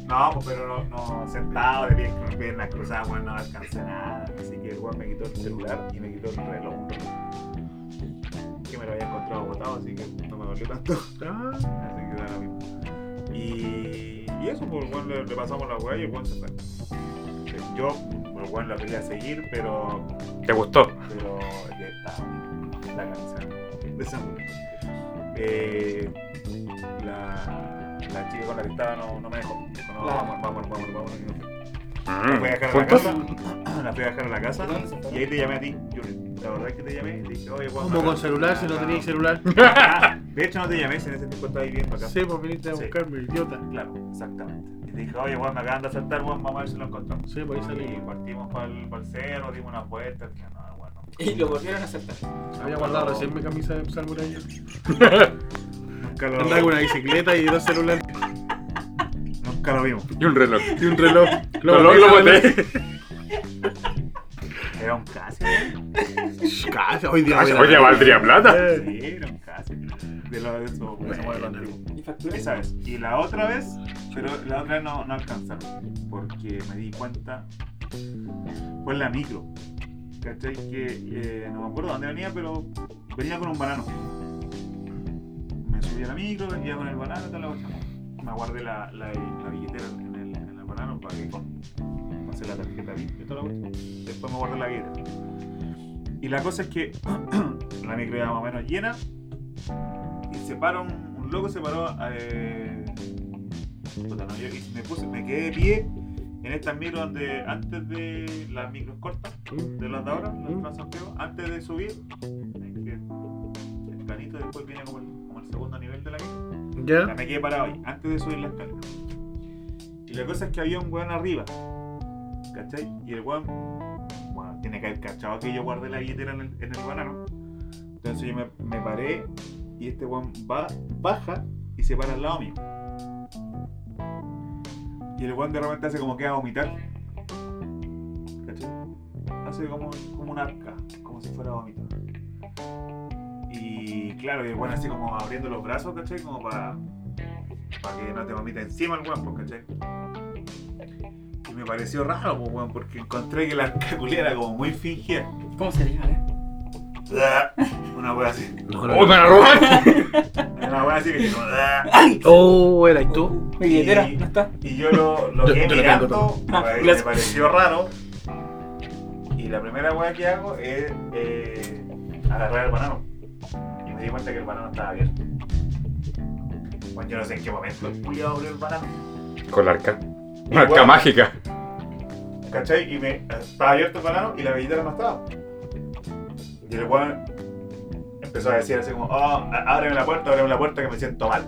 No, pues, pero no, no sentado, de pie, con piernas cruzadas, weón, no alcancé nada. Así que el weón me quitó el celular y me quitó el reloj. un reloj. Que me lo había encontrado botado, así que no me dolió tanto. Así Ah, que da lo mismo. Y, y eso, pues, el weón le, le pasamos la weá y el weón se fue. Yo, pues, el weón la quería seguir, pero. ¿Te gustó? Pero. Ya está. La camisa. De esa eh, la, la chica con la que estaba no, no me dejó. Dijo, no, La- vamos, vamos, vamos, vamos. Y no fui. La fui a dejar Mm. a la ¿Juntos? casa. La fui a dejar a la casa. ¿Dónde se fue? Y ahí te llamé a ti, Junior. La verdad es que te llamé y te dije, oye, Juan. ¿Cómo con celular si no tenéis celular? Ah, De hecho, no te llamé si en ese tiempo estabas viviendo acá. Sí, pues viniste a Sí. buscarme, idiota. Claro, exactamente. Y te dije, oye, Juan, me acaban de asaltar, Juan, vamos a ver si lo encontramos. Sí, pues ahí salí. Y partimos para el cerro, dimos unas vueltas. dije, no, bueno, Y lo volvieron a aceptar. Había guardado recién mi camisa de samurai. Nunca lo, Andaba con una bicicleta y dos celulares nunca lo vimos. Y un reloj. y un reloj. Reloj, lo boté. Era un casi. Casi, hoy día. voy a- Oye, valdría plata. Sí, era un casi. De lo de eso, de eso modelo antiguo. Y factura Esa vez. Y la otra vez, pero la otra vez no, no alcanzaron. Porque me di cuenta. Fue en la micro. ¿Cachai? Que eh, no me acuerdo dónde venía, pero venía con un banano. Me subí a la micro, venía con el banano, toda la cuestión. Me guardé la, la, la billetera en el, en el banano para que con, pasé la tarjeta VIP y toda la cuestión. Después me guardé la billetera. Y la cosa es que la micro iba más o menos llena y se para un, un loco se paró eh, puta, no, yo- y me puse me quedé de pie en estas micros donde antes de las micros cortas de las de ahora las Transantiago, antes de subir eh, que el planito después viene como el, como el segundo nivel de la micro ¿Ya? la me quedé parado ahí, antes de subir la escalera. Y la cosa es que había un weón arriba. ¿Cachai? Y el weón. Bueno, tiene que haber cachado que yo guardé la billetera en el, en el banano. Entonces yo me, me paré y este weón va, baja y se para al lado mío. Y el weón de repente hace como que va a vomitar. ¿Cachai? Hace como, como un arca, como si fuera a vomitar. Y claro, y el weón así como abriendo los brazos, ¿cachai? Como para para que no te vomite encima el weón, pues, ¿cachai? Y me pareció raro, pues, weón, porque encontré que la caculera era como muy fingida. ¿Cómo se llama? eh? Una wea así. No, ¡Oh, me la robaron! Una wea así que como. Oh, era y tú. Mi billetera, ¿no está? Y yo lo, lo Yo- quedé yo lo mirando, tengo todo. me, Ah, pare- me gracias. pareció raro. Y la primera weá que hago es eh, agarrar el banano. Y me di cuenta que el banano estaba abierto. Bueno, yo no sé en qué momento el culiao abrió el banano. Con la arca. Y, Una arca weón, mágica. ¿Cachai? Y me estaba abierto el banano y la billetera no estaba. Y el weón empezó a decir así como, oh, á- ábreme la puerta, ábreme la puerta que me siento mal.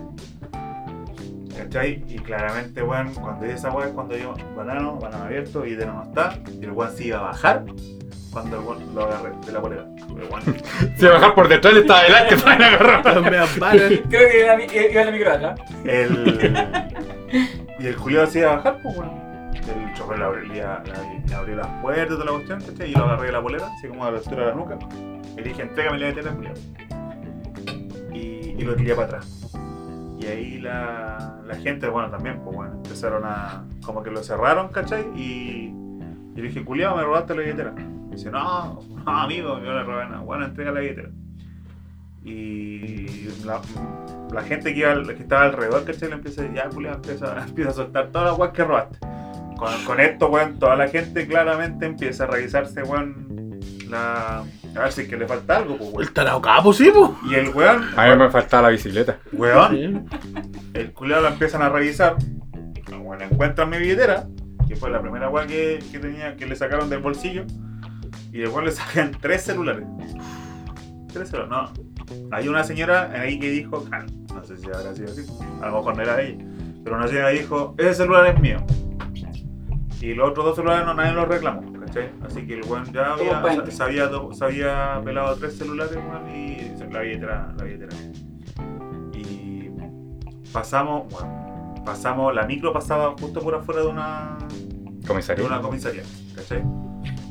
¿Cachai? Y claramente, weón, cuando dice esa weón, cuando yo, banano, banano abierto, billetera no está, y el weón se iba a bajar cuando el weón lo agarré de la polera. El weón- Se va a bajar por detrás y está adelante para la agarrar. Me amparan. Creo que iba a mi- eh, iba a la micro de atrás. El... y el Julio se iba a bajar, pues, weón. El chofer le abrió, le- le- le abrió las puertas, toda la cuestión, ¿cachai? Y lo agarré de la polera, así como a la altura de la nuca. Y le dije, entrégame la billetera, Julio. Y, y lo tiré para atrás. Y ahí la, la gente, bueno, también, pues, bueno, empezaron a. como que lo cerraron, ¿cachai? Y, y le dije, culiado, me robaste la billetera. Y dice, no, no, amigo, yo no le robé nada. Bueno, entrega la billetera. Y la, la gente que, iba, al- que estaba alrededor, ¿cachai? Le empieza a decir, ya, culiao, empieza, empieza a soltar todas las weas que robaste. Con, con esto, weón, toda la gente claramente empieza a revisarse, weón, la... a ver si es que le falta algo, pues, weón. El tarao capo, sí, pues. po. Y el weón, A mí me faltaba la bicicleta. weón, Sí. el culiao lo empiezan a revisar. Bueno, encuentran mi billetera, que fue la primera weá que, que tenía, que le sacaron del bolsillo. Y después le sacan tres celulares. Tres celulares, no. Hay una señora ahí que dijo, ah, no sé si habrá sido así, a lo mejor no era ella, pero una señora dijo, ese celular es mío. Y los otros dos celulares no, nadie los reclamó, ¿cachai? Así que el weón ya Todo había, puente. se, había, do- se había pelado tres celulares, weón, y se- la billetera, la billetera. Y pasamos, bueno, pasamos, la micro pasaba justo por afuera de una, de Comisaría. una comisaría, ¿cachai?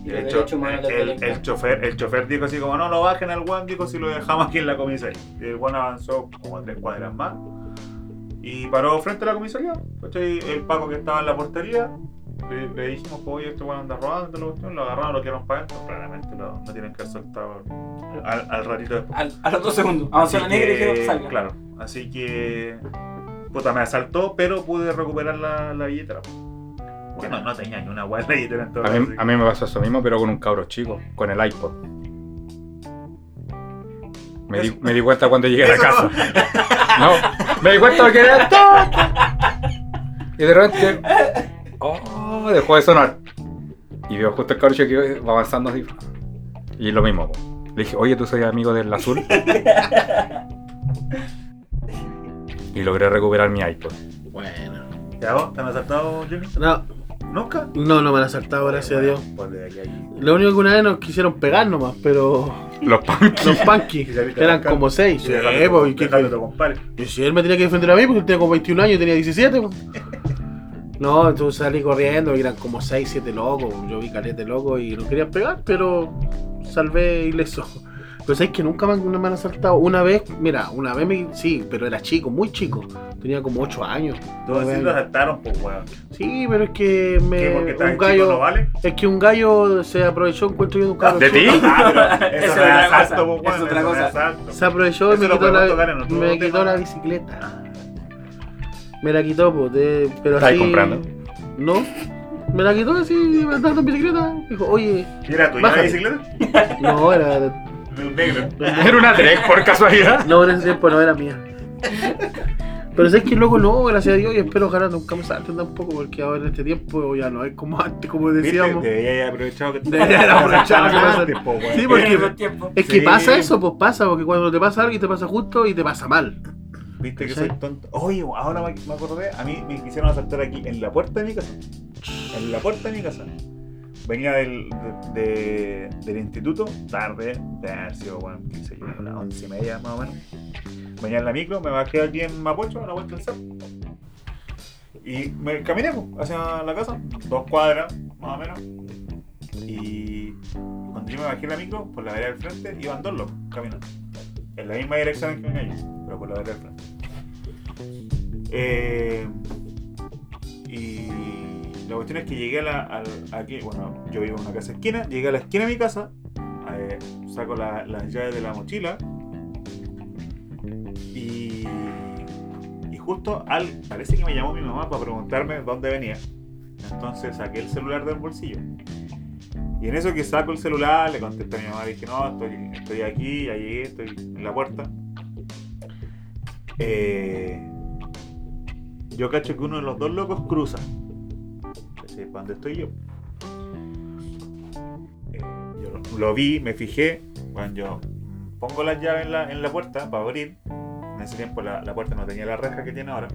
Y Los el, derechos cho- humanos el- de el- Pelé. el chofer, el chofer dijo así como, no, lo bajen al guan, dijo si lo dejamos aquí en la comisaría. Y el guan avanzó como tres cuadras más y paró frente a la comisaría, ¿cachai? El Paco que estaba en la portería, le, le dijimos, como, oye, este guan anda robando, la cuestión", lo agarraron, lo quedaron para adentro, claramente lo- no tienen que soltar al, al ratito después. Al- A los dos segundos. Avanzó Así la negra y que, dijeron que salga. Claro, así que. Puta, me asaltó, pero pude recuperar la, la billetera. Bueno, no tenía ni una guay billetera en todo A mí, caso, a mí me pasó eso mismo, pero con un cabro chico, con el iPod. Me di, me di cuenta cuando llegué a la Eso casa. No, me di cuenta que era esto. Y de repente, oh, dejó de sonar. Y veo justo el cabro chico que va avanzando así. Y lo mismo. po. Le dije, oye, tú soy amigo del azul. Y logré recuperar mi iPod. Bueno. ¿Ya vos? ¿Te han asaltado, Jimmy? No, ¿Nunca? No, no me han asaltado, gracias a Dios. Ponte de aquí a aquí. Lo único que una vez nos quisieron pegar nomás, pero Los punks. los punkies eran como seis. Sí, po, y que- Dejarlo te compare. y si él me tenía que defender a mí, porque él tenía como 21 años y tenía 17. po. No, entonces salí corriendo, y eran como 6, 7 locos. Yo vi calete loco y lo querían pegar, pero salvé ileso. Pero sabéis que nunca me, han- no me han asaltado. Una vez, mira, una vez me. Sí, pero era chico, muy chico. Tenía como 8 años. Tú así lo asaltaron, pues, weón. Sí, pero es que me. ¿Qué? Porque estás Pues, un chico, gallo. no vale. Es que un gallo se aprovechó, encuentro yo de un carro. ¿De ti? Ah, pero Es Eso no otra es cosa, asalto, pues, es weón. otra eso no cosa. asalto. Se aprovechó y Eso me lo quitó, la, podemos tocar en otro me tema. quitó la bicicleta. Me la quitó, pues, de- pero ¿Estáis así... comprando? No. Me la quitó así, me andando en bicicleta. Dijo, oye, ¿Y era tuya la Bájate. bicicleta? no, era... de- Un negro. Era una Drake por casualidad. No, en ese tiempo no era mía. Pero sé que luego no, gracias a Dios, y espero ojalá nunca me salten tampoco, porque ahora en este tiempo ya no es como antes, como Viste, eh, decíamos. Debería haber aprovechado que te Debería haber aprovechado que antes, pasaste. po, weón. Sí, porque- Esos tiempos. Es que Sí. pasa eso, pues pasa, porque cuando te pasa algo y te pasa justo y te pasa mal. Viste que ¿Cachai? soy tonto. Oye, ahora me, me acordé, a mí me quisieron asaltar aquí, en la puerta de mi casa. En la puerta de mi casa. Venía del, de- de- del instituto, tarde, de haber sido, bueno, qué sé yo, unas once y media más o menos. Venía en la micro, me bajé aquí en Mapocho, a la vuelta del cerro. Y me caminé pues, hacia la casa, dos cuadras más o menos. Y cuando yo me bajé en la micro, por la vereda del frente, iban dos locos caminando. En la misma dirección en que venía yo, pero por la vereda del frente. Eh, y la cuestión es que llegué a la. al- aquí, bueno, yo vivo en una casa esquina, llegué a la esquina de mi casa, eh, saco la- las llaves de la mochila y. Y justo al. Parece que me llamó mi mamá para preguntarme dónde venía. Entonces saqué el celular del bolsillo. Y en eso que saco el celular, le contesté a mi mamá, le dije, no, estoy, estoy aquí, ya llegué, estoy en la puerta. Eh, yo cacho que uno de los dos locos cruza. ¿Para dónde estoy yo? Eh, yo lo, lo vi, me fijé. Cuando yo mm, pongo las llaves en la, en la puerta para abrir, en ese tiempo la, la puerta no tenía la reja que tiene ahora.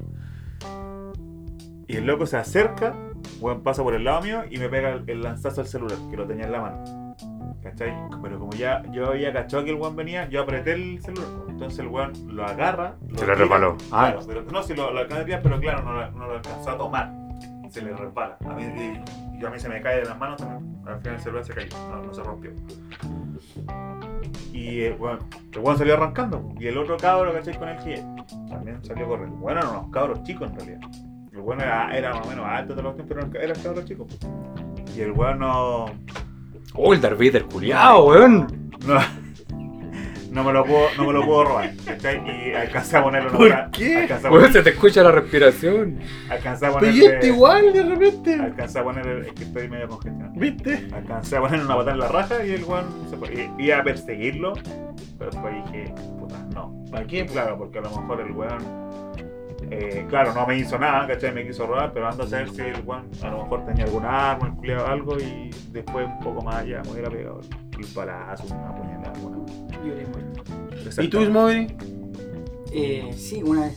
Y el loco se acerca, weón, pasa por el lado mío y me pega el, el lanzazo al celular, que lo tenía en la mano. ¿Cachai? Pero como ya yo había cachado que el weón venía, yo apreté el celular. Entonces el weón lo agarra. Se tira. lo resbaló. Claro, pero, no, si lo, lo alcanzaría, pero claro, no, lo- no lo alcanzó a tomar. Se le resbala. A mí, y- y a mí se me cae de las manos también. Al final el celular se cayó, no, no se rompió. Y eh, bueno, el weón salió arrancando. Y el otro cabro, ¿cachai? Con el que también salió corriendo. Bueno, eran unos cabros chicos en realidad. El weón era, era más o menos alto, toda la cuestión, pero era- era cabro chico. pues. Y el weón no. Oh, el Darth Vader culiao, Ah, weón. No, no me lo puedo, no me lo puedo robar. ¿Cachai? Y alcancé a ponerle una ¿Por bala- qué? alcancé a Weón, poner- se te escucha la respiración. Alcancé a Pero ponerle. y este igual de repente, Alcancé a poner, el- es que estoy medio congestionado. ¿viste? Alcancé a poner una patada en la raja y el weón se fue. I- Iba a perseguirlo, pero después dije, puta, no. ¿Para Y qué? claro, porque a lo mejor el weón, eh, claro, no me hizo nada, ¿cachai? Me quiso robar, pero ando a saber si el weón a lo mejor tenía algún arma, culiado algo y después un poco más allá me hubiera pegado el el balazo, una puñalada, alguna. Libre, muerto. ¿Y tú, Smogri? Eh, sí, una vez.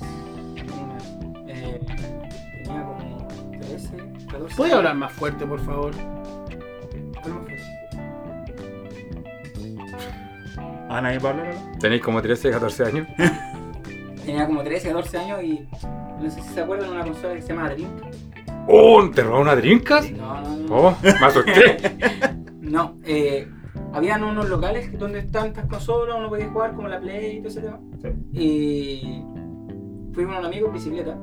Una vez. Eh, tenía como 13, 14. ¿Puedes hablar más fuerte, por favor? ¿Cómo fue? ¿Ah, nadie Pablo? ¿no? Tenéis como 13, 14 años. Tenía como 13, 14 años y no sé si se acuerdan de una consola que se llama Drink. Oh, ¿te robó una drinkas? No, no, no. Oh, me asusté. No, eh, habían unos locales donde están estas consolas, uno podía jugar como la Play y todo ese tema. Y fui con un amigo en bicicleta,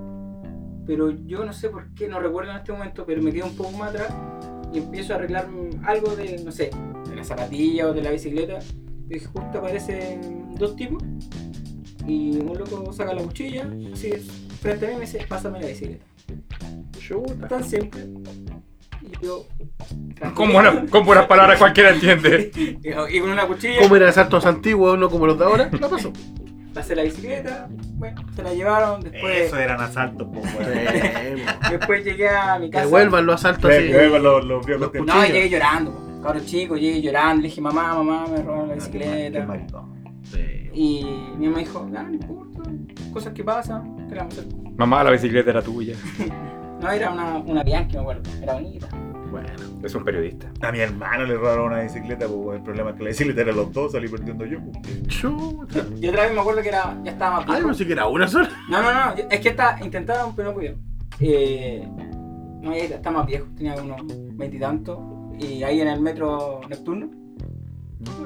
pero yo no sé por qué, no recuerdo en este momento, pero me quedé un poco más atrás y empiezo a arreglar mm, algo de, no sé, de la zapatilla o de la bicicleta. Y justo aparecen dos tipos y un loco saca la mochila, así frente a mí y me dice, pásame la bicicleta. Chuta. Tan simple. Y yo... Con, buenas- con buenas palabras cualquiera entiende. Y con una cuchilla. ¿Cómo eran asaltos antiguos, no como los de ahora? La pasó. pasé la bicicleta, bueno, se la llevaron, después, Pues, Eso eran asaltos, po, weón. Que después llegué a mi casa. vuelvan los asaltos así. Que vuelvan los- los viejos que- pues. Los No, cuchillos. llegué llorando, po. cabro chico, llegué llorando, le dije mamá, mamá, me robaron la Qué bicicleta. maricón. Y mi mamá dijo, no, no importa, cosas que pasan, que la mujer. Mamá, la bicicleta era tuya. No, era una, una Bianchi, me acuerdo. Era bonita. Bueno, Es un periodista. A mi hermano le robaron una bicicleta, pues bueno, el problema es que la bicicleta era los dos, salí perdiendo yo. pues. chuta. Y otra vez me acuerdo que era, ya estaba más Ah, viejo. no sé que era una sola. No, no, no, es que esta intentaron, pero no pudieron. Eh, no, ya está más viejo, tenía unos veintitantos. Y, ahí en el metro nocturno.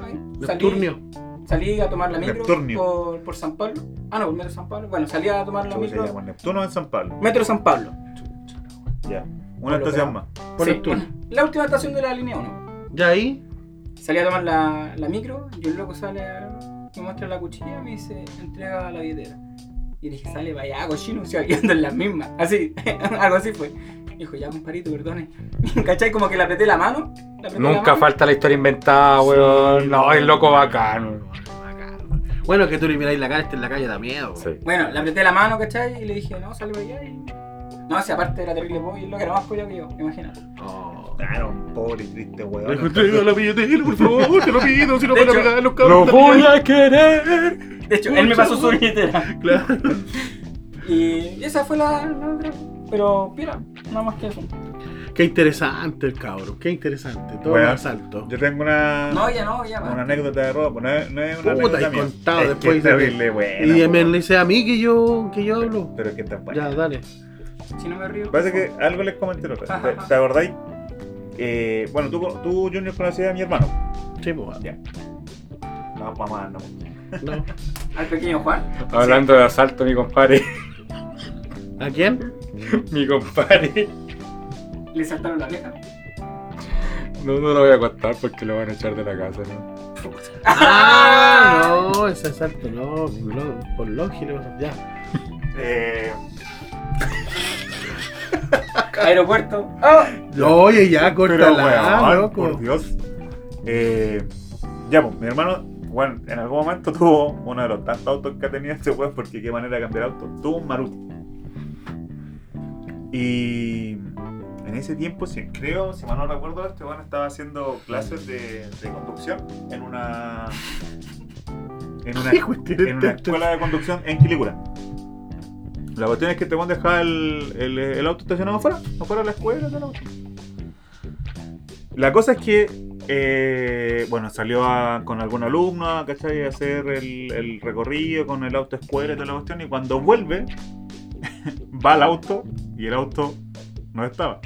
ahí, salí- Nocturnio. Salí a tomar la micro Nocturnio. por, por San Pablo. Ah, no, por Metro San Pablo. Bueno, salí a tomar la Chucha, ya, micro. bueno, Neptuno en San Pablo. Metro San Pablo. Ya. Una estación más. Por Sí, Nocturno. La última estación de la línea 1. Ya ahí. Salí a tomar la, la micro y el loco sale, a- me muestra la cuchilla y me dice, entrega la billetera. Y dije, sale, vaya, cochino, si aquí ando en las mismas. Así, algo así fue. Dijo, ya, compadrito, perdone. ¿Cachai? Como que le apreté la mano. le apreté la Nunca mano. falta la historia inventada, Ah, weón. Sí, no, es loco bacán. Bacán. Bueno, que tú le miráis la cara, este en la calle da miedo. Sí. Bueno, le apreté la mano, ¿cachai? Y le dije, no, sale, vaya. Y... No, si aparte era terrible pollo, el loco era más pollo que yo, imagínate. Oh. Claro, un Ah, pobre y triste Me weón. encontré la billetera, por favor, te lo pido, si no De van a hecho, pegar los cabros. ¡Lo voy a querer! De hecho, él me pasó su billetera. Claro. Y esa fue la, la otra. Pero, mira, nada más que eso. Qué interesante el cabro, qué interesante. Todo Bueno, un asalto. Yo tengo una. No, ya no, ya Una va. anécdota de robo, pues, no es, no es Puta, una anécdota y mía. contado Es que después es de que- terrible buena, Y po. me dice a mí que yo, que yo hablo. Pero es que está buena. Ya, dale. Si no me río. Parece que algo les comenté la otra. Ajá, vez. ¿Te, ajá. te acordáis? Eh, bueno, tú, tú, Junior, conocías a mi hermano. Sí, pues, Ya. No, mamá, no. no. Al pequeño Juan. Hablando de asalto, mi compadre. ¿A quién? Mi compadre. Le saltaron la vieja. No, no lo voy a contar porque lo van a echar de la casa, ¿no? Ah, no, ese asalto no, no, por Longi le pasa. Ya. Eh, Aeropuerto. ¡Oh! Oye, ya, córtala, weón, loco. por Dios. Eh, ya, pues, mi hermano, bueno, en algún momento tuvo uno de los tantos autos que ha tenido este weón, porque qué manera de cambiar auto. Tuvo un Maruti. Y en ese tiempo, si, creo, si mal no recuerdo, este weón estaba haciendo clases de, de conducción en una. En una, Hijo, tiene en una texto. escuela de conducción en Quilicura. La cuestión es que este weón dejaba el, el, el auto estacionado afuera, afuera de la escuela, toda la cuestión. La cosa es que, eh, bueno, salió a- con algún alumno, ¿cachai? A hacer el, el recorrido con el auto escuela y toda la cuestión. Y cuando vuelve, va al auto y el auto no estaba.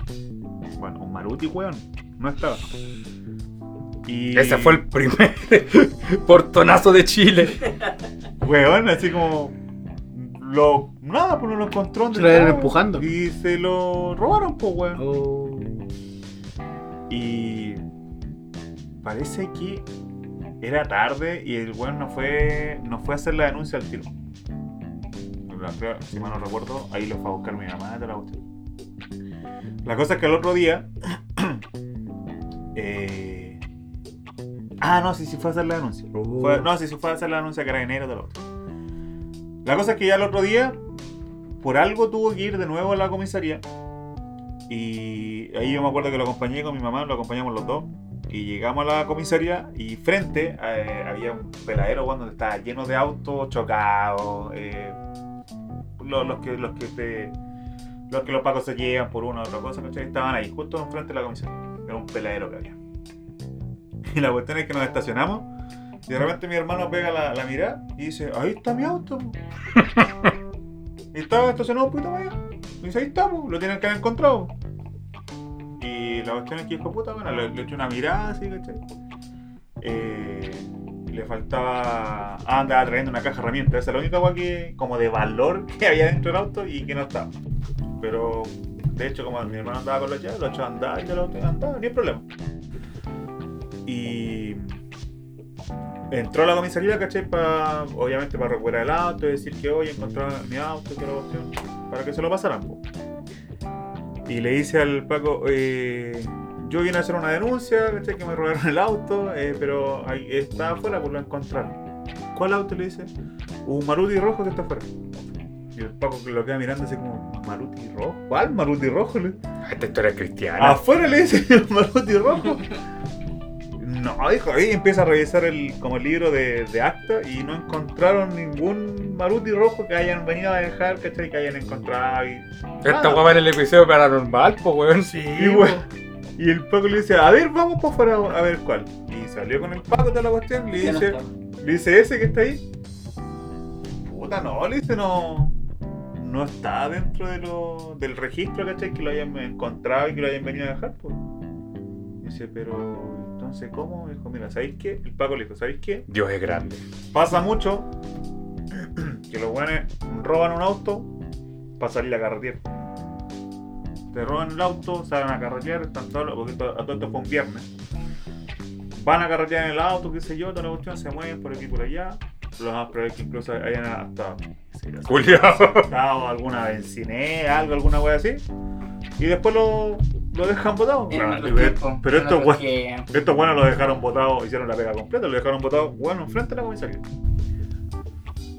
Bueno, un Maruti, weón, no estaba. Y, Ese fue el primer portonazo de Chile. Weón, así como... Lo, nada, pues no lo encontró. donde Se lo iban estaba. empujando. Y se lo robaron, pues, weón. Oh. Y parece que era tarde y el weón no fue, no fue a hacer la denuncia al tiro. La- creo- Si mal no recuerdo, ahí lo fue a buscar mi mamá, toda la cuestión. La cosa es que el otro día. eh, ah, no, sí, sí fue a hacer la denuncia. oh. Fue- no, sí, sí fue a hacer la denuncia que era enero de la otra. La cosa es que ya el otro día, por algo tuvo que ir de nuevo a la comisaría. Y ahí yo me acuerdo que lo acompañé con mi mamá, lo acompañamos los dos. Y llegamos a la comisaría y frente eh, había un peladero weón, donde estaba lleno de autos chocados. eh, lo- los, que los que te- los que los pacos se llevan por una u otra cosa, ¿cachai? Estaban ahí, justo enfrente de la comisaría. Era un peladero que había. Y la cuestión es que nos estacionamos y de repente mi hermano pega la, la mirada y dice, ahí está mi auto. po". y estaba estacionado un poquito más allá. Y dice, ahí estamos, lo tienen que haber encontrado. Y la cuestión es que dijo, puta, bueno, le, le echó una mirada así, ¿cachai? Eh, le faltaba... Ah, andaba trayendo una caja de herramientas. Esa es la única cosa que, como de valor que había dentro del auto y que no estaba. Pero, de hecho, como mi hermano andaba con los llaves, lo echó a andar, ya lo andaba, ni problema. Y entró a la comisaría, ¿cachai? Pa- obviamente para recuperar el auto y decir que hoy encontré mi auto, que la cuestión, para que se lo pasaran. po. Y le dice al Paco, eh, yo vine a hacer una denuncia, ¿cachai? Que me robaron el auto, eh, pero ahí está afuera, pues lo encontraron. ¿Cuál auto? Le dice, un Maruti rojo que está afuera. Y el Paco que lo queda mirando así como, ¿Maruti rojo? ¿Cuál Maruti rojo? Le- Ah, Esta historia es cristiana. Afuera le dice el Maruti rojo. No, hijo, ahí empieza a revisar el, como el libro de, de acta y no encontraron ningún maruti rojo que hayan venido a dejar, ¿cachai? Que hayan encontrado y ah. Esta hueá en el episodio paranormal, pues weón. Sí, Y, bueno, y el Paco le dice, a ver, vamos para afuera a ver cuál. Y salió con el Paco toda la cuestión, le Ya no dice, está. le dice ese que está ahí. Puta no, le dice, no. No está dentro de lo, del registro, ¿cachai? Que lo hayan encontrado y que lo hayan venido a dejar, pues. Dice, pero entonces, ¿cómo? Dijo, mira, ¿sabéis qué? El Paco le dijo, ¿sabéis qué? Dios es grande. Pasa mucho que los buenos roban un auto para salir a carretear. Te roban el auto, salen a carretear, están todos, porque esto- a todo esto fue un viernes. Van a carretear en el auto, qué sé yo, toda la cuestión, se mueven por aquí y por allá. Lo más probable es que incluso hayan hasta qué sé yo, Juliado. asaltado alguna bencinera, algo, alguna wea así. Y después lo, lo dejan botado. En otro tiempo, pero, pero en esto, otro bueno, tiempo. estos buenos lo dejaron botado, hicieron la pega completa, lo dejaron botado, bueno, enfrente de la comisaría.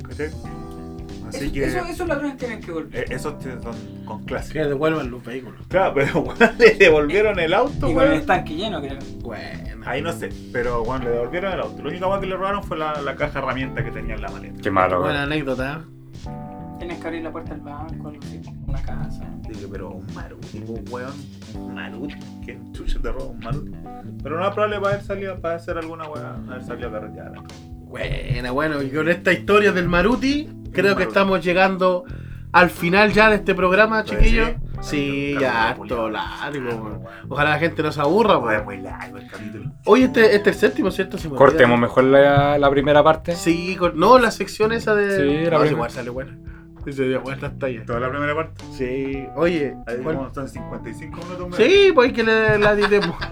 ¿Cachai? Así Eso- que eso- Esos ladrones tienen que volver. eh, esos te- son con clase. Que devuelvan los vehículos. Claro, pero bueno, le devolvieron el auto, Y con el weón. estanque lleno, creo. Bueno. Ahí no sé, pero bueno, le devolvieron el auto. Lo único weón que le robaron fue la, la caja herramienta que tenía en la maleta. Qué malo, Buena weón. anécdota. ¿eh? Tienes que abrir la puerta del banco, algo así, una casa. Dije, pero un maruti, un weón, un maruti, que chucha te roba un maruti. Pero no era probable para haber salido, para hacer alguna weón, haber salido a carretear. Buena, bueno, y con esta historia del Maruti, creo Maruti. que estamos llegando al final ya de este programa, Sí. chiquillos. Sí, Carretera ya, culiao. harto largo. weón. weón. Ojalá la gente no se aburra, Fue weón. muy largo el capítulo. Hoy este, este es el séptimo, ¿cierto? Se me olvida. Cortemos mejor la, la primera parte. Sí, cor- no, la sección esa de. Sí, la no, primera. sí, igual sale buena. Sí, sí, igual las tallas. Toda la primera parte. Sí, oye, Ahí ¿cuál- como están 55 minutos. más. Sí, pues hay que le- la diremos.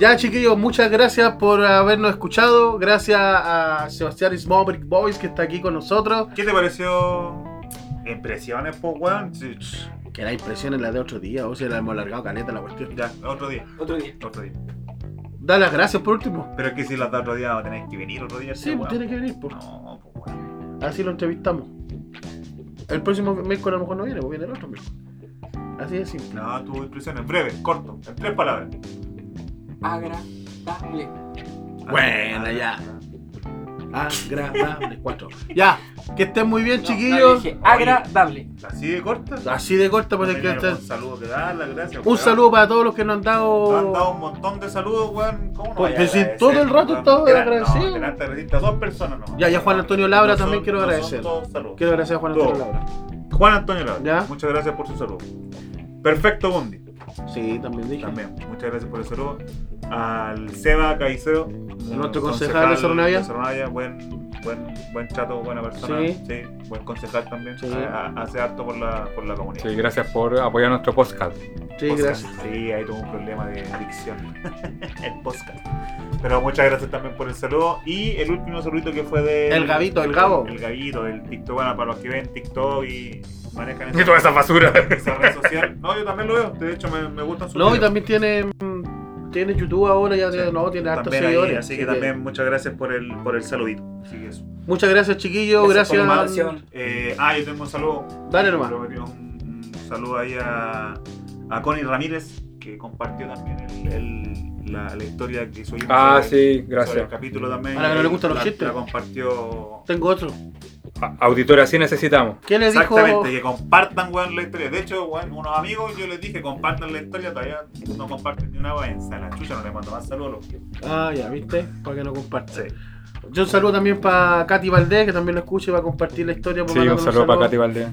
Ya, chiquillos, muchas gracias por habernos escuchado. Gracias a Sebastián Smallbrick Boys que está aquí con nosotros. ¿Qué te pareció? Impresiones, pues, weón. Sí, ch, Que la impresión es la de otro día, o sea, la hemos alargado caleta la cuestión. Ya, otro día, Otro día. otro día. Da las gracias por último. Pero es que si las da otro día, va a tener que venir otro día. Sí, este pues weón. tiene que venir, pues. No, pues, weón. Así lo entrevistamos. El próximo miércoles a lo mejor no viene, pues viene el otro miércoles. Así de simple. No, tu impresión es breve, corto, en tres palabras. Agradable. Buena, Ah, ya. ah. Ah, Agradable, cuatro. Ya, que estén muy bien, No, no, chiquillos. dije agradable. Así de corta. Así de corta, pues hay que Tener estar- Un saludo que da, las gracias. Un weón. saludo para todos los que nos han Nos han dado dado. un montón de saludos, weón. ¿Cómo no Pues, vaya a si agradecer, todo el rato weón? estaba Era- agradecido. No, delante agradeciste a dos personas nomás. Ya, y a Juan Antonio Labra No son- también quiero no son agradecer. todos saludos. Quiero agradecer a Juan Antonio Todo. Labra. Juan Antonio Labra, Ya. muchas gracias por su saludo. Perfecto Bondi, Sí, también dije. también, muchas gracias por el saludo. Al Seba Caicedo, Nuestro concejal de Sornavia. Sornavia, buen, buen, buen chato, buena persona. Sí. buen concejal también. Sí. Ha- ha- Hace harto por la, por la comunidad. Sí, gracias por apoyar nuestro podcast. Sí, Podcast. gracias. Sí, ahí tuvo un problema de adicción. el podcast. Pero muchas gracias también por el saludo. Y el último saludito que fue de. El Gabito, el Gabo. El Gabito, del TikTok. Bueno, para los que ven TikTok y manejan Y toda esa basura. esa red social. No, yo también lo veo. De hecho, me, me gustan sus No, y videos. también tiene, mm, tiene YouTube ahora, ya tiene- Sí, no, tiene hartos También ahí, seguidores. así que, también muchas gracias por el, por el saludito. Así que eso. Muchas gracias, chiquillos. por Gracias. la invitación. Eh, ah, yo tengo un saludo. Dale nomás. Yo quería Un, un saludo ahí a, a Connie Ramírez, que compartió también el- el- la, la historia que subimos. Ah, sobre- sí, sobre el gracias. capítulo también. Ahora que no le gustan los La- chistes. La compartió. Tengo otro. A- Auditorio, así necesitamos. ¿Qué le dijo? Exactamente, que compartan weón, la historia. De hecho, weón, unos amigos yo les dije compartan la historia, todavía no comparten ni una vaina. La chucha no le mando más saludos. a los que- Ah, ya, ¿viste? Para que no comparte. Sí. Yo un saludo también para Katy Valdés, que también lo escucha y va a compartir la historia. por Sí, un mandarnos saludo para Katy Valdés.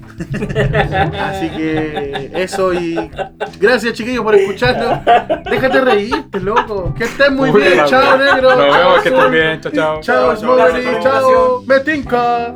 Así que eso y gracias chiquillos por escucharnos. Déjate reírte, loco. Que estés muy Puta bien. la Chao, wea. negro. Nos vemos, que Azul. estén bien. Chao, chao. Chao, Chao, chao. Smogri. Chao, Metinca.